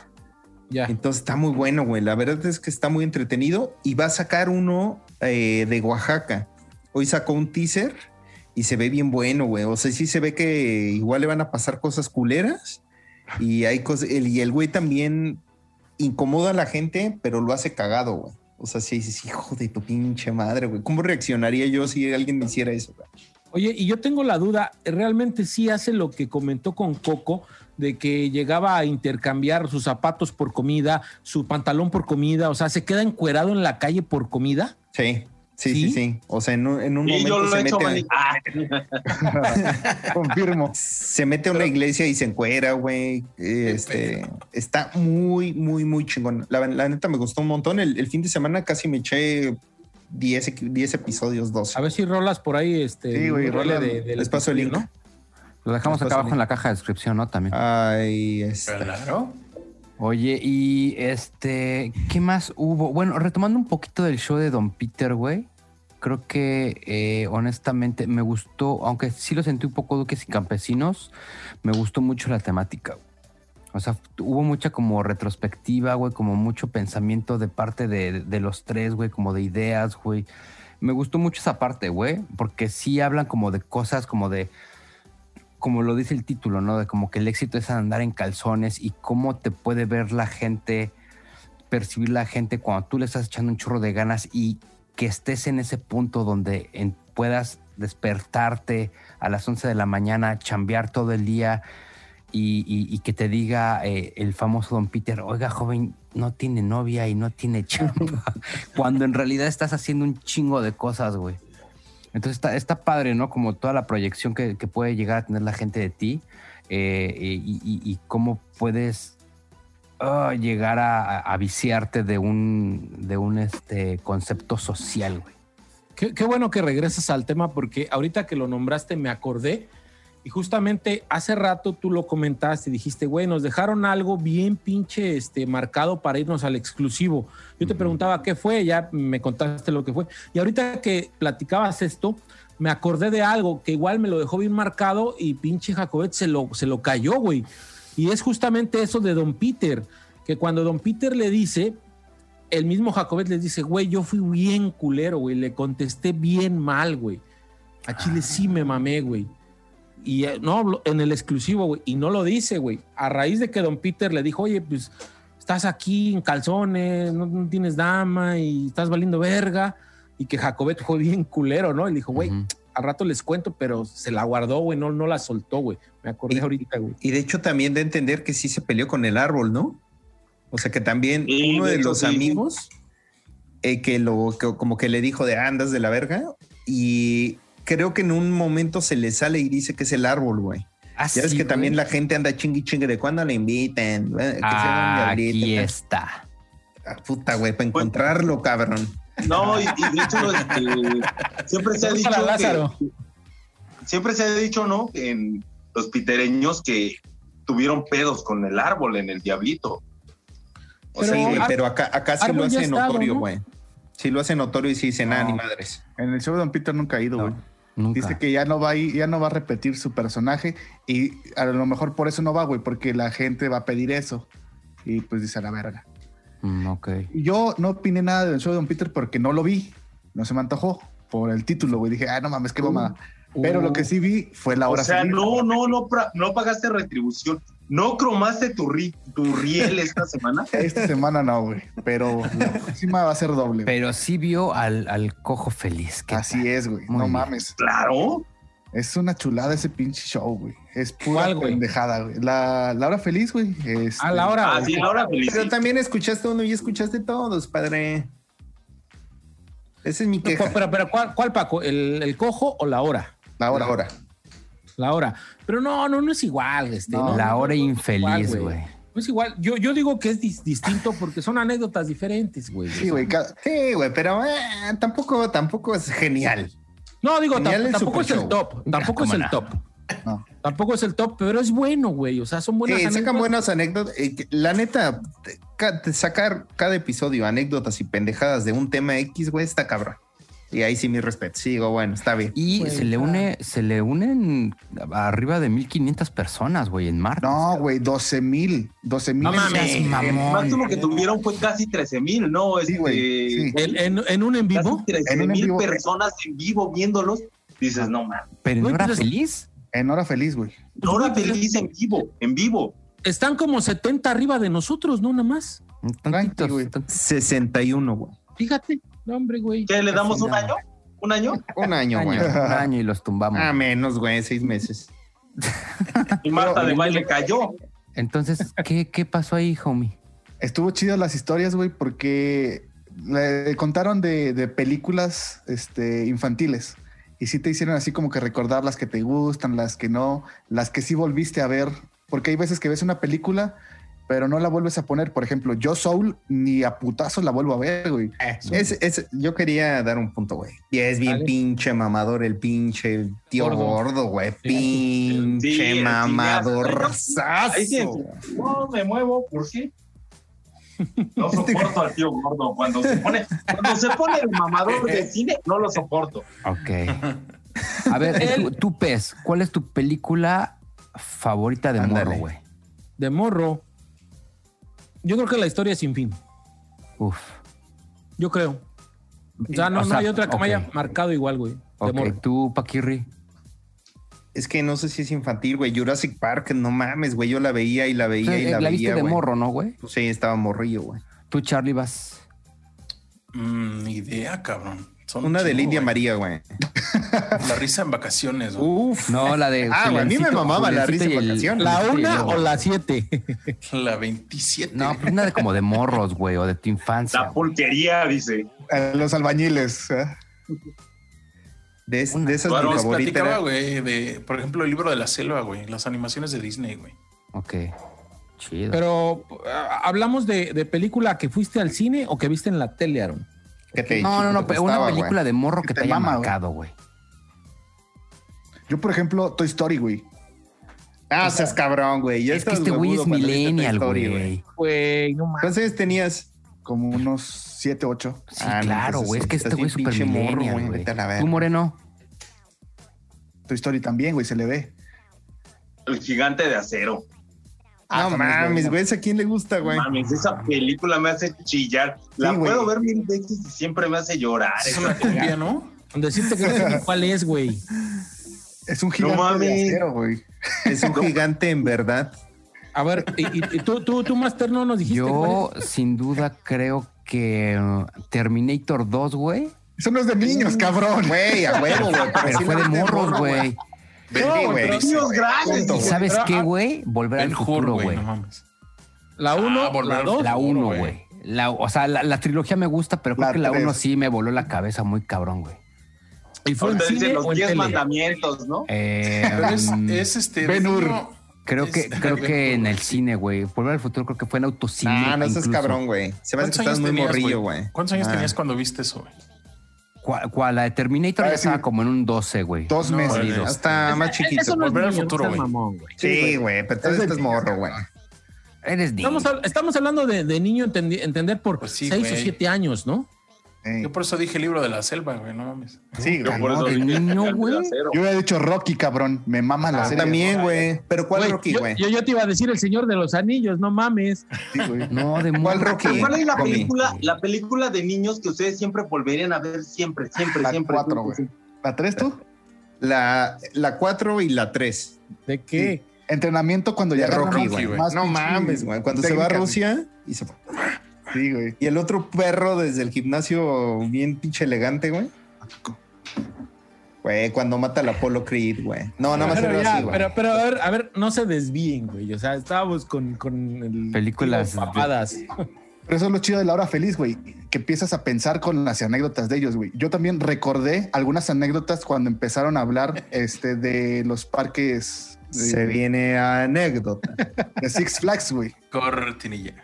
Speaker 3: Ya.
Speaker 1: Entonces está muy bueno, güey. La verdad es que está muy entretenido y va a sacar uno eh, de Oaxaca. Hoy sacó un teaser y se ve bien bueno, güey. O sea, sí se ve que igual le van a pasar cosas culeras y hay cosas. El, y el güey también incomoda a la gente, pero lo hace cagado, güey. O sea, sí dices, hijo de tu pinche madre, güey. ¿Cómo reaccionaría yo si alguien me hiciera eso, güey?
Speaker 3: Oye, y yo tengo la duda, ¿realmente sí hace lo que comentó con Coco de que llegaba a intercambiar sus zapatos por comida, su pantalón por comida? O sea, ¿se queda encuerado en la calle por comida?
Speaker 1: Sí, sí, sí,
Speaker 3: ¿Sí?
Speaker 1: sí. O sea, en un, en un
Speaker 2: Y yo
Speaker 1: momento
Speaker 2: lo
Speaker 1: se
Speaker 2: he hecho,
Speaker 1: mete,
Speaker 2: maní. Ah,
Speaker 6: Confirmo.
Speaker 1: se mete a una iglesia y se encuera, güey. Este, está muy, muy, muy chingón. La, la neta me gustó un montón. El, el fin de semana casi me eché 10, equi- 10 episodios, 12.
Speaker 3: A ver si rolas por ahí este
Speaker 6: Sí, güey,
Speaker 3: el role
Speaker 6: rola-
Speaker 3: del
Speaker 1: les paso el link.
Speaker 3: ¿no?
Speaker 4: Lo dejamos
Speaker 1: Después
Speaker 4: acá abajo
Speaker 1: sale.
Speaker 4: en la caja de descripción, ¿no? También.
Speaker 1: Ay, este,
Speaker 5: Claro.
Speaker 4: Oye, y este, ¿qué más hubo? Bueno, retomando un poquito del show de Don Peter, güey. Creo que eh, honestamente me gustó, aunque sí lo sentí un poco duques y campesinos, me gustó mucho la temática. güey. O sea, hubo mucha como retrospectiva, güey, como mucho pensamiento de parte de, de los tres, güey, como de ideas, güey. Me gustó mucho esa parte, güey, porque sí hablan como de cosas como de como lo dice el título, ¿no? De como que el éxito es andar en calzones y cómo te puede ver la gente, percibir la gente cuando tú le estás echando un chorro de ganas y que estés en ese punto donde en- puedas despertarte a las 11 de la mañana, chambear todo el día y, y- y que te diga eh, el famoso don Peter, oiga joven, no tiene novia y no tiene chamba, cuando en realidad estás haciendo un chingo de cosas, güey. Entonces está, está padre, ¿no? Como toda la proyección que, que puede llegar a tener la gente de ti eh, y, y- y cómo puedes ah, llegar a, a viciarte de un, de un este, concepto social, güey.
Speaker 3: Qué, qué bueno que regresas al tema porque ahorita que lo nombraste me acordé y justamente hace rato tú lo comentaste y dijiste, güey, nos dejaron algo bien pinche este, marcado para irnos al exclusivo. Yo te
Speaker 4: Ujú.
Speaker 3: preguntaba qué fue, ya me contaste lo que fue. Y ahorita que platicabas esto, me acordé de algo que igual me lo dejó bien marcado y pinche Jacobet se lo, se lo cayó, güey. Y es justamente eso de Don Peter, que cuando Don Peter le dice, el mismo Jacobet les dice, güey, yo fui bien culero, güey, le contesté bien mal, güey. A Chile sí me mamé, güey. Y eh, no, lo- en el exclusivo, güey, y no lo dice, güey. A raíz de que Don Peter le dijo, oye, pues estás aquí en calzones, no, no tienes dama y estás valiendo verga. Y que Jacobet fue bien culero, ¿no? Y le dijo, güey,
Speaker 4: Ujú.
Speaker 3: al rato les cuento, pero se la guardó, güey, no, no la soltó, güey. Me acordé
Speaker 1: Y-
Speaker 3: ahorita, güey.
Speaker 1: y de hecho, también de entender que sí se peleó con el árbol, ¿no? O sea, que también
Speaker 2: Sí,
Speaker 1: uno
Speaker 2: de
Speaker 1: de,
Speaker 2: hecho,
Speaker 1: los
Speaker 2: sí.
Speaker 1: amigos eh, que lo que como que le dijo de "Ah, andas de la verga y creo que en un momento se le sale y dice que es el árbol, güey.
Speaker 4: Ah,
Speaker 1: Ya ves
Speaker 4: sí,
Speaker 1: que también
Speaker 4: güey.
Speaker 1: la gente anda chingui chingue de cuándo le invitan. güey, Que se
Speaker 4: Ah,
Speaker 1: hagan de ahorita.
Speaker 4: aquí está.
Speaker 1: Ah, puta, güey, para encontrarlo, cabrón.
Speaker 2: No, y, y de hecho, este, siempre se ha
Speaker 3: Pregúntale
Speaker 2: dicho.
Speaker 3: a
Speaker 2: que-
Speaker 3: Lázaro.
Speaker 2: siempre se ha dicho, ¿no? En los pitereños que tuvieron pedos con el árbol en el diablito.
Speaker 1: O sea,
Speaker 3: Pero,
Speaker 1: güey,
Speaker 3: ah,
Speaker 1: pero acá, acá sí lo
Speaker 3: árbol ya
Speaker 1: hace
Speaker 3: ha estado,
Speaker 1: notorio,
Speaker 3: ¿no?
Speaker 1: güey. Sí lo hace notorio y sí dice, nada,
Speaker 6: No.
Speaker 1: ni madres.
Speaker 6: En el show de Don Peter nunca ha ido,
Speaker 4: No,
Speaker 6: güey.
Speaker 4: Nunca.
Speaker 6: Dice que ya no va a ir- ya no va a repetir su personaje y a lo mejor por eso no va, güey, porque la gente va a pedir eso. Y pues dice a la verga.
Speaker 4: Mm, ok.
Speaker 6: Yo no opiné nada del show de Don Peter porque no lo vi. No se me antojó por el título, güey. Dije, ah, no
Speaker 4: Uh,
Speaker 6: mames,
Speaker 3: Uh,
Speaker 6: qué mamada. Pero lo que sí vi fue la hora
Speaker 2: o sea,
Speaker 6: feliz.
Speaker 2: no, no, no, pra- no pagaste retribución. ¿No cromaste tu, ri- tu riel esta semana?
Speaker 6: Esta semana no, güey. Pero la próxima va a ser doble. güey.
Speaker 4: Pero sí vio al, al cojo feliz. ¿qué
Speaker 6: Así
Speaker 4: tal?
Speaker 6: es, güey.
Speaker 4: Muy
Speaker 6: No
Speaker 4: bien.
Speaker 6: mames.
Speaker 2: Claro.
Speaker 6: Es una chulada ese pinche show, güey. Es pura
Speaker 3: ¿Cuál, güey?
Speaker 6: pendejada, güey. La, la hora feliz, güey.
Speaker 4: Ah,
Speaker 6: Este,
Speaker 3: A la hora.
Speaker 2: Así, Ah, ahora feliz.
Speaker 1: Pero también escuchaste uno y escuchaste todos, padre. Esa es mi
Speaker 3: No,
Speaker 1: queja.
Speaker 3: pero, pero ¿cuál, cuál, Paco? ¿El, el cojo o la hora?
Speaker 6: La hora.
Speaker 1: Ahora.
Speaker 3: La hora. Pero no, no, no es igual, este.
Speaker 6: No.
Speaker 3: no,
Speaker 4: La
Speaker 3: no,
Speaker 4: hora
Speaker 3: no, no es
Speaker 4: infeliz,
Speaker 3: igual,
Speaker 4: güey.
Speaker 3: No es igual. Yo, yo digo que es dis- distinto porque son anécdotas diferentes, güey.
Speaker 6: Sí, güey. ca-
Speaker 1: Sí, güey, pero eh, tampoco, tampoco es genial.
Speaker 3: No, digo, tam-
Speaker 1: Genial el
Speaker 3: tampoco
Speaker 1: Super
Speaker 3: es
Speaker 1: Show.
Speaker 3: el top. Tampoco es
Speaker 4: cómo
Speaker 3: el
Speaker 4: no.
Speaker 3: top.
Speaker 6: No.
Speaker 3: Tampoco es el top, pero es bueno, güey. O sea, son buenas
Speaker 1: Eh, sacan
Speaker 3: anécdotas.
Speaker 1: buenas anécdotas. Eh, que- la neta, te- ca- te sacar cada episodio anécdotas y pendejadas de un tema X, güey, está cabrón. Y ahí sí mi respeto. Sí, digo, bueno, está bien.
Speaker 4: Y
Speaker 3: Güey,
Speaker 4: se le
Speaker 3: está-
Speaker 4: une, se le unen arriba de 1500 personas, güey, en marzo.
Speaker 6: No, güey. 12 mil. 12 mil.
Speaker 3: No mames,
Speaker 6: entradas.
Speaker 2: El máximo
Speaker 4: mamón.
Speaker 2: que tuvieron fue casi 13 mil, ¿no? Este,
Speaker 6: Sí, güey, sí.
Speaker 3: En, en- en un en vivo.
Speaker 2: Casi 13
Speaker 6: En un en
Speaker 2: mil
Speaker 6: vivo.
Speaker 2: personas en vivo viéndolos. Dices, no, man.
Speaker 4: Pero
Speaker 3: No,
Speaker 4: no era
Speaker 3: entonces-
Speaker 4: feliz.
Speaker 6: En hora feliz, güey.
Speaker 2: Ahora feliz en vivo, en vivo.
Speaker 3: Están como 70 arriba de nosotros, ¿no? Nada más.
Speaker 4: Tantitos,
Speaker 6: güey.
Speaker 4: tant-
Speaker 1: 61, güey.
Speaker 3: Fíjate. No, hombre, güey.
Speaker 2: ¿Qué
Speaker 6: Pues
Speaker 2: le damos un año? ¿Un año?
Speaker 1: Un año,
Speaker 4: año,
Speaker 1: güey.
Speaker 4: un año y los tumbamos.
Speaker 1: Ah, menos, güey, seis meses.
Speaker 2: Y Marta de baile cayó.
Speaker 4: Entonces, ¿qué, ¿qué pasó ahí, homie?
Speaker 6: Estuvo chidas las historias, güey, porque le contaron de, de películas este, infantiles. Y sí te hicieron así como que recordar las que te gustan, las que no, las que sí volviste a ver. Porque hay veces que ves una película, pero no la vuelves a poner. Por ejemplo, yo Soul ni a putazo la vuelvo a ver, güey.
Speaker 1: Eh, es, es- yo quería dar un punto, güey. Y es bien
Speaker 3: Dale.
Speaker 1: pinche mamador el pinche tío
Speaker 3: Gordo.
Speaker 1: gordo, güey.
Speaker 2: Sí, el
Speaker 1: Pinche
Speaker 2: cineasta.
Speaker 1: mamadorzazo.
Speaker 2: Ahí sí, no me muevo, ¿por qué? No soporto al tío gordo. Cuando se pone, cuando se pone el mamador de cine, no lo soporto.
Speaker 4: Ok. A ver, tú, tú, Pez, ¿cuál es tu película favorita de
Speaker 1: Ándale.
Speaker 4: morro, güey?
Speaker 3: De morro. Yo creo que la historia es sin fin.
Speaker 4: Uf.
Speaker 3: Yo creo. O sea, no,
Speaker 4: O
Speaker 3: no
Speaker 4: sea,
Speaker 3: hay otra que me haya
Speaker 4: ok.
Speaker 3: marcado igual, güey. De
Speaker 4: Ok,
Speaker 3: morro.
Speaker 4: tú, Paquirri.
Speaker 1: Es que no sé si es infantil, güey. Jurassic Park, no mames, güey. Yo la veía y la
Speaker 4: O
Speaker 1: veía
Speaker 4: sea,
Speaker 1: y la,
Speaker 4: Eh, La, viste
Speaker 1: veía,
Speaker 4: de
Speaker 1: güey.
Speaker 4: morro, ¿no, güey?
Speaker 1: Pues sí, estaba morrillo, güey.
Speaker 4: Tú, Charlie, vas.
Speaker 5: Mm, ni idea, cabrón. Son
Speaker 1: Una de
Speaker 5: chingo,
Speaker 1: Lidia
Speaker 5: güey.
Speaker 1: María, güey.
Speaker 5: La risa en vacaciones. güey.
Speaker 1: Uf.
Speaker 4: No, la de.
Speaker 1: Ah, güey, a mí me
Speaker 4: Juliancito-
Speaker 1: mamaba la
Speaker 4: Juliancito
Speaker 1: risa
Speaker 4: y
Speaker 1: en
Speaker 4: el-
Speaker 1: vacaciones.
Speaker 3: ¿La
Speaker 4: Sí,
Speaker 3: una
Speaker 4: no.
Speaker 3: o la siete?
Speaker 5: La 27.
Speaker 4: No, pues una de como de morros, güey, o de tu infancia.
Speaker 2: La pulquería, dice.
Speaker 6: A los albañiles. ¿eh?
Speaker 1: De, es-
Speaker 4: Una.
Speaker 1: de esas
Speaker 5: Bueno,
Speaker 1: mi
Speaker 5: les
Speaker 1: favorita.
Speaker 5: platicaba,
Speaker 1: era-
Speaker 5: güey, de, por ejemplo, el libro de la selva, güey, las animaciones de Disney, güey.
Speaker 4: Ok. Chido.
Speaker 3: Pero ah, hablamos de, de película que fuiste al cine o que viste en la tele, Aaron.
Speaker 1: que te-
Speaker 4: no, no, no,
Speaker 1: te
Speaker 4: pero una
Speaker 1: gustaba,
Speaker 4: película de morro que,
Speaker 6: Que
Speaker 4: te,
Speaker 6: te
Speaker 4: haya
Speaker 6: mama, güey.
Speaker 4: marcado, güey.
Speaker 6: Yo, por ejemplo, Toy Story, güey.
Speaker 1: güey. Ah, seas cabrón, güey. Ya
Speaker 4: Es que
Speaker 1: estás
Speaker 4: este güey es
Speaker 1: huevudo cuando viste Toy
Speaker 4: millennial,
Speaker 1: Story,
Speaker 4: güey.
Speaker 3: Güey, no mames.
Speaker 1: ¿Cuántos años tenías?
Speaker 6: Como unos 7, 8.
Speaker 4: Sí,
Speaker 1: Ah, no,
Speaker 4: claro,
Speaker 1: entonces
Speaker 4: güey. Es que
Speaker 1: estás
Speaker 4: este güey es
Speaker 1: bien
Speaker 4: súper
Speaker 1: pinche morro,
Speaker 4: millennial,
Speaker 1: güey,
Speaker 4: güey.
Speaker 1: vete a la verga.
Speaker 4: Tú, Moreno.
Speaker 6: Toy Story también, güey, se le ve.
Speaker 2: El gigante de acero.
Speaker 6: Ah,
Speaker 1: no
Speaker 6: también es
Speaker 1: mames,
Speaker 6: buena.
Speaker 1: güey. ¿Esa ¿A quién le gusta, güey?
Speaker 2: Mames, esa película me hace chillar. La
Speaker 6: Sí, güey.
Speaker 2: puedo ver mil veces y siempre me hace llorar.
Speaker 5: Es una cumbia, ¿no?
Speaker 3: Decirte que no sé ni cuál es, güey.
Speaker 6: Es un gigante de
Speaker 2: mames.
Speaker 6: acero, güey.
Speaker 1: Es un gigante en verdad.
Speaker 3: A ver, y, y- y tú, tú, tú, Master, no nos dijiste cuál
Speaker 4: Yo, sin duda, creo que uh, Terminator 2, güey.
Speaker 6: Eso no es de niños, cabrón.
Speaker 1: Güey, a huevo, güey.
Speaker 4: Pero
Speaker 1: sí
Speaker 4: fue
Speaker 1: la
Speaker 4: de
Speaker 1: ves
Speaker 4: morros, güey.
Speaker 1: Sí, güey.
Speaker 2: pero niños grandes.
Speaker 1: Punto,
Speaker 4: ¿Y
Speaker 1: güey.
Speaker 4: sabes
Speaker 3: Pero,
Speaker 4: qué,
Speaker 3: ah,
Speaker 4: güey? Volver al
Speaker 5: El
Speaker 4: futuro,
Speaker 5: juro,
Speaker 4: güey.
Speaker 5: güey, no mames.
Speaker 3: es. La uno,
Speaker 5: Ah, volver
Speaker 3: la
Speaker 5: al
Speaker 3: dos.
Speaker 4: La
Speaker 5: Seguro,
Speaker 4: 1,
Speaker 5: güey.
Speaker 4: güey. La- o sea, la, la trilogía me gusta, pero creo
Speaker 6: La
Speaker 4: que la
Speaker 6: tres.
Speaker 4: 1 sí me voló la cabeza muy cabrón, güey.
Speaker 3: ¿Y fue en
Speaker 2: Ustedes dicen
Speaker 3: cine
Speaker 2: los
Speaker 3: o en
Speaker 2: 10
Speaker 3: tele?
Speaker 2: mandamientos, ¿no?
Speaker 4: Eh,
Speaker 5: Pero es,
Speaker 4: mm,
Speaker 5: es este.
Speaker 6: Ben Hur.
Speaker 5: no,
Speaker 4: creo que,
Speaker 5: es-
Speaker 4: creo que en el cine, güey. Volver al futuro creo que fue en autocine.
Speaker 1: Ah, no seas
Speaker 4: incluso.
Speaker 1: cabrón, güey. Se me hace
Speaker 5: ¿Cuántos
Speaker 1: que estás
Speaker 5: años
Speaker 1: muy
Speaker 5: tenías,
Speaker 1: morrillo, güey.
Speaker 5: ¿Cuántos años
Speaker 1: Ah.
Speaker 5: tenías cuando viste eso, güey?
Speaker 4: ¿Cuál, cuál? La de Terminator
Speaker 6: Ah,
Speaker 4: ya
Speaker 6: sí.
Speaker 4: estaba como en un 12, güey.
Speaker 6: Dos
Speaker 5: No,
Speaker 6: meses.
Speaker 5: vale.
Speaker 1: Ya Está más chiquito.
Speaker 3: Eso no es
Speaker 5: Volver al
Speaker 3: niño, no
Speaker 5: futuro,
Speaker 3: seas
Speaker 5: güey.
Speaker 3: mamón, güey.
Speaker 1: Sí, güey, pero
Speaker 6: Es
Speaker 1: todavía
Speaker 6: de
Speaker 1: estás
Speaker 6: niños,
Speaker 1: morro, güey.
Speaker 4: Eres niño.
Speaker 3: Estamos, hab- estamos hablando de, de niño entendi- entender por
Speaker 5: Pues sí,
Speaker 3: 6 o
Speaker 5: güey.
Speaker 3: 7 años, ¿no?
Speaker 6: Eh,
Speaker 5: Yo por eso dije libro de la selva, güey, no mames.
Speaker 6: Sí,
Speaker 2: Yo
Speaker 6: güey.
Speaker 2: por
Speaker 6: no,
Speaker 2: eso
Speaker 4: de
Speaker 2: dije el
Speaker 4: niño,
Speaker 2: gigante de
Speaker 4: güey.
Speaker 2: acero.
Speaker 6: Yo hubiera dicho Rocky, cabrón. Me mama la serie.
Speaker 1: Ah, También, güey. Pero ¿cuál
Speaker 3: Güey,
Speaker 1: Rocky,
Speaker 3: yo-
Speaker 1: güey?
Speaker 3: Yo, yo te iba a decir el señor de los anillos, no mames.
Speaker 6: Sí, güey.
Speaker 4: No, de
Speaker 1: ¿Cuál
Speaker 4: morro.
Speaker 1: Rocky?
Speaker 2: ¿Cuál es la
Speaker 1: Comi?
Speaker 2: película, la película de niños que ustedes siempre volverían a ver siempre, siempre,
Speaker 6: La
Speaker 2: siempre?
Speaker 6: cuatro,
Speaker 2: siempre,
Speaker 6: güey. ¿La tres tú?
Speaker 1: La 4 y la 3.
Speaker 3: ¿De qué?
Speaker 6: Sí. entrenamiento cuando
Speaker 1: De
Speaker 6: ya
Speaker 1: Rocky,
Speaker 6: ganaron
Speaker 1: güey.
Speaker 6: más
Speaker 1: No
Speaker 6: pinche
Speaker 1: mames, güey. Cuando se va a
Speaker 6: técnicas,
Speaker 1: Rusia y se-
Speaker 6: güey. Sí, güey.
Speaker 1: Y el otro perro desde el gimnasio, bien pinche elegante, güey. Güey, cuando mata al Apollo Creed, güey. No, nada más
Speaker 3: pero,
Speaker 1: era
Speaker 3: ya,
Speaker 1: así, güey.
Speaker 3: pero, pero a ver, a ver, no se desvíen, güey. O sea, estábamos con, con el-
Speaker 4: Películas.
Speaker 3: papadas.
Speaker 6: Pero eso es lo chido de la hora feliz, güey, que empiezas a pensar con las anécdotas de ellos, güey. Yo también recordé algunas anécdotas cuando empezaron a hablar este, de los parques de,
Speaker 1: Se viene anécdota.
Speaker 6: de Six Flags, güey.
Speaker 5: Cortinilla.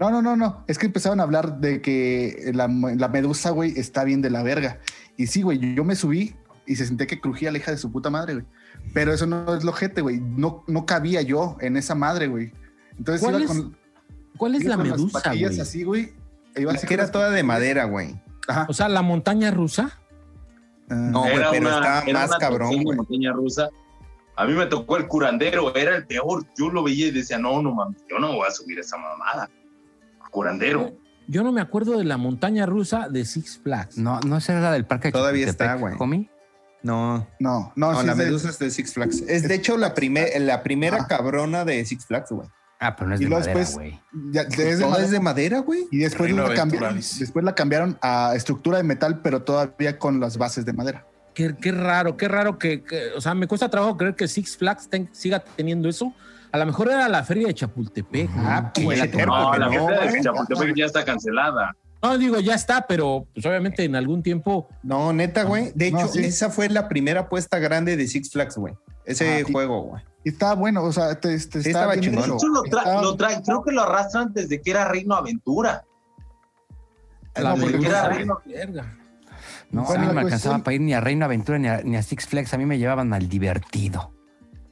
Speaker 6: No, no, no, no. Es que empezaron a hablar de que la, la medusa, güey, está bien de la verga. Y sí, güey, yo me subí y se sentía que crujía la hija de su puta madre, güey. Pero eso no es lo jete, güey. No, no cabía yo en esa madre, güey. Entonces
Speaker 3: ¿Cuál
Speaker 6: iba
Speaker 3: es-
Speaker 6: con,
Speaker 3: ¿Cuál es
Speaker 6: iba
Speaker 3: la
Speaker 6: con las
Speaker 3: medusa,
Speaker 6: patillas
Speaker 3: güey?
Speaker 6: así, güey. e iba
Speaker 1: La
Speaker 6: así
Speaker 1: que
Speaker 6: con
Speaker 1: era
Speaker 6: las-
Speaker 1: toda de madera, güey.
Speaker 6: Ajá.
Speaker 3: O sea, la montaña rusa.
Speaker 6: Ah.
Speaker 1: No, güey,
Speaker 2: Era
Speaker 1: pero
Speaker 2: una-
Speaker 1: estaba
Speaker 2: era
Speaker 1: más
Speaker 2: una
Speaker 1: cabrón,
Speaker 2: pequeña
Speaker 1: güey.
Speaker 2: montaña rusa. A mí me tocó el curandero, era el peor. Yo lo veía y decía, no, no mames, yo no voy a subir esa mamada. Curandero.
Speaker 3: Yo no me acuerdo de la montaña rusa de Six Flags.
Speaker 4: No, no será la del parque. de
Speaker 1: Todavía está,
Speaker 4: Chapultepec,
Speaker 1: güey.
Speaker 4: homie?
Speaker 1: No,
Speaker 6: No, no,
Speaker 1: no
Speaker 6: sí
Speaker 1: la
Speaker 6: es de-
Speaker 1: medusa es de Six Flags. Es de hecho la, primer- la primera
Speaker 6: Ah.
Speaker 1: cabrona de Six Flags, güey.
Speaker 4: Ah, pero no es
Speaker 6: Y
Speaker 4: de
Speaker 6: luego
Speaker 4: madera,
Speaker 6: después-
Speaker 4: güey.
Speaker 6: ya- es de
Speaker 1: Toda
Speaker 6: madera.
Speaker 1: es de madera, güey.
Speaker 6: y después
Speaker 5: Reino
Speaker 6: la, cambiaron,
Speaker 5: Aventuralis.
Speaker 6: después la cambiaron a estructura de metal, pero todavía con las bases de madera.
Speaker 3: Qué, qué raro, qué raro que, que- O sea, me cuesta trabajo creer que Six Flags ten- siga teniendo eso. A lo mejor era la feria de Chapultepec.
Speaker 1: Ah,
Speaker 3: güey,
Speaker 1: pinche
Speaker 3: la-
Speaker 1: terco,
Speaker 2: No,
Speaker 1: que
Speaker 2: la
Speaker 1: no,
Speaker 2: fiesta de
Speaker 1: güey.
Speaker 2: Chapultepec ya está cancelada.
Speaker 3: No, digo, ya está, pero pues obviamente en algún tiempo
Speaker 1: No, neta, güey. De
Speaker 6: No,
Speaker 1: hecho,
Speaker 6: sí.
Speaker 1: esa fue la primera apuesta grande de Six Flags, güey. Ese
Speaker 6: Ah, sí.
Speaker 1: juego, güey.
Speaker 6: Y estaba bueno, o sea, te, te-
Speaker 1: Sí,
Speaker 6: estaba
Speaker 1: estaba
Speaker 6: bien
Speaker 1: chingón.
Speaker 6: hecho.
Speaker 2: Eso lo tra-
Speaker 6: Estaba-
Speaker 2: lo tra- creo que lo arrastran desde que era Reino Aventura.
Speaker 3: la
Speaker 6: No, porque
Speaker 2: medusa,
Speaker 3: medusa,
Speaker 2: güey.
Speaker 3: verga.
Speaker 4: No,
Speaker 6: Bueno,
Speaker 4: a mí no me
Speaker 6: la
Speaker 4: alcanzaba
Speaker 6: cuestión-
Speaker 4: para ir ni a Reino Aventura ni a, ni a Six Flags. A mí me llevaban al divertido.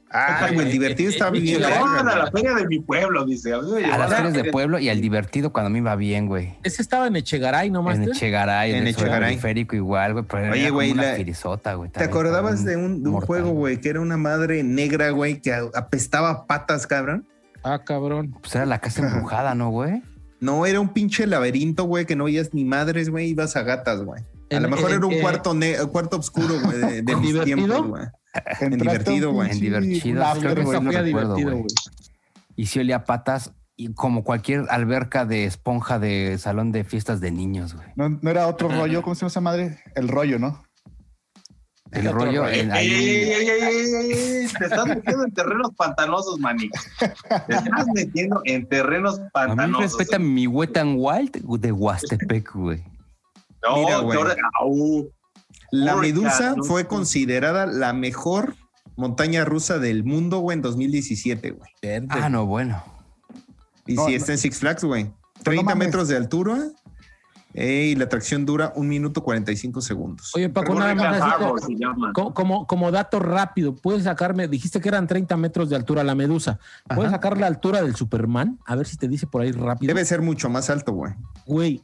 Speaker 1: Ah,
Speaker 3: Ojalá,
Speaker 1: güey,
Speaker 3: eh,
Speaker 1: divertido
Speaker 3: eh,
Speaker 1: estaba
Speaker 3: eh,
Speaker 1: bien.
Speaker 3: Mickey
Speaker 1: verga,
Speaker 2: Llevaban a
Speaker 1: güey.
Speaker 2: la feria de mi pueblo, dice. A mí me
Speaker 4: A
Speaker 2: llevaban
Speaker 4: las ferias
Speaker 2: la
Speaker 4: de pueblo y al divertido cuando me iba bien, güey.
Speaker 3: Ese estaba en Echegaray nomás.
Speaker 4: En
Speaker 3: ¿te?
Speaker 4: Echegaray, en,
Speaker 1: En
Speaker 4: el suelo
Speaker 1: Echegaray.
Speaker 4: periférico igual, güey. Pero
Speaker 1: Oye,
Speaker 4: Oye,
Speaker 1: güey,
Speaker 4: güey, una
Speaker 1: la-
Speaker 4: firisota, güey.
Speaker 1: ¿Te acordabas de un, de un juego, güey, que era una madre negra, güey, que a- apestaba a patas, cabrón?
Speaker 3: Ah, cabrón.
Speaker 4: Pues era la casa embrujada, ¿no, güey?
Speaker 1: No, era un pinche laberinto, güey, que no oías ni madres, güey, ibas a gatas, güey. A
Speaker 3: En-
Speaker 1: lo mejor
Speaker 3: en-
Speaker 1: era un
Speaker 3: eh,
Speaker 1: cuarto, ne- cuarto oscuro, güey, de, de
Speaker 3: ¿En
Speaker 1: mis
Speaker 3: divertido?
Speaker 1: tiempos, güey.
Speaker 6: Entraste a un
Speaker 1: divertido, güey.
Speaker 4: En
Speaker 6: pinche
Speaker 4: divertido,
Speaker 6: after,
Speaker 3: Creo que
Speaker 6: güey,
Speaker 3: esa
Speaker 4: no
Speaker 3: fue a
Speaker 4: recuerdo,
Speaker 3: divertido,
Speaker 4: güey.
Speaker 3: güey.
Speaker 4: Y si olía a patas y como cualquier alberca de esponja de salón de fiestas de niños, güey.
Speaker 6: No, no era otro rollo, ¿cómo se llama esa madre? El rollo, ¿no?
Speaker 4: El rollo en
Speaker 2: Ey, ey,
Speaker 4: ahí.
Speaker 2: ey, ey, ey, ey, ey, Te estás metiendo en terrenos pantanosos, maní. Te estás metiendo en terrenos
Speaker 4: A mí
Speaker 2: pantanosos.
Speaker 4: respeta mi wet and wild de Huastepec, güey.
Speaker 2: No,
Speaker 1: Mira, güey.
Speaker 2: qué hor- au.
Speaker 1: La
Speaker 2: Uy,
Speaker 1: Medusa
Speaker 2: cabrón.
Speaker 1: fue considerada la mejor montaña rusa del mundo, güey, en 2017, güey.
Speaker 3: Verde.
Speaker 4: Ah, no, bueno.
Speaker 1: Y
Speaker 6: No,
Speaker 1: si
Speaker 6: no.
Speaker 1: está en Six Flags, güey. 30
Speaker 6: mames.
Speaker 1: metros de altura eh, y la atracción dura un minuto 45 segundos.
Speaker 3: Oye, Paco, nada
Speaker 2: Burger
Speaker 3: más. así
Speaker 2: Harbor
Speaker 3: como-
Speaker 2: se llama.
Speaker 3: co- como, como dato rápido, puedes sacarme, dijiste que eran 30 metros de altura la medusa. ¿Puedes
Speaker 1: Ajá.
Speaker 3: sacar la altura del Superman? A ver si te dice por ahí rápido.
Speaker 1: Debe ser mucho más alto, güey.
Speaker 3: Güey,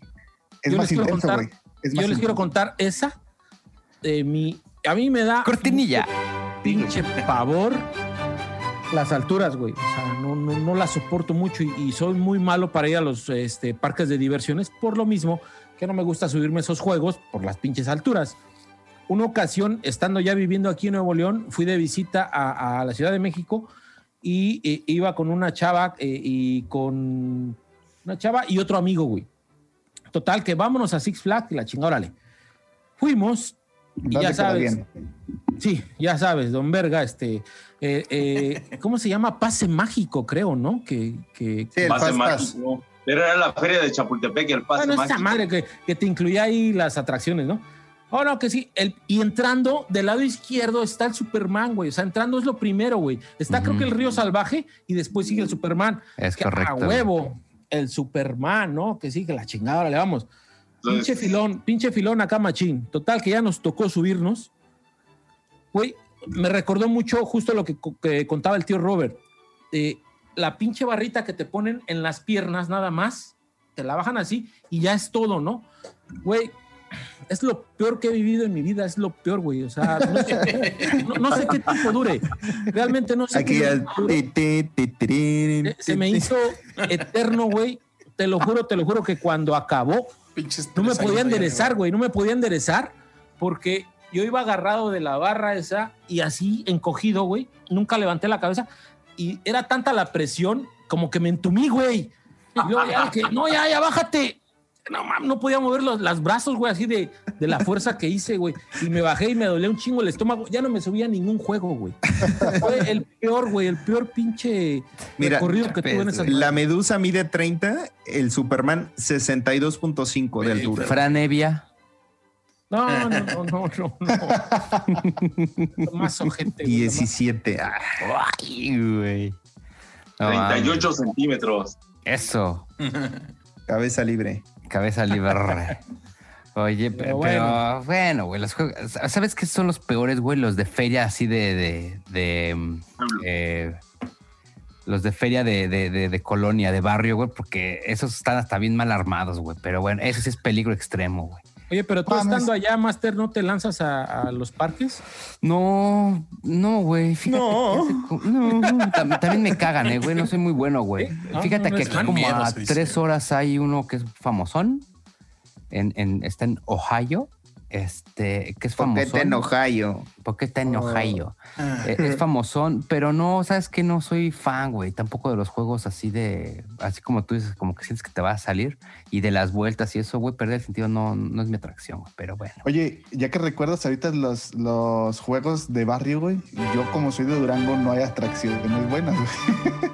Speaker 3: Yo
Speaker 6: Es
Speaker 3: les
Speaker 6: más
Speaker 3: quiero
Speaker 6: intenso,
Speaker 3: contar-
Speaker 6: güey. Es
Speaker 3: yo
Speaker 6: más
Speaker 3: les quiero
Speaker 6: intenso.
Speaker 3: contar esa. de mi, a mí me da
Speaker 4: Cortinilla.
Speaker 3: pinche pavor las alturas, güey. O sea, no, no, no las soporto mucho y, y soy muy malo para ir a los este, parques de diversiones por lo mismo que no me gusta subirme a esos juegos por las pinches alturas. Una ocasión, estando ya viviendo aquí en Nuevo León, fui de visita a, a la Ciudad de México y eh, iba con una chava eh, y con una chava y otro amigo, güey. Total, que vámonos a Six Flags y la chingada, órale. Fuimos y
Speaker 6: Date
Speaker 3: ya
Speaker 6: por
Speaker 3: sabes,
Speaker 6: bien.
Speaker 3: Sí, ya sabes, don Verga, este, eh, eh, ¿cómo se llama? Pase mágico, creo, ¿no? Que, que
Speaker 1: Sí, el
Speaker 2: Pase
Speaker 1: Fast Pass.
Speaker 2: mágico. Pero era la feria de Chapultepec, el pase
Speaker 3: bueno, esa
Speaker 2: mágico.
Speaker 3: madre que, que te incluía ahí las atracciones, ¿no? Oh, no, que sí. El, y entrando del lado izquierdo está el Superman, güey. O sea, entrando es lo primero, güey. Está creo
Speaker 4: Ujú.
Speaker 3: que el río salvaje y después sigue el Superman.
Speaker 4: Es
Speaker 3: que,
Speaker 4: correcto.
Speaker 3: A
Speaker 4: güey.
Speaker 3: huevo, el Superman, ¿no? Que sí, que la chingada, le vamos.
Speaker 2: Entonces,
Speaker 3: Pinche filón, pinche filón acá, machín. Total, que ya nos tocó subirnos. Güey, me recordó mucho justo lo que, co- que contaba el tío Robert. Eh, la pinche barrita que te ponen en las piernas nada más, te la bajan así y ya es todo, ¿no? Güey, es lo peor que he vivido en mi vida, es lo peor, güey. O sea, no sé, no- no sé qué tiempo dure. Realmente no sé
Speaker 1: Aquí
Speaker 3: qué
Speaker 1: ya-
Speaker 3: tiempo dure.
Speaker 1: ti, ti, ti, tirín,
Speaker 3: Eh, Se
Speaker 1: ti,
Speaker 3: me
Speaker 1: ti.
Speaker 3: hizo eterno, güey. Te lo juro, te lo juro que cuando acabó,
Speaker 5: Pinches
Speaker 3: no me
Speaker 5: tres años
Speaker 3: podía
Speaker 5: allá
Speaker 3: enderezar,
Speaker 5: arriba.
Speaker 3: güey, no me podía enderezar porque yo iba agarrado de la barra esa y así encogido, güey, nunca levanté la cabeza y era tanta la presión como que me entumí, güey. Y luego ya que, no, ya, ya, bájate. No, mam, no podía mover los las brazos, güey, así de, de la fuerza que hice, güey. Y me bajé y me dolía un chingo el estómago. Ya no me subía a ningún juego, güey. Fue el peor, güey, el peor pinche
Speaker 1: Mira,
Speaker 3: recorrido que tuve en esa
Speaker 1: La medusa mide 30, el Superman 62.5 de
Speaker 5: Güey,
Speaker 1: altura.
Speaker 4: Fran Evia.
Speaker 3: No, no, no, no, no. no. Más ojete, güey.
Speaker 1: 17. Ah,
Speaker 4: Ay, güey.
Speaker 2: Ah,
Speaker 4: No mames.
Speaker 2: 38 centímetros.
Speaker 4: Eso.
Speaker 1: cabeza libre.
Speaker 4: Cabeza libre. Oye, pe- pero,
Speaker 3: Pero
Speaker 4: bueno, güey, los juegos. ¿Sabes qué son los peores, güey? Los de feria así de. de, de, mm, eh, los de feria de, de- de- de colonia, de barrio, güey, porque esos están hasta bien mal armados, güey. Pero bueno, eso sí es peligro extremo, güey.
Speaker 3: Oye, pero tú
Speaker 6: Mames.
Speaker 3: estando allá, Master, ¿no te lanzas a, a los parques?
Speaker 4: No, no, güey. Fíjate
Speaker 1: No.
Speaker 4: que hace co- no, tam- también me cagan, eh, güey. No soy muy bueno, güey.
Speaker 3: ¿Eh? Ah,
Speaker 4: Fíjate
Speaker 3: no,
Speaker 4: que
Speaker 3: no,
Speaker 4: aquí
Speaker 5: dan
Speaker 4: como
Speaker 5: miedo,
Speaker 4: a
Speaker 5: se dice.
Speaker 4: tres horas hay uno que es famosón. En, en- está en Ohio. Este, que es
Speaker 1: Porque
Speaker 4: famosón.
Speaker 1: en Ohio.
Speaker 4: Porque está en
Speaker 3: Oh.
Speaker 4: Ohio. Eh, es famosón, pero no, sabes que no soy fan, güey. Tampoco de los juegos así de, así como tú dices, como que sientes que te va a salir y de las vueltas y eso, güey, perder el sentido no, no es mi atracción, güey. Pero bueno.
Speaker 6: Oye, ya que recuerdas ahorita los, los juegos de barrio, güey, yo como soy de Durango no hay atracciones buenas, güey.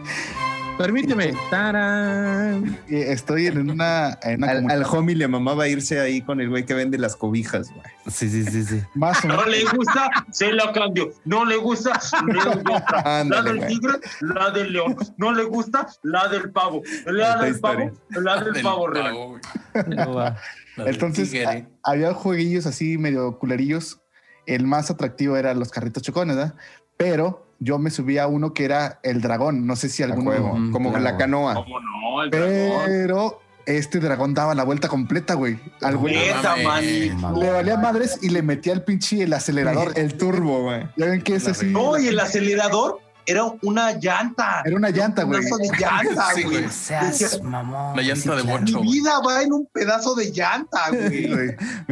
Speaker 3: Permíteme. Tarán.
Speaker 6: Y Estoy en una, en una
Speaker 1: Al,
Speaker 6: comunidad
Speaker 1: al homie le mamaba irse ahí con el güey que vende las cobijas, güey.
Speaker 4: Sí, sí, sí, sí.
Speaker 6: más o
Speaker 2: No
Speaker 6: menos.
Speaker 2: le gusta, se la cambio. No le gusta, le doy otra. La
Speaker 1: Ándale,
Speaker 2: del
Speaker 1: güey.
Speaker 2: tigre, la del león. No le gusta, la del pavo. La
Speaker 1: Esta
Speaker 2: del pavo, la del pavo
Speaker 5: Del pavo,
Speaker 2: real.
Speaker 5: güey. ah,
Speaker 3: No va.
Speaker 5: La del
Speaker 6: Entonces
Speaker 5: tigre.
Speaker 1: eh,
Speaker 6: a- había jueguillos así medio culerillos. El más atractivo era los carritos chocones, ¿verdad? Pero yo me subía a uno que era el dragón. No sé si
Speaker 1: A
Speaker 6: alguno.
Speaker 1: huevo,
Speaker 4: Mm,
Speaker 1: como
Speaker 4: claro.
Speaker 1: la canoa.
Speaker 2: ¿Cómo no? El
Speaker 6: Eh,
Speaker 2: dragón.
Speaker 6: Pero este dragón daba la vuelta completa, güey. Al güey
Speaker 2: Neta,
Speaker 5: No
Speaker 2: manito.
Speaker 4: mames.
Speaker 6: le valía madres y le metía el pinche el acelerador.
Speaker 1: El turbo, güey.
Speaker 6: Ya ven que es
Speaker 5: La
Speaker 6: así.
Speaker 2: No, y el acelerador era una llanta.
Speaker 6: Era una llanta,
Speaker 2: Un
Speaker 6: güey.
Speaker 2: pedazo de llanta,
Speaker 5: Sí,
Speaker 2: güey.
Speaker 5: güey.
Speaker 4: O sea, es mamón.
Speaker 5: La llanta de
Speaker 4: claro.
Speaker 5: bocho,
Speaker 2: Mi
Speaker 5: güey.
Speaker 2: vida va en un pedazo de llanta,
Speaker 6: Sí,
Speaker 2: güey.
Speaker 1: Mi
Speaker 6: güey.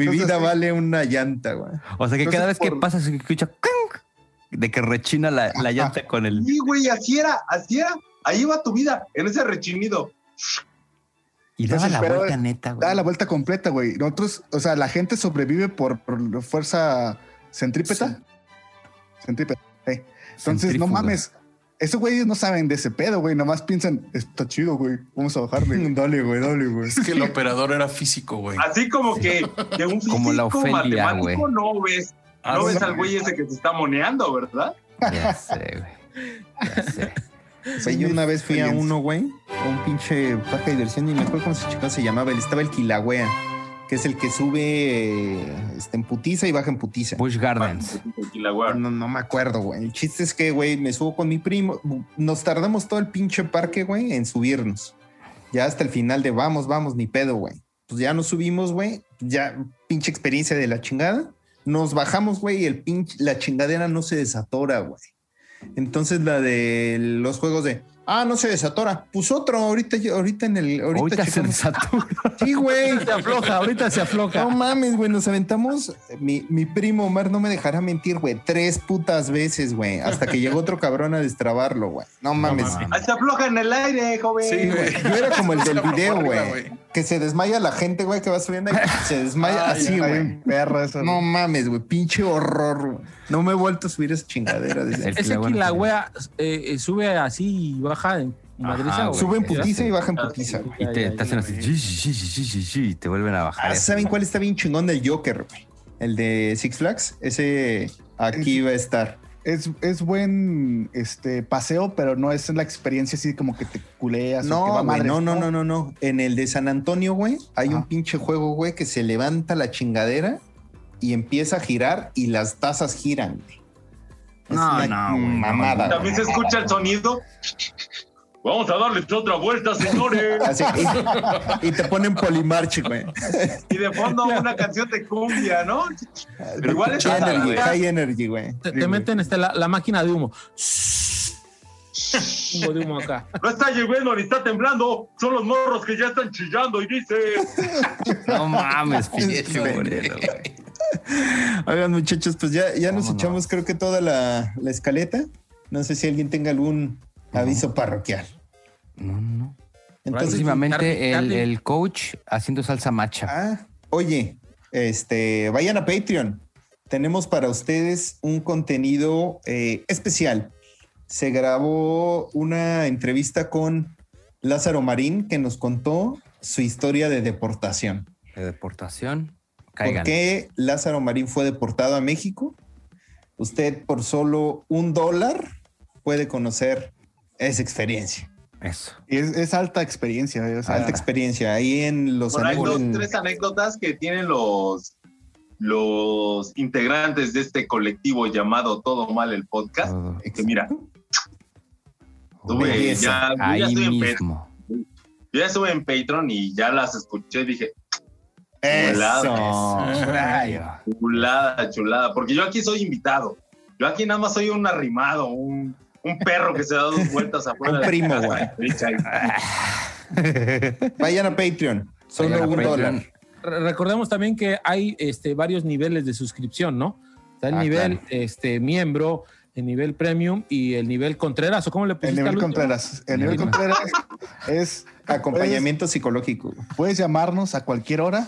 Speaker 6: Entonces,
Speaker 1: vida
Speaker 6: sí.
Speaker 1: vale una llanta, güey.
Speaker 4: O sea que cada vez
Speaker 6: Entonces,
Speaker 4: que
Speaker 6: por-
Speaker 4: pasa se escucha clink, de que rechina la, la llanta con el.
Speaker 2: Sí, güey, así era, así era. Ahí va tu vida, en ese rechinido.
Speaker 4: Y daba
Speaker 6: Entonces,
Speaker 4: la
Speaker 6: pero-
Speaker 4: vuelta neta, güey.
Speaker 6: Daba la vuelta completa, güey. Nosotros, o sea, la gente sobrevive por, por fuerza centrípeta. Centrípeta. eh. Entonces, no
Speaker 4: Centrífuga.
Speaker 6: mames. Esos güeyes no saben de ese pedo, güey. Nomás piensan, está chido, güey. Vamos a bajarle. dale, güey, dale, güey.
Speaker 5: Es que el operador era físico, güey.
Speaker 2: Así como que de un físico
Speaker 4: Como la Ofelia,
Speaker 2: matemático
Speaker 4: güey.
Speaker 2: no ves.
Speaker 5: Ah,
Speaker 2: no ves
Speaker 5: sí.
Speaker 2: al güey ese que se está moneando, ¿verdad?
Speaker 4: Ya sé, güey. Ya sé.
Speaker 1: Güey, yo una vez fui a
Speaker 6: experiencia.
Speaker 1: uno, güey, a un pinche parque de diversión y me acuerdo cómo se, chingado se llamaba. él Estaba el Quilagüea, que es el que sube eh, este, en putiza y baja en putiza.
Speaker 4: Bush Gardens.
Speaker 2: Y la güey,
Speaker 1: No, no me acuerdo, güey. El chiste es que, güey, me subo con mi primo. Nos tardamos todo el pinche parque, güey, en subirnos. Ya hasta el final de vamos, vamos, ni pedo, güey. Pues ya nos subimos, güey. Ya pinche experiencia de la chingada. Nos bajamos, güey, y el pinche, la chingadera no se desatora, güey. Entonces la de los juegos de, ah, no se desatora. Pues otro, ahorita, ahorita en el, ahorita,
Speaker 4: Ahorita se
Speaker 1: checamos".
Speaker 4: desatura.
Speaker 1: Sí, güey.
Speaker 3: Se afloja, ahorita se
Speaker 1: No
Speaker 3: afloja.
Speaker 1: mames, güey, nos aventamos. eh, Mi, mi primo Omar no me dejará mentir, güey. Tres putas veces, güey. Hasta que llegó otro cabrón a destrabarlo, güey. No mames.
Speaker 2: Ah, Se afloja en el aire, joven.
Speaker 5: Sí, güey.
Speaker 1: Yo era como el del
Speaker 5: Se
Speaker 1: video,
Speaker 5: propaga,
Speaker 1: güey. Que se desmaya la gente, güey, que va subiendo y se desmaya
Speaker 5: Ah,
Speaker 1: así,
Speaker 6: Está
Speaker 1: güey.
Speaker 6: bien perro eso.
Speaker 1: No mames, güey. Pinche horror, güey. No me he vuelto a subir esa chingadera. Desde...
Speaker 4: El-
Speaker 3: Ese
Speaker 4: Quilagüea.
Speaker 3: que la wea eh, eh, sube así y baja en madriza.
Speaker 4: Ajá,
Speaker 3: güey.
Speaker 1: Sube en
Speaker 4: putis.
Speaker 1: putiza y baja en putiza, güey.
Speaker 4: Y te, te hacen así. "Yi, yi, yi, yi, yi, yi", Y te vuelven a bajar.
Speaker 1: Ah, ¿Saben cuál está bien chingón del Joker, güey? El de Six Flags. Ese aquí va a estar.
Speaker 6: Es, es buen este, paseo, pero no es la experiencia así como que te culeas. o que va
Speaker 1: No, güey,
Speaker 6: madres,
Speaker 1: no, no, no, no, no. En el de San Antonio, güey, hay un
Speaker 6: Ajá.
Speaker 1: pinche juego, güey, que se levanta la chingadera y empieza a girar y las tazas giran, güey. Es
Speaker 4: No,
Speaker 1: una
Speaker 4: no, güey, no,
Speaker 1: Mamada.
Speaker 2: También se escucha el sonido. Vamos a darles otra vuelta, señores.
Speaker 1: Así, y, y te ponen polimarche, güey.
Speaker 2: Y de fondo una canción de cumbia, ¿no? Pero igual es
Speaker 1: High
Speaker 2: hasta
Speaker 1: energy,
Speaker 2: la-
Speaker 1: high energy, güey.
Speaker 3: Te, te meten este, la, la máquina de humo. Humo de humo acá.
Speaker 2: No está lloviendo ni está temblando. Son los morros que ya están chillando y dice.
Speaker 4: No mames,
Speaker 1: Sí,
Speaker 4: pinche
Speaker 1: güey.
Speaker 4: moreno, güey.
Speaker 1: Oigan, muchachos, pues ya, ya nos
Speaker 4: Vámonos.
Speaker 1: echamos creo que toda la, la escaleta. No sé si alguien tenga algún Aviso parroquial.
Speaker 4: No, no, no.
Speaker 1: Entonces,
Speaker 4: Próximamente
Speaker 3: Carmen,
Speaker 4: el,
Speaker 3: Carmen.
Speaker 4: el coach haciendo salsa macha.
Speaker 1: Ah, oye, este, vayan a Patreon. Tenemos para ustedes un contenido eh, especial. Se grabó una entrevista con Lázaro Marín que nos contó su historia de deportación.
Speaker 4: De deportación.
Speaker 1: ¿Por
Speaker 4: Caigan.
Speaker 1: qué Lázaro Marín fue deportado a México? Usted por solo un dólar puede conocer esa experiencia,
Speaker 4: Eso.
Speaker 6: Y Es, es alta experiencia. güey, o sea,
Speaker 1: alta experiencia. Ahí en los
Speaker 2: Por ahí
Speaker 1: anexos-
Speaker 2: dos, tres anécdotas que tienen los, los integrantes de este colectivo llamado Todo Mal el Podcast.
Speaker 4: Todo.
Speaker 2: Que mira,
Speaker 1: Ah,
Speaker 2: tuve,
Speaker 1: Belleza.
Speaker 2: ya, yo ya
Speaker 4: Ahí
Speaker 2: estoy en Patreon,
Speaker 4: mismo.
Speaker 2: yo ya estuve en Patreon y ya las escuché. Dije,
Speaker 1: Eso.
Speaker 5: Eso.
Speaker 4: Rayo.
Speaker 2: chulada, chulada. Porque yo aquí soy invitado. Yo aquí nada más soy un arrimado, un, un perro que se da dos vueltas afuera.
Speaker 1: Un
Speaker 2: de la
Speaker 1: primo,
Speaker 2: casa.
Speaker 1: güey.
Speaker 2: Richa, y-
Speaker 1: Vayan a Patreon. Solo
Speaker 4: Vayan a
Speaker 1: un
Speaker 4: Patreon.
Speaker 1: dólar.
Speaker 3: Re- Recordemos también que hay este, varios niveles de suscripción, ¿no? Está el
Speaker 4: Ah,
Speaker 3: nivel
Speaker 4: claro.
Speaker 3: este, miembro, el nivel premium y el nivel Contreras, ¿o cómo le
Speaker 6: el
Speaker 3: pusiste al
Speaker 6: nivel
Speaker 3: último?
Speaker 6: Contreras. El nivel
Speaker 4: Nivel
Speaker 6: Contreras es
Speaker 1: Acompañamiento psicológico.
Speaker 6: Puedes, puedes llamarnos a cualquier hora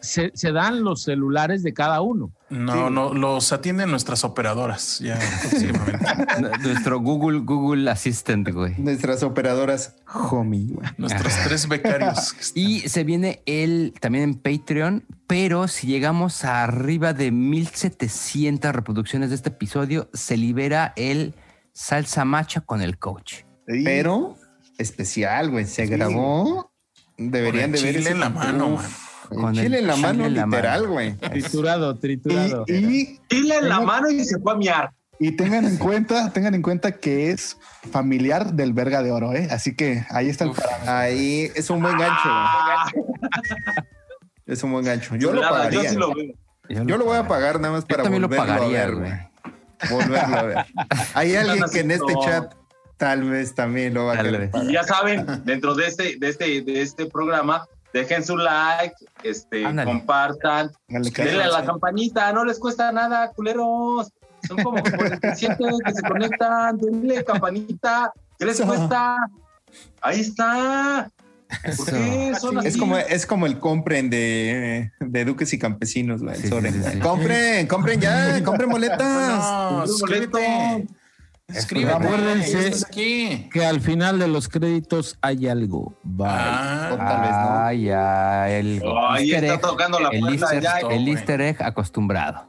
Speaker 3: se, se dan los celulares de cada uno.
Speaker 5: No, no, los atienden nuestras operadoras ya próximamente.
Speaker 4: Nuestro Google, Google Assistant, güey.
Speaker 1: Nuestras operadoras, homie. güey.
Speaker 5: Nuestros tres becarios. que están-
Speaker 4: Y se viene el también en Patreon, pero si llegamos a arriba de 1700 reproducciones de este episodio, se libera el salsa macha con el coach.
Speaker 6: Sí.
Speaker 1: Pero especial, güey. Se grabó. Deberían de
Speaker 5: Con el
Speaker 1: ver
Speaker 5: chile
Speaker 1: ese
Speaker 5: en la mano,
Speaker 1: contenido.
Speaker 5: man.
Speaker 1: El
Speaker 4: Con
Speaker 1: chile en la mano,
Speaker 4: en la
Speaker 1: literal,
Speaker 4: mano.
Speaker 1: güey.
Speaker 3: Triturado, triturado.
Speaker 6: y, y,
Speaker 2: Dile en la mano y se fue a miar.
Speaker 6: y tengan en cuenta, tengan en cuenta que es familiar del verga de oro, ¿eh? Así que ahí está el
Speaker 5: Uf.
Speaker 6: pará-
Speaker 1: Ahí es un buen gancho, güey.
Speaker 2: Ah,
Speaker 1: Es un buen gancho. Yo lo
Speaker 2: chulada,
Speaker 1: pagaría.
Speaker 2: Yo sí lo veo.
Speaker 1: Yo lo voy a pagar nada más
Speaker 4: Yo
Speaker 1: para
Speaker 4: también lo
Speaker 1: volverlo a
Speaker 4: pagaría,
Speaker 1: ver,
Speaker 4: güey.
Speaker 1: güey. Volverlo a ver. Hay alguien que en
Speaker 2: haciendo-
Speaker 1: este chat tal vez también lo va a
Speaker 4: Tal
Speaker 1: querer
Speaker 4: vez.
Speaker 1: pagar.
Speaker 2: Y ya saben, dentro de este, de este, de este programa, dejen su like, este,
Speaker 4: Ándale.
Speaker 2: compartan,
Speaker 6: Háganle caso.
Speaker 2: denle a la campanita, no les cuesta nada, culeros. Son como 47 que se conectan, denle campanita, ¿qué les cuesta? Ahí está. ¿Por qué son así?
Speaker 1: Es como, es como el compren de, de Duques y Campesinos, güey, el
Speaker 4: Sí,
Speaker 1: sobre.
Speaker 4: sí, sí, sí.
Speaker 1: Compren, compren ya, compren boletas.
Speaker 5: No, suscríbete. Suscríbete.
Speaker 3: Acuérdense.
Speaker 5: ya estás aquí.
Speaker 3: Que al final de los créditos hay algo. Bye.
Speaker 1: O
Speaker 5: Ah,
Speaker 1: tal vez no.
Speaker 4: Ay, ay, el
Speaker 2: Ahí
Speaker 4: easter
Speaker 2: está
Speaker 4: egg,
Speaker 2: tocando la
Speaker 4: el
Speaker 2: puerta
Speaker 4: easter,
Speaker 2: ya.
Speaker 5: esto.
Speaker 4: el
Speaker 5: güey.
Speaker 4: easter egg acostumbrado.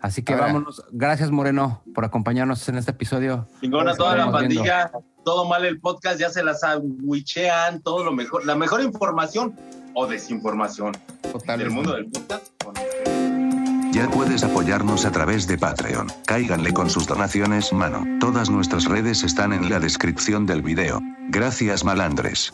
Speaker 4: Así que
Speaker 1: Ahora.
Speaker 4: vámonos. Gracias, Moreno, por acompañarnos en este episodio.
Speaker 2: Chingona toda la
Speaker 4: Pues Estamos viendo.
Speaker 2: pandilla, todo mal el podcast, ya se la sandwichean, todo lo mejor, la mejor información o desinformación
Speaker 1: O tal
Speaker 2: del
Speaker 1: vez
Speaker 2: mundo
Speaker 1: no.
Speaker 2: del podcast. con-
Speaker 7: Ya puedes apoyarnos a través de Patreon. Cáiganle con sus donaciones, mano. Todas nuestras redes están en la descripción del video. Gracias, malandres.